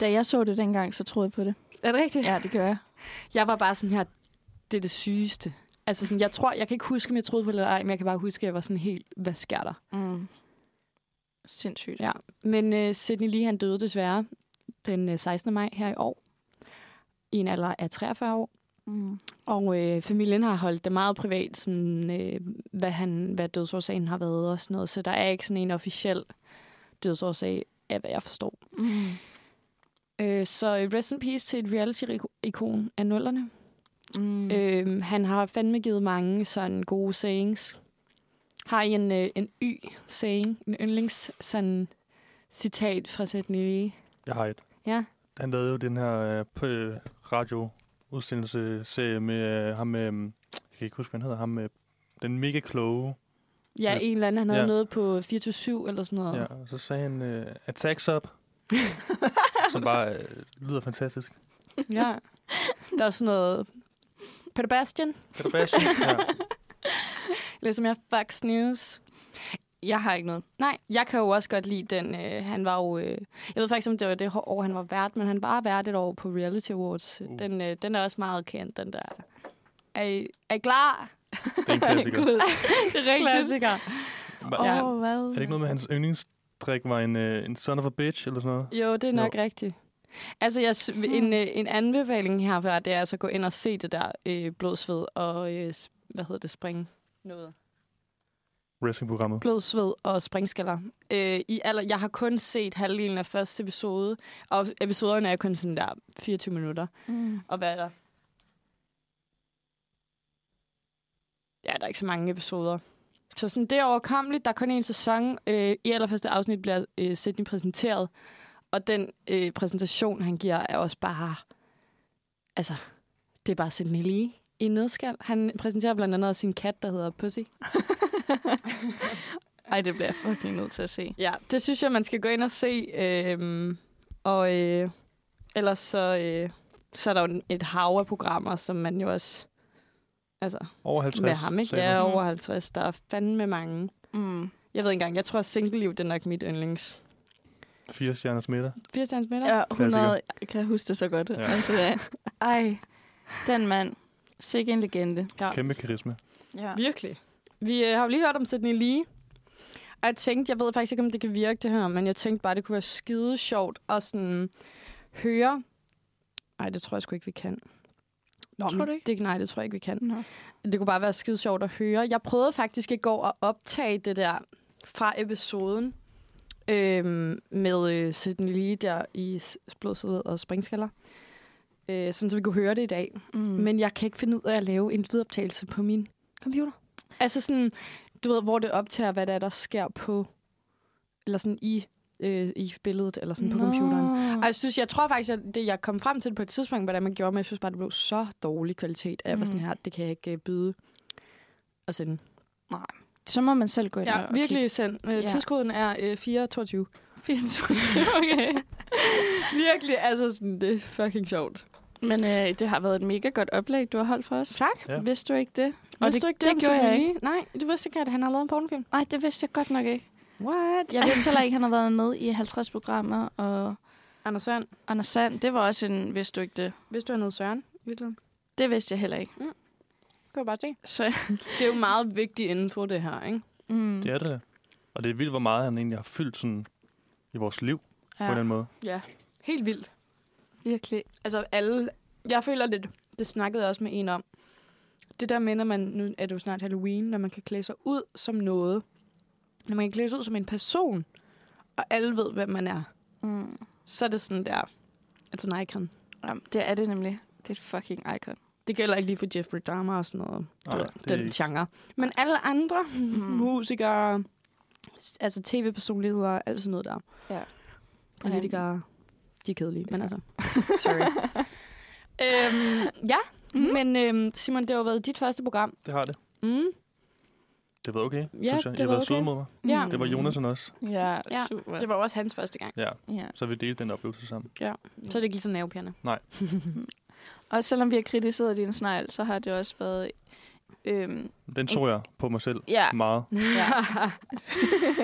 Speaker 3: Da jeg så det dengang, så troede jeg på det.
Speaker 2: Er det rigtigt?
Speaker 3: Ja, det gør jeg.
Speaker 2: Jeg var bare sådan her, det er det sygeste. Altså sådan, jeg tror, jeg kan ikke huske, om jeg troede på det eller ej, men jeg kan bare huske, at jeg var sådan helt, hvad sker der?
Speaker 3: Mm. Sindssygt.
Speaker 2: Ja, men øh, Sidney Lee, han døde desværre den øh, 16. maj her i år, i en alder af 43 år.
Speaker 3: Mm.
Speaker 2: Og øh, familien har holdt det meget privat, sådan, øh, hvad, han, hvad dødsårsagen har været og sådan noget. Så der er ikke sådan en officiel dødsårsag, af hvad jeg forstår.
Speaker 3: Mm.
Speaker 2: Øh, så øh, rest in peace til et reality-ikon af nullerne.
Speaker 3: Mm. <laughs> Øh.
Speaker 2: Øh, han har fandme givet mange sådan gode sayings. Har I en, øh, en y-saying, en yndlings sådan, citat fra Sidney Lee?
Speaker 4: Jeg har et.
Speaker 2: Ja.
Speaker 4: Han lavede jo den her øh, på, øh, radioudsendelse serie med øh, ham med, øhm, jeg kan ikke huske, hvad han hedder, ham med den mega kloge.
Speaker 2: Ja,
Speaker 4: Ja.
Speaker 2: en eller anden. Han havde
Speaker 4: Ja.
Speaker 2: ja. noget på 24-7 eller sådan noget.
Speaker 4: Ja, og så sagde han, øh, attacks up, som bare øh, lyder fantastisk.
Speaker 2: ja. Der er sådan noget... Peter Bastian,
Speaker 4: Peter Bastian. ja.
Speaker 2: ligesom jeg Fox News.
Speaker 3: Jeg har ikke noget.
Speaker 2: Nej, jeg kan jo også godt lide den. Øh, han var jo... Øh, jeg ved faktisk, om det var det år, han var vært, men han var vært et år på Reality Awards.
Speaker 4: Uh.
Speaker 2: Uh. Den, øh, den er også meget kendt, den der. Er I, er I klar?
Speaker 4: Det
Speaker 2: <laughs>
Speaker 4: er en klassiker.
Speaker 3: Gud. det er rigtigt.
Speaker 2: Klassiker.
Speaker 4: Hva-
Speaker 2: Ja.
Speaker 3: Åh, hvad?
Speaker 4: Er det ikke noget med, at hans yndlingsdrik var en, øh, en son of a bitch, eller sådan noget?
Speaker 2: Jo, det er nok no. rigtigt. Altså, jeg, sy- en, øh, en anbefaling herfra, det er altså at gå ind og se det der øh, blodsved og, øh, s- hvad hedder det, spring noget.
Speaker 4: Wrestling-programmet.
Speaker 2: blodsved og springskaller. Øh, i aller, jeg har kun set halvdelen af første episode, og episoderne er kun sådan der 24 minutter.
Speaker 3: Mm. <laughs>
Speaker 2: Og hvad er der? Ja, der er ikke så mange episoder. Så sådan, det er overkommeligt. Der er kun en sæson. Øh, I allerførste afsnit bliver øh, Sydney præsenteret, og den øh, præsentation, han giver, er også bare... Altså, det er bare Sydney Lee i en nødskal. Han præsenterer blandt andet også sin kat, der hedder Pussy.
Speaker 3: Ej, det bliver jeg fucking nødt til at se.
Speaker 2: Ja, det synes jeg, man skal gå ind og se. Øhm, og øh, ellers så, øh, så er der jo et hav af programmer, som man jo også... Altså,
Speaker 4: Over 50.
Speaker 2: med ham, ikke?
Speaker 4: sagde
Speaker 2: Jeg er
Speaker 4: du.
Speaker 2: over 50. Der er fandme mange.
Speaker 3: Mm.
Speaker 2: Jeg ved ikke engang, jeg tror, at Single Liv, det er nok mit yndlings.
Speaker 4: Fire stjerners middag.
Speaker 2: Fire stjernes middag?
Speaker 3: Ja, 100,
Speaker 4: Klassiker.
Speaker 3: jeg kan huske det så godt. Ja.
Speaker 4: Ja.
Speaker 3: Altså, ja. Ej, den mand. Sikke en legende. Ja.
Speaker 4: Kæmpe karisma.
Speaker 3: Ja.
Speaker 2: Virkelig. Vi øh, har jo lige hørt om Sydney Lee. Og jeg tænkte, jeg ved faktisk ikke, om det kan virke det her, men jeg tænkte bare, det kunne være skide sjovt at sådan høre... Nej, det tror jeg sgu ikke, vi kan. Nå,
Speaker 3: Tror
Speaker 2: men
Speaker 3: du ikke?
Speaker 2: Det, nej, det tror jeg ikke, vi kan.
Speaker 3: Nå.
Speaker 2: Det kunne bare være skide sjovt at høre. Jeg prøvede faktisk i går at optage det der fra episoden øhm, med øh, Sidney Lee der i s- blodsædet og springskaller. Øh, sådan, så vi kunne høre det i dag.
Speaker 3: Mm.
Speaker 2: Mm. Men jeg kan ikke finde ud af at lave en lydoptagelse på min computer. Altså sådan, du ved, hvor det optager, hvad der, er, der sker på, eller sådan i, øh, i billedet, eller sådan på computeren. Og
Speaker 3: Ej,
Speaker 2: jeg synes, jeg tror faktisk, at det, jeg kom frem til på et tidspunkt, hvordan man gjorde, men jeg synes bare, det blev så dårlig kvalitet, at jeg var sådan
Speaker 3: Mm.
Speaker 2: her, det kan jeg ikke øh, byde at sende.
Speaker 3: så må man selv gå ind
Speaker 2: Ja,
Speaker 3: og
Speaker 2: virkelig send. Øh,
Speaker 3: Ja.
Speaker 2: Tidskoden er øh, 422.
Speaker 3: kigge. <laughs> okay.
Speaker 2: Virkelig, altså sådan, det er fucking sjovt.
Speaker 3: Men øh, det har været et mega godt oplæg, du har holdt for os.
Speaker 2: Tak.
Speaker 4: Ja.
Speaker 3: Vidste du ikke det?
Speaker 2: Og vidste
Speaker 3: det,
Speaker 2: du ikke det,
Speaker 3: det,
Speaker 2: om
Speaker 3: gjorde
Speaker 2: Sidney
Speaker 3: jeg ikke.
Speaker 2: Lee? Nej, du vidste ikke, at han har lavet en pornofilm.
Speaker 3: Nej, det vidste jeg godt nok ikke.
Speaker 2: What?
Speaker 3: Jeg vidste heller ikke, at han har været med i 50 programmer. Og
Speaker 2: Anders Sand,
Speaker 3: Anders Sand, det var også en, vidste du ikke det?
Speaker 2: vidste du, han hed Søren? I virkeligheden.
Speaker 3: Det vidste jeg heller ikke.
Speaker 2: Kan du bare se.
Speaker 3: Så,
Speaker 2: Det er jo meget vigtig info, det her, ikke?
Speaker 3: mm,
Speaker 4: Det er det. Og det er vildt, hvor meget han egentlig har fyldt sådan i vores liv, ja. på en eller
Speaker 3: ja,
Speaker 4: anden måde.
Speaker 2: Helt vildt.
Speaker 3: virkelig.
Speaker 2: Altså alle... Jeg føler lidt... Det snakkede jeg også med en om. Det der med, når man... Nu er det jo snart Halloween, når man kan klæde sig ud som noget. Når man kan klæde sig ud som en person, og alle ved, hvem man er.
Speaker 3: Mm.
Speaker 2: Så er det sådan der... Altså nej, kan.
Speaker 3: Jamen, det er det nemlig. Det er et fucking icon.
Speaker 2: Det gælder ikke lige for Jeffrey Dahmer og sådan noget.
Speaker 4: Nej,
Speaker 2: Nej, ved,
Speaker 4: det er
Speaker 2: den
Speaker 4: ikke-
Speaker 2: genre. Men alle andre
Speaker 3: Mm.
Speaker 2: musikere, s- altså tv-personligheder, alt sådan noget der.
Speaker 3: Ja.
Speaker 2: Politikere, de er kedelige, men altså, sorry. øhm, ja, Mm. Men øhm, Simon, det har jo været dit første program.
Speaker 4: Det har det.
Speaker 2: Mm.
Speaker 4: Det var okay,
Speaker 2: Ja,
Speaker 4: synes jeg.
Speaker 2: det
Speaker 4: I har
Speaker 2: var
Speaker 4: været
Speaker 2: okay.
Speaker 4: søde mod mig.
Speaker 2: Ja.
Speaker 3: Mm.
Speaker 4: Det var Jonas og os.
Speaker 2: Ja,
Speaker 3: Ja,
Speaker 2: super.
Speaker 3: Det var også hans første gang.
Speaker 4: Ja,
Speaker 3: Ja.
Speaker 4: så vi delte den oplevelse sammen.
Speaker 2: Så er det ikke lige så <laughs> nervepirrende.
Speaker 3: Og selvom vi har kritiseret din snegl, så har det også været... Øhm,
Speaker 4: Den tog jeg på mig selv
Speaker 3: ja,
Speaker 4: meget.
Speaker 3: ja.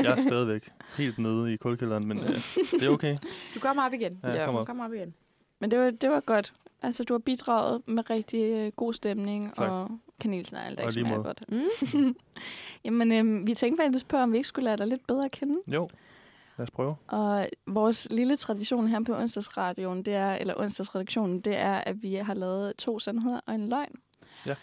Speaker 4: Jeg er stadigvæk helt nede i kuldkælderen, men øh, det er okay.
Speaker 2: Du kommer op igen.
Speaker 4: Ja, jeg
Speaker 3: Ja.
Speaker 4: kommer op.
Speaker 2: Kom op igen.
Speaker 3: Men det var, det var godt. Altså, du har bidraget med rigtig øh, god stemning
Speaker 4: Tak.
Speaker 3: og kanelsnegle, der
Speaker 4: Og
Speaker 3: ikke
Speaker 4: lige
Speaker 3: smager
Speaker 4: måde.
Speaker 3: godt.
Speaker 2: Mm.
Speaker 3: <laughs> Jamen, øhm, vi tænkte faktisk på, om vi ikke skulle lade dig lidt bedre at kende.
Speaker 4: Jo, lad os prøve.
Speaker 3: Og vores lille tradition her på onsdagsradioen, det er, eller onsdagsredaktionen, det er, at vi har lavet to sandheder og en løgn.
Speaker 4: Ja.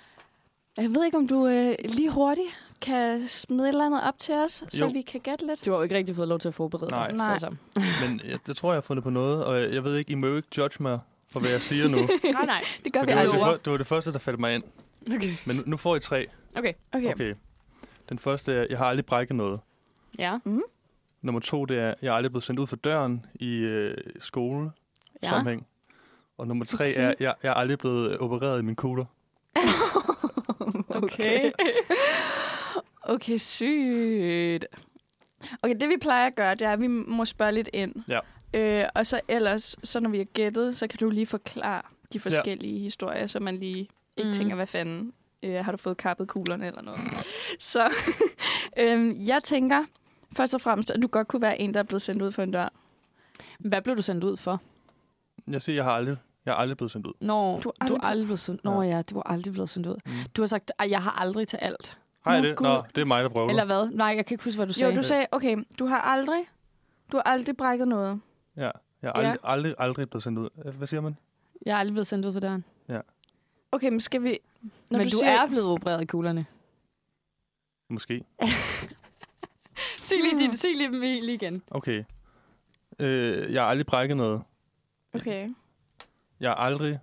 Speaker 3: Jeg ved ikke, om du øh, lige hurtigt kan smide et eller andet op til os, så
Speaker 4: Jo.
Speaker 3: vi kan gætte lidt.
Speaker 2: Du har jo ikke rigtig fået lov til at forberede
Speaker 4: Nej.
Speaker 2: dig.
Speaker 3: Nej.
Speaker 2: Så, så.
Speaker 4: Men øh, jeg, jeg tror, jeg har fundet på noget, og øh, jeg, jeg ved ikke, I må jo ikke judge mig for, hvad jeg siger <laughs> nu. For
Speaker 2: <laughs> nej, nej.
Speaker 3: Det gør vi
Speaker 4: det, var, det,
Speaker 3: aldrig.
Speaker 4: var, det var det første, der faldt mig ind.
Speaker 2: Okay.
Speaker 4: Men nu, nu får I tre.
Speaker 2: Okay.
Speaker 3: Okay. okay.
Speaker 4: Okay. Den første er, jeg har aldrig brækket noget.
Speaker 2: Ja.
Speaker 4: Nummer to, det er, jeg er aldrig blevet sendt ud for døren i øh, skole ja.
Speaker 2: ja.
Speaker 4: sammenhæng. Og nummer tre okay. er, jeg, jeg er aldrig blevet øh, opereret i min kugler.
Speaker 2: <laughs> Okay.
Speaker 3: Okay, sygt. Okay, det vi plejer at gøre, det er, at vi må spørge lidt ind.
Speaker 4: Ja.
Speaker 3: Øh, og så ellers, så når vi har gættet, så kan du lige forklare de forskellige ja. historier, så man lige ikke
Speaker 2: Mm.
Speaker 3: mm. tænker, hvad fanden, øh, har du fået kappet kuglerne eller noget. så <laughs> øh, jeg tænker først og fremmest, at du godt kunne være en, der er blevet sendt ud for en dør.
Speaker 2: Hvad blev du sendt ud for?
Speaker 4: Jeg siger, jeg har aldrig, jeg er aldrig blevet sendt ud.
Speaker 2: Nå,
Speaker 3: Du
Speaker 2: du
Speaker 3: er
Speaker 2: er
Speaker 3: aldrig-
Speaker 2: aldrig blevet sendt. Nå ja, du er aldrig blevet sendt ud.
Speaker 4: Mm.
Speaker 2: Du har sagt, at jeg har aldrig til alt.
Speaker 4: Har jeg
Speaker 3: Nå,
Speaker 4: det?
Speaker 3: Gud.
Speaker 4: Nå, det er mig, der prøver.
Speaker 2: Eller hvad? Nej, jeg kan ikke huske, hvad du
Speaker 3: Jo,
Speaker 2: sagde.
Speaker 3: du sagde, okay, du har aldrig, du har aldrig brækket noget.
Speaker 4: Ja, jeg er aldrig, ja. aldrig, aldrig blevet sendt ud. Øh, Hvad siger man?
Speaker 2: Jeg er aldrig blevet sendt ud for døren.
Speaker 3: Okay, men skal vi...
Speaker 2: Når Men du, du
Speaker 3: siger-
Speaker 2: er blevet opereret i kuglerne.
Speaker 4: Måske.
Speaker 2: <laughs> sig lige, <laughs> din, sig lige, dem i- lige igen.
Speaker 4: Okay. Øh, jeg har aldrig brækket noget.
Speaker 3: Okay.
Speaker 4: Jeg er aldrig...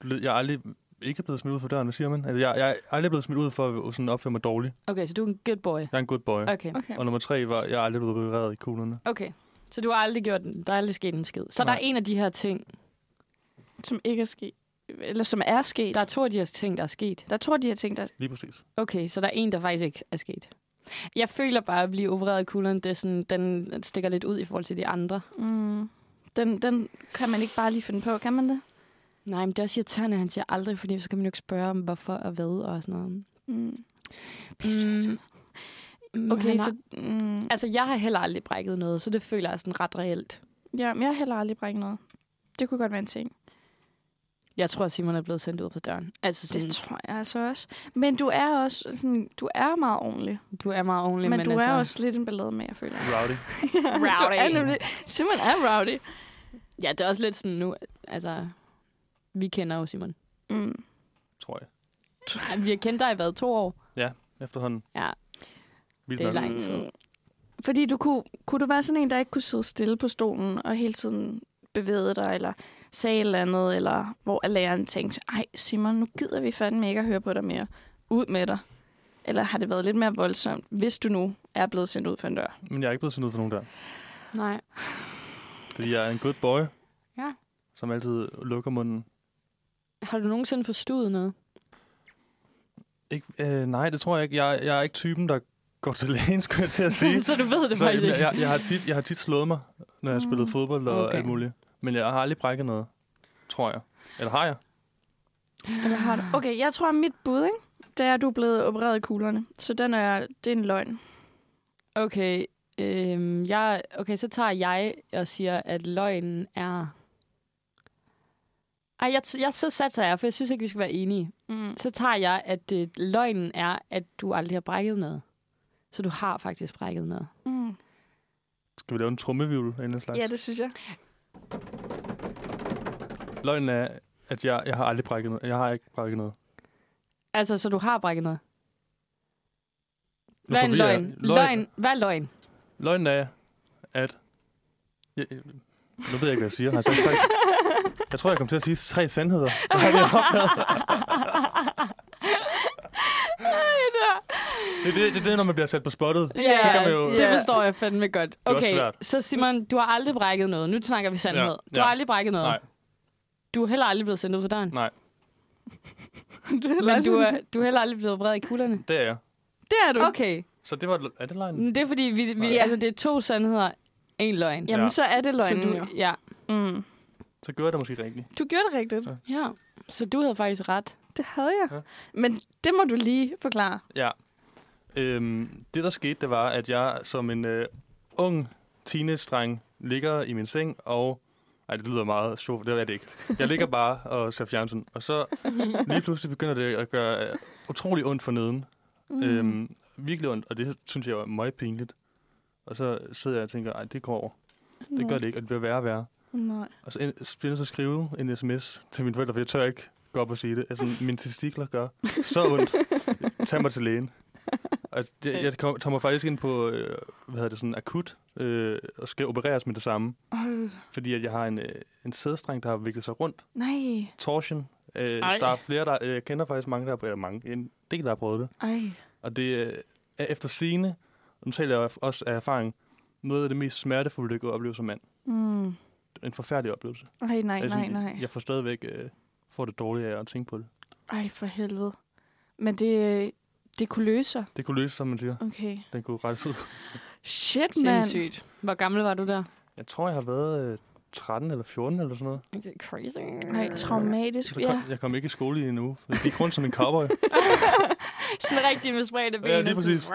Speaker 4: ble- Jeg er aldrig ikke blevet smidt ud for døren, hvad siger man? Altså, jeg, jeg er aldrig blevet smidt ud for at sådan opføre mig dårligt.
Speaker 2: Okay, så du er en good boy.
Speaker 4: Jeg er en good boy. Okay.
Speaker 2: Okay.
Speaker 3: okay.
Speaker 4: Og nummer tre var, jeg er aldrig blevet opereret i kuglerne.
Speaker 2: Okay. Så du har aldrig gjort den. Der er aldrig sket en skid. Så
Speaker 4: Nej.
Speaker 2: der er en af de her ting.
Speaker 3: Som ikke er sket. Eller som er sket.
Speaker 2: Der er to af de her ting, der er sket.
Speaker 3: Der tror de her ting, der...
Speaker 4: Lige præcis.
Speaker 2: Okay, så der er en, der faktisk ikke er sket. Jeg føler bare, at blive opereret i kuglerne, det er sådan, den stikker lidt ud i forhold til de andre.
Speaker 3: Mm, den, den kan man ikke bare lige finde på, kan man det?
Speaker 2: Nej, men det er også irriterende, at han siger aldrig, fordi så kan man jo ikke spørge om, hvorfor og hvad og sådan noget.
Speaker 3: Mm.
Speaker 2: altså. Mm,
Speaker 3: Okay,
Speaker 2: han
Speaker 3: så...
Speaker 2: Har,
Speaker 3: Mm,
Speaker 2: altså, jeg har heller aldrig brækket noget, så det føler jeg sådan ret reelt.
Speaker 3: ja, men jeg har heller aldrig brækket noget. Det kunne godt være en ting.
Speaker 2: Jeg tror, Simon er blevet sendt ud på døren. Altså, sådan,
Speaker 3: Det tror jeg altså også. Men du er også sådan, du er meget ordentlig.
Speaker 2: du er meget ordentlig,
Speaker 3: Men,
Speaker 2: men,
Speaker 3: men du
Speaker 2: altså,
Speaker 3: er også lidt en ballade med, jeg føler. <laughs>
Speaker 4: Rowdy.
Speaker 3: du er nemlig... Simon er rowdy.
Speaker 2: Ja, det er også lidt sådan nu, altså... Vi kender jo Simon.
Speaker 3: Mm.
Speaker 4: tror jeg.
Speaker 2: Ja, vi har kendt dig i hvad, to år?
Speaker 4: Efterhånden.
Speaker 2: Ja.
Speaker 4: Vildt
Speaker 2: Det er
Speaker 4: nok.
Speaker 2: lang tid.
Speaker 3: Fordi du kunne, kunne du være sådan en, der ikke kunne sidde stille på stolen og hele tiden bevægede dig, eller sagde et eller andet, eller hvor læreren tænkte, ej Simon, nu gider vi fandme ikke at høre på dig mere. Ud med dig. Eller har det været lidt mere voldsomt, hvis du nu er blevet sendt ud for en dør?
Speaker 4: Men jeg er ikke blevet sendt ud for nogen dør.
Speaker 2: Nej.
Speaker 4: Fordi jeg er en good boy.
Speaker 2: Ja.
Speaker 4: Som altid lukker munden.
Speaker 2: Har du nogensinde forstået noget?
Speaker 4: Ikke, øh, nej, det tror jeg ikke. Jeg, jeg er ikke typen, der går til lægen, skulle jeg til
Speaker 2: <laughs>
Speaker 4: at
Speaker 3: <laughs>
Speaker 4: sige.
Speaker 2: så du ved det
Speaker 4: Så,
Speaker 2: faktisk
Speaker 4: jamen,
Speaker 2: ikke.
Speaker 4: jeg, jeg, jeg, har tit, jeg har tit slået mig, når jeg har spillet
Speaker 3: Mm.
Speaker 4: fodbold og
Speaker 2: Okay.
Speaker 4: alt muligt. Men jeg har aldrig brækket noget, tror jeg. Eller har jeg?
Speaker 3: Eller har du? Okay, jeg tror, at mit bud, ikke? det er, at du er blevet opereret i kuglerne. Så den er, det er en løgn.
Speaker 2: Okay, øhm, jeg, okay, så tager jeg og siger, at løgnen er... Ej, jeg, t- jeg, så satser jeg, for jeg synes ikke, vi skal være enige.
Speaker 3: Mm.
Speaker 2: Så tager jeg, at øh, løgnen er, at du aldrig har brækket noget. Så du har faktisk brækket noget.
Speaker 3: Mm.
Speaker 4: Skal vi lave en trummevivl af en slags?
Speaker 3: Ja, det synes jeg.
Speaker 4: Løgnen er, at jeg, jeg har aldrig brækket noget. Jeg har ikke brækket noget.
Speaker 2: Altså, så du har brækket noget.
Speaker 4: Nu
Speaker 2: Hvad er en
Speaker 4: forvirrer jeg.
Speaker 2: løgn? løgn? Hvad er løgn?
Speaker 4: Løgnen er, at... Jeg, jeg- nu ved jeg ikke, hvad jeg siger. Har jeg, sagt
Speaker 2: <laughs>
Speaker 4: tre... jeg tror, jeg kom til at sige tre sandheder. Det har jeg opdaget. Det
Speaker 3: <laughs>
Speaker 4: er det, det, er det, når man bliver sat på spottet.
Speaker 2: Ja,
Speaker 4: så kan man jo...
Speaker 2: det forstår jeg fandme godt.
Speaker 4: er også
Speaker 2: Okay,
Speaker 4: svært.
Speaker 2: så Simon, du har aldrig brækket noget. Nu snakker vi sandhed.
Speaker 4: Ja,
Speaker 2: Du
Speaker 4: ja.
Speaker 2: har aldrig brækket noget.
Speaker 4: Nej,
Speaker 2: Du er heller aldrig blevet sendt ud for døren.
Speaker 4: Nej.
Speaker 3: du er
Speaker 2: Men du er, du er heller aldrig blevet vred i kulderne.
Speaker 4: Det er jeg.
Speaker 2: Det er du. Okay.
Speaker 4: Så det var... Er det løgn?
Speaker 2: Men det er fordi, vi, vi,
Speaker 4: Ja.
Speaker 2: altså, det er to sandheder. En løgn.
Speaker 3: Jamen,
Speaker 4: Ja.
Speaker 3: så er det løgnen
Speaker 2: så
Speaker 3: du... jo.
Speaker 2: du, ja.
Speaker 3: Mm.
Speaker 4: Så gjorde jeg det måske rigtigt.
Speaker 3: Du gjorde det rigtigt.
Speaker 4: Ja.
Speaker 2: ja. Så du havde faktisk ret.
Speaker 3: Det havde jeg.
Speaker 4: Ja.
Speaker 3: Men det må du lige forklare.
Speaker 4: Ja. Øhm, det, der skete, det var, at jeg som en øh, ung teenage-dreng ligger i min seng, og... Ej, det lyder meget sjovt, det er det ikke. Jeg ligger bare og ser fjernsyn, og så lige pludselig begynder det at gøre øh, utrolig ondt for neden. Mm. Øhm, virkelig ondt, og det synes jeg var meget pinligt. Og så sidder jeg og tænker, ej, det går over.
Speaker 3: Mm.
Speaker 4: Det gør det ikke, og det bliver værre og værre.
Speaker 3: Nej.
Speaker 4: Og så en- så bliver jeg så skrive en sms til mine forældre, for jeg tør ikke gå op og sige det. Altså, mine testikler gør så ondt. Tag mig til lægen. Og det, jeg kom- kommer faktisk ind på, øh, hvad hedder det, sådan akut, øh, og skal opereres med det samme.
Speaker 3: Oh,
Speaker 4: Fordi at jeg har en, øh, en sædstreng, der har viklet sig rundt.
Speaker 3: nej.
Speaker 4: Torsion. Øh,
Speaker 2: Ej.
Speaker 4: der er flere, der øh, jeg kender faktisk mange, der har prøvet mange. En del, der har prøvet det.
Speaker 3: Ej.
Speaker 4: Og det øh, er efter sigende, og nu taler jeg også af erfaring, noget af det mest smertefulde, jeg kunne opleve som mand.
Speaker 3: Mm.
Speaker 4: En forfærdelig oplevelse.
Speaker 3: Ej, nej,
Speaker 4: Altså,
Speaker 3: nej, nej.
Speaker 4: Jeg får stadigvæk øh, får det dårligt af at tænke på det.
Speaker 3: Ej, for helvede. Men det, øh, det kunne løse sig.
Speaker 4: Det kunne løses, som man siger.
Speaker 3: Okay.
Speaker 4: Den kunne rejse ud.
Speaker 3: Shit, mand.
Speaker 2: Sindssygt. Hvor gammel var du der?
Speaker 4: Jeg tror, jeg har været øh, 13 eller 14 eller sådan noget.
Speaker 2: Okay, crazy.
Speaker 3: Nej, traumatisk.
Speaker 4: Så kom,
Speaker 3: Ja.
Speaker 4: Jeg kom ikke i skole i en uge. for Jeg gik rundt som en
Speaker 3: <laughs>
Speaker 4: cowboy.
Speaker 2: Sådan rigtig med spredte ben.
Speaker 4: Ja, lige præcis.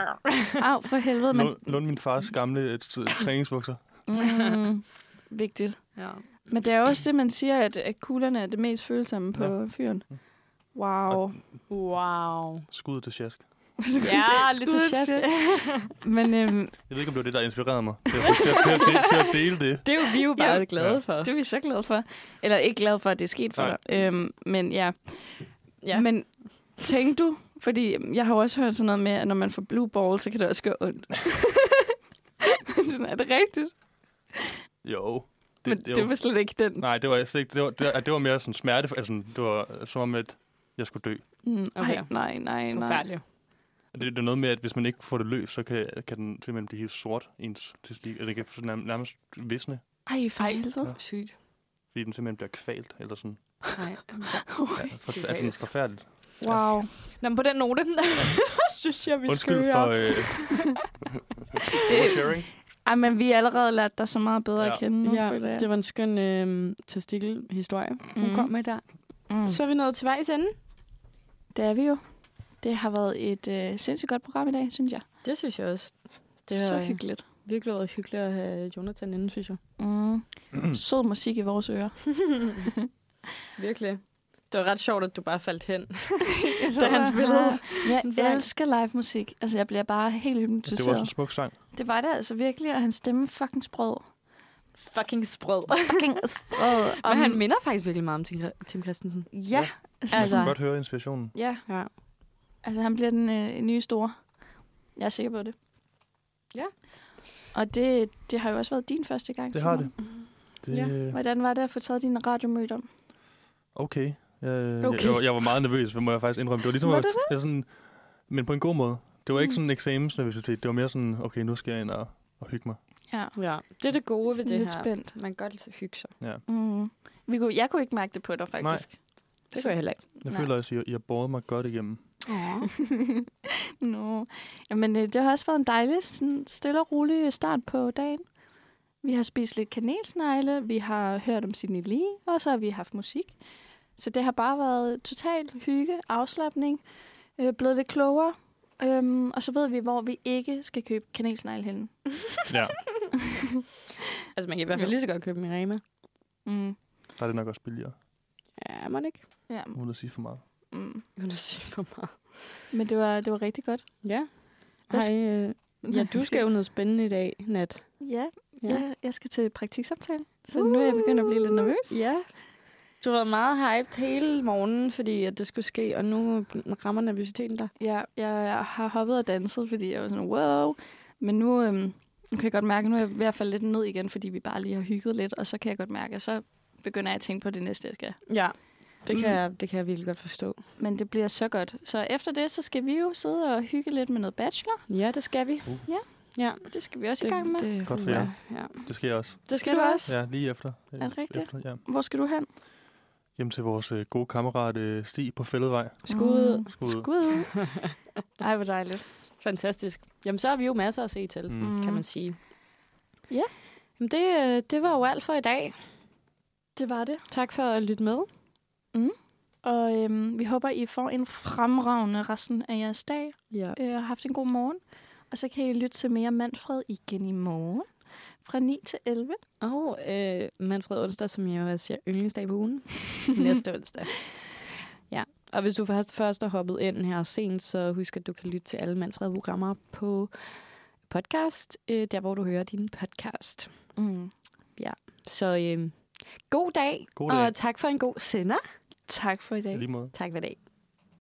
Speaker 3: Au, for helvede, men...
Speaker 4: Lund, lund min fars gamle øh, t- træningsbukser.
Speaker 3: Mm. Vigtigt.
Speaker 2: Ja.
Speaker 3: Men det er også det, man siger, at, at kuglerne er det mest følsomme på ja. fyren.
Speaker 4: Mm.
Speaker 3: <laughs> Wow.
Speaker 2: Wow.
Speaker 4: Skud til sjask.
Speaker 2: Ja, lidt til
Speaker 3: Skud,
Speaker 2: sjask.
Speaker 3: Men øhm,
Speaker 4: Jeg ved ikke, om det var det, der inspirerede mig til at, til at, til at, de- til at dele det.
Speaker 2: Det er jo vi jo
Speaker 3: bare
Speaker 2: bare ja. glade
Speaker 4: glade <laughs>
Speaker 2: for.
Speaker 3: det er vi så glade for. Eller ikke glade for, at det er sket for
Speaker 4: Nej.
Speaker 3: dig. Øhm, men ja.
Speaker 2: Ja.
Speaker 3: Men tænk du, fordi jeg har jo også hørt sådan noget med, at når man får blue ball, så kan det også gøre ondt. <laughs> sådan, er det rigtigt?
Speaker 4: Jo.
Speaker 3: Det, men
Speaker 4: jo.
Speaker 3: det, det var slet ikke den.
Speaker 4: Nej, det var slet ikke... Det var, det var, det var mere sådan smerte... Altså, sådan, det var øh, som om, at jeg skulle dø.
Speaker 3: Mm,
Speaker 2: Okay.
Speaker 3: okay. Nej, nej, nej.
Speaker 2: Forfærdeligt.
Speaker 4: Det, det er noget med, at hvis man ikke får det løs, så kan, kan den simpelthen blive helt sort i ens testik. Eller det kan sådan nærm- nærmest visne,
Speaker 3: Ej, for helvede.
Speaker 2: Sygt.
Speaker 4: fordi den simpelthen bliver kvalt. Eller sådan. <laughs>
Speaker 2: Nej.
Speaker 4: Ja, for,
Speaker 2: det er
Speaker 4: altså,
Speaker 2: reelt.
Speaker 4: forfærdeligt.
Speaker 3: Wow.
Speaker 2: Nå, men på den note, <laughs> synes jeg, vi
Speaker 4: Undskyld
Speaker 2: skal
Speaker 4: for
Speaker 2: høre.
Speaker 4: øh,
Speaker 3: Det,
Speaker 4: sharing.
Speaker 3: ej, men vi har allerede lært dig så meget bedre ja.
Speaker 4: Ja.
Speaker 3: at kende nu,
Speaker 2: Ja,
Speaker 3: føler jeg.
Speaker 2: det var en skøn øh, testikelhistorie, hun
Speaker 3: Mhm.
Speaker 2: kom med der.
Speaker 3: mm.
Speaker 2: Så er vi nået til vejs ende.
Speaker 3: Det er vi jo. Det har været et øh, sindssygt godt program i dag, synes jeg.
Speaker 2: Det synes jeg også.
Speaker 3: Det
Speaker 2: Det
Speaker 3: er så
Speaker 2: har
Speaker 3: hyggeligt.
Speaker 2: virkelig været hyggeligt at have Jonathan inden, synes jeg.
Speaker 3: Mm.
Speaker 4: <clears throat>
Speaker 3: Sød musik i vores ører.
Speaker 2: Virkelig. Det var ret sjovt, at du bare faldt <laughs> hen,
Speaker 3: <laughs> da han spillede. <laughs> Jeg
Speaker 2: en sang.
Speaker 3: elsker live musik. Altså, jeg bliver bare helt
Speaker 4: Det var også en
Speaker 3: hypnotiseret.
Speaker 4: smuk sang.
Speaker 3: Det var det altså virkelig, og hans stemme fucking sprød.
Speaker 2: Fucking sprød.
Speaker 3: <laughs> Fucking sprød.
Speaker 2: Og han minder faktisk virkelig meget om Tim- Tim Christensen.
Speaker 3: Ja.
Speaker 4: Altså.
Speaker 3: Altså,
Speaker 4: Jeg kan godt høre inspirationen.
Speaker 3: ja.
Speaker 2: Ja.
Speaker 3: Altså, han bliver den øh, nye store. Jeg er sikker på det.
Speaker 2: Ja.
Speaker 3: Og det, det har jo også været din første gang.
Speaker 4: Det har
Speaker 3: Simon.
Speaker 4: det. Det,
Speaker 2: Ja.
Speaker 4: ja.
Speaker 3: Hvordan var det at få taget din radiomøde om?
Speaker 4: Okay. Jeg,
Speaker 2: Okay.
Speaker 4: okay. Jeg, var- jeg, var meget nervøs, det må jeg faktisk indrømme. Det var ligesom,
Speaker 3: Var
Speaker 4: at,
Speaker 3: du det?
Speaker 4: jeg sådan, men på en god måde. Det var ikke
Speaker 3: Mm.
Speaker 4: sådan en eksamensnervøsitet. Det var mere sådan, okay, nu skal jeg ind og, og hygge mig.
Speaker 3: Ja.
Speaker 2: ja. Det er det gode ved
Speaker 3: Sådan
Speaker 2: det
Speaker 3: lidt
Speaker 2: her.
Speaker 3: spændt.
Speaker 2: Man kan godt hygge sig.
Speaker 3: Mm. Vi kunne, jeg kunne ikke mærke det på dig, faktisk.
Speaker 2: Det gør jeg heller ikke.
Speaker 4: Jeg
Speaker 3: Nej.
Speaker 4: føler også, at I- I har båret mig godt igennem.
Speaker 3: <laughs> Nå. Jamen, øh, det har også været en dejlig, sådan stille og rolig start på dagen. Vi har spist lidt kanelsnegle, vi har hørt om Sidney Lee, og så har vi haft musik. Så det har bare været total hygge, afslappning, øh, blevet lidt klogere. Øhm, og så ved vi, hvor vi ikke skal købe kanelsnegle henne.
Speaker 4: Ja,
Speaker 2: <laughs> Altså, man kan i hvert fald lige så godt købe dem i Rema.
Speaker 3: Mm.
Speaker 4: der er det nok også billigere,
Speaker 2: Ja, man ikke.
Speaker 3: Ja,
Speaker 4: uden at sige for meget.
Speaker 3: mm.
Speaker 2: Uden at sige for meget.
Speaker 3: Men det var, det var rigtig godt.
Speaker 2: Ja.
Speaker 3: Hvad
Speaker 2: Hej, øh, ja, du skal jo noget spændende i dag, Nat.
Speaker 3: Ja,
Speaker 2: Ja.
Speaker 3: ja. Jeg, jeg skal til praktiksamtale, så nu er jeg begyndt at blive lidt nervøs.
Speaker 2: Ja. Du har været meget hyped hele morgenen, fordi at det skulle ske, og nu rammer nervøsiteten dig.
Speaker 3: Ja, jeg har hoppet og danset, fordi jeg var sådan, wow. Men nu, øhm, nu kan jeg godt mærke, at nu er jeg ved at falde lidt ned igen, fordi vi bare lige har hygget lidt, og så kan jeg godt mærke, at så begynder jeg at tænke på det næste, jeg skal.
Speaker 2: Ja. Det kan,
Speaker 3: Mm.
Speaker 2: jeg, det kan jeg virkelig godt forstå.
Speaker 3: Men det bliver så godt. Så efter det, så skal vi jo sidde og hygge lidt med noget bachelor.
Speaker 2: Ja, det skal vi.
Speaker 3: Det skal vi også i gang med. Det.
Speaker 4: Uh. Godt for
Speaker 2: ja.
Speaker 4: jer.
Speaker 2: ja.
Speaker 4: Det sker også.
Speaker 2: Det skal du også.
Speaker 4: Ja, lige efter.
Speaker 3: Er det rigtigt?
Speaker 4: Efter, ja.
Speaker 3: Hvor skal du hen?
Speaker 4: hjem til vores øh, gode kammerat øh, Stig på Fælledvej.
Speaker 2: Skud.
Speaker 3: Mm.
Speaker 4: Skud.
Speaker 3: Skud.
Speaker 2: Mm.
Speaker 3: Ej, hvor dejligt.
Speaker 2: Fantastisk. Jamen, så har vi jo masser at se til,
Speaker 4: Mm.
Speaker 2: mm. kan man sige.
Speaker 3: Ja.
Speaker 2: Jamen, det, øh, det var jo alt for i dag.
Speaker 3: Det var det.
Speaker 2: Tak for at lytte med.
Speaker 3: Og øhm, vi håber, I får en fremragende resten af jeres dag.
Speaker 2: Ja.
Speaker 3: Øh, og haft en god morgen. Og så kan I lytte til mere Manfred igen i morgen fra 9 til 11.
Speaker 2: Og øh, Manfred onsdag, som jeg også siger yndlingsdag på
Speaker 3: <laughs>
Speaker 2: ugen. Næste onsdag. Ja, og hvis du først, først er hoppet ind her sent, så husk, at du kan lytte til alle Manfred-programmer på podcast, øh, der hvor du hører din podcast.
Speaker 3: Mm.
Speaker 2: Så øh, god dag,
Speaker 4: God dag.
Speaker 2: og tak for en god sender.
Speaker 3: Tak for i dag.
Speaker 4: I lige måde.
Speaker 2: Tak for i dag.